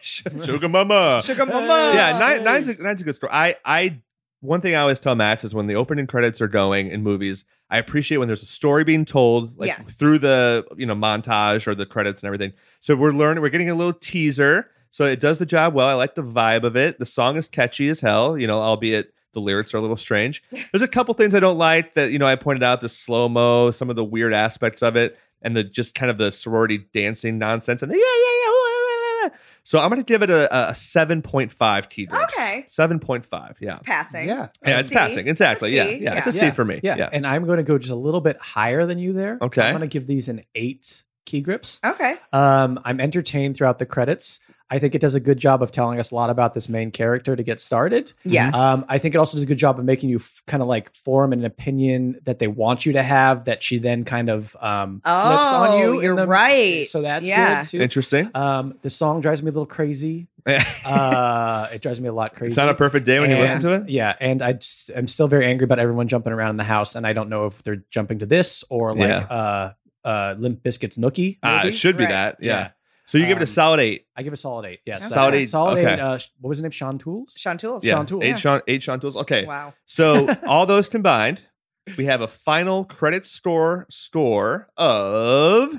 Speaker 2: Sugar Mama.
Speaker 1: Sugar mama.
Speaker 4: mama.
Speaker 2: yeah, nine,
Speaker 4: Hey.
Speaker 2: nine's a, nine's a good story. I, I, one thing I always tell Max is when the opening credits are going in movies, I appreciate when there's a story being told, like
Speaker 1: Yes.
Speaker 2: through the you know montage or the credits and everything. So we're learning, we're getting a little teaser. So it does the job well. I like the vibe of it. The song is catchy as hell, you know, albeit the lyrics are a little strange. There's a couple things I don't like that you know I pointed out the slow mo, some of the weird aspects of it, and the just kind of the sorority dancing nonsense and the yeah yeah yeah. ooh, la, la, la. So I'm gonna give it a, a 7.5 key grips.
Speaker 1: Okay.
Speaker 2: 7.5 yeah.
Speaker 1: It's passing.
Speaker 4: yeah,
Speaker 2: Yeah,
Speaker 1: a
Speaker 2: it's
Speaker 1: C.
Speaker 2: passing.
Speaker 1: It's
Speaker 2: Exactly. Yeah,
Speaker 1: a
Speaker 2: yeah.
Speaker 1: C,
Speaker 2: It's a
Speaker 4: yeah.
Speaker 2: C for me.
Speaker 4: yeah, And I'm going to go just a little bit higher than you there.
Speaker 2: Okay.
Speaker 4: I'm going to give these an eight key grips.
Speaker 1: Okay.
Speaker 2: Mm-hmm.
Speaker 4: Um, I'm entertained throughout the credits. I think it does a good job of telling us a lot about this main character to get started.
Speaker 1: Yes.
Speaker 4: Um, I think it also does a good job of making you f- kind of like form an opinion that they want you to have that she then kind of um, flips on
Speaker 1: Oh,
Speaker 4: you. in
Speaker 1: you're
Speaker 4: the-
Speaker 1: right.
Speaker 4: So that's
Speaker 1: Yeah.
Speaker 4: good too.
Speaker 2: Interesting.
Speaker 4: Um, the song drives me a little crazy. Uh, it drives me a lot crazy.
Speaker 2: it's not a perfect day when you listen
Speaker 4: And-
Speaker 2: to it.
Speaker 4: Yeah, and I just, I'm still very angry about everyone jumping around in the house, and I don't know if they're jumping to this or like uh, uh, Limp Biscuits Nookie.
Speaker 2: Ah,
Speaker 4: maybe?
Speaker 2: it should be
Speaker 1: Right.
Speaker 2: that. Yeah. So you give it a
Speaker 4: Um,
Speaker 2: solid eight.
Speaker 4: I give a solid eight. Yes, that's
Speaker 1: Solid
Speaker 4: it.
Speaker 2: eight,
Speaker 4: Solid
Speaker 2: okay.
Speaker 4: eight. Uh, sh- what was his name? Sean Tools.
Speaker 1: Sean Tools.
Speaker 2: Yeah.
Speaker 4: Sean Tools.
Speaker 2: Eight
Speaker 4: Yeah.
Speaker 2: Sean eight Sean tools. Okay.
Speaker 1: Wow.
Speaker 2: So all those combined, we have a final credit score score of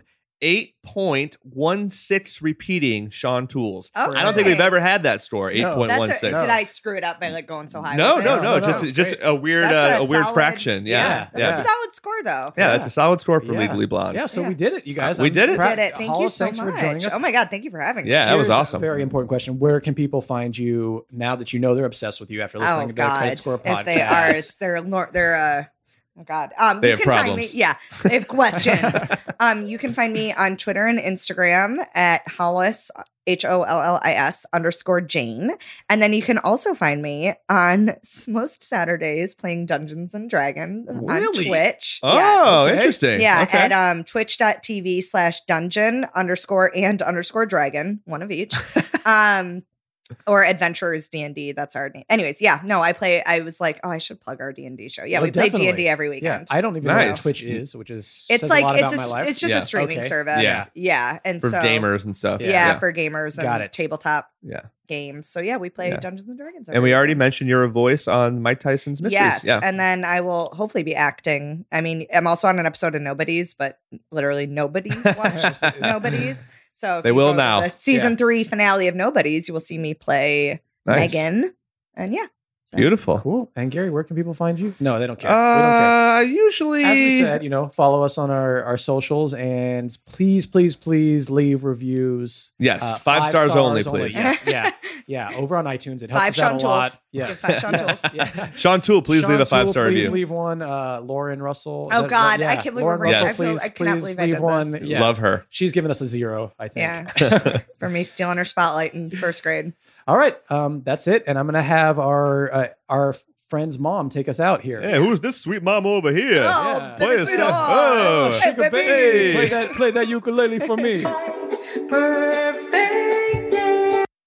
Speaker 2: 8.16 repeating Sean Tools.
Speaker 1: Oh, Okay.
Speaker 2: I don't think we've ever had that score,
Speaker 4: No.
Speaker 1: That's a,
Speaker 2: 8.16.
Speaker 4: No.
Speaker 1: Did I screw it up by like going so high?
Speaker 2: No,
Speaker 1: with it?
Speaker 2: no, no,
Speaker 4: No, no,
Speaker 2: just
Speaker 4: it's
Speaker 2: just
Speaker 4: great.
Speaker 2: a weird
Speaker 1: That's
Speaker 2: uh, a, weird
Speaker 1: solid-
Speaker 2: fraction. Yeah,
Speaker 4: yeah,
Speaker 2: yeah,
Speaker 1: That's a solid score though.
Speaker 2: yeah. That's a solid score for
Speaker 4: Yeah.
Speaker 2: Legally Blonde.
Speaker 4: Yeah, so
Speaker 1: Yeah.
Speaker 4: we did it, you guys.
Speaker 2: Uh, We
Speaker 4: I'm
Speaker 2: did it.
Speaker 1: We
Speaker 4: proud-
Speaker 1: did it. Thank you
Speaker 4: Hollis,
Speaker 1: so
Speaker 4: thanks
Speaker 1: much.
Speaker 4: for joining us.
Speaker 1: Oh my god, thank you for having me.
Speaker 2: Yeah, that was
Speaker 4: Here's a
Speaker 2: awesome.
Speaker 4: very important question. Where can people find you now that you know they're obsessed with you after listening
Speaker 1: Oh
Speaker 4: to the Credit
Speaker 1: god,
Speaker 4: Score podcast?
Speaker 1: if they are, it's- they're nor- they're uh, Oh God. Um,
Speaker 2: They
Speaker 1: you
Speaker 2: have
Speaker 1: can
Speaker 2: problems.
Speaker 1: Find me, yeah, they have questions. um, you can find me on Twitter and Instagram at Hollis H O L L I S underscore Jane, and then you can also find me on s- most Saturdays playing Dungeons and Dragons
Speaker 2: Really?
Speaker 1: on Twitch. Yes.
Speaker 2: Oh,
Speaker 4: okay.
Speaker 2: interesting.
Speaker 1: Yeah,
Speaker 2: Okay.
Speaker 1: at um, twitch.tv slash dungeon underscore and underscore dragon, one of each. um, or Adventurers D&D, that's our name. Anyways, yeah, no, I play, I was like, oh, I should plug our D&D show. Yeah,
Speaker 4: Well,
Speaker 1: we play
Speaker 4: definitely.
Speaker 1: D&D every
Speaker 4: Yeah,
Speaker 1: weekend.
Speaker 4: I don't even know what
Speaker 2: Nice.
Speaker 4: Twitch is, which is
Speaker 1: it's
Speaker 4: says
Speaker 1: like,
Speaker 4: a lot
Speaker 1: it's
Speaker 4: about my
Speaker 1: a,
Speaker 4: life.
Speaker 1: it's just
Speaker 2: Yeah.
Speaker 1: a streaming
Speaker 4: Okay.
Speaker 1: service.
Speaker 2: Yeah.
Speaker 1: Yeah. And
Speaker 2: for
Speaker 1: so,
Speaker 2: gamers and stuff.
Speaker 1: yeah,
Speaker 2: yeah.
Speaker 1: for gamers and
Speaker 4: Got it.
Speaker 1: tabletop
Speaker 2: Yeah.
Speaker 1: games. So yeah, we play
Speaker 2: Yeah.
Speaker 1: Dungeons and Dragons.
Speaker 2: And we already
Speaker 1: mentioned.
Speaker 2: mentioned you're a voice on Mike Tyson's Mysteries.
Speaker 1: Yes.
Speaker 2: Yeah.
Speaker 1: And then I will hopefully be acting. I mean, I'm also on an episode of Nobody's, but literally nobody watched Nobody's. So if
Speaker 2: They
Speaker 1: you
Speaker 2: will
Speaker 1: go to
Speaker 2: now.
Speaker 1: The season three finale of Nobody's, you will see me play
Speaker 2: Nice.
Speaker 1: Megan. And yeah. So.
Speaker 2: Beautiful.
Speaker 4: cool. And Gary, where can people find you? No, they don't care. we don't care.
Speaker 2: Uh, usually,
Speaker 4: As we said, you know, follow us on our, our socials and please, please, please leave reviews.
Speaker 2: yes,
Speaker 4: Uh,
Speaker 2: five, stars, only, please.
Speaker 4: Yes, yeah, yeah. Over on iTunes, it helps
Speaker 1: Five
Speaker 4: us
Speaker 1: Sean
Speaker 4: out a lot.
Speaker 1: Tools.
Speaker 4: Yes,
Speaker 1: Give five Sean
Speaker 4: yes,
Speaker 1: Tools.
Speaker 4: yeah.
Speaker 2: Sean Tool, please
Speaker 4: Sean
Speaker 2: leave a five
Speaker 4: Tool,
Speaker 2: star
Speaker 4: please
Speaker 2: review.
Speaker 4: leave one. Uh, Lauren Russell. is
Speaker 1: Oh,
Speaker 4: that
Speaker 1: God,
Speaker 4: Yeah.
Speaker 1: I can't believe
Speaker 4: Lauren
Speaker 1: we're
Speaker 4: Russell,
Speaker 2: Yes.
Speaker 4: please,
Speaker 1: I cannot
Speaker 4: please
Speaker 1: believe I did
Speaker 4: leave
Speaker 1: this.
Speaker 4: one. Yeah.
Speaker 2: Love her.
Speaker 4: She's given us a zero, I think.
Speaker 1: Yeah. For me stealing her spotlight in first grade.
Speaker 4: All right, um, that's it, and I'm gonna have our uh, our friend's mom take us out here.
Speaker 2: Hey, who's this sweet mom over here?
Speaker 1: Oh,
Speaker 2: Play
Speaker 1: baby
Speaker 2: us
Speaker 1: sweet
Speaker 2: up.
Speaker 1: heart.
Speaker 2: Oh,
Speaker 1: Hey, baby.
Speaker 2: baby. Play
Speaker 4: that play that ukulele for me.
Speaker 6: Bird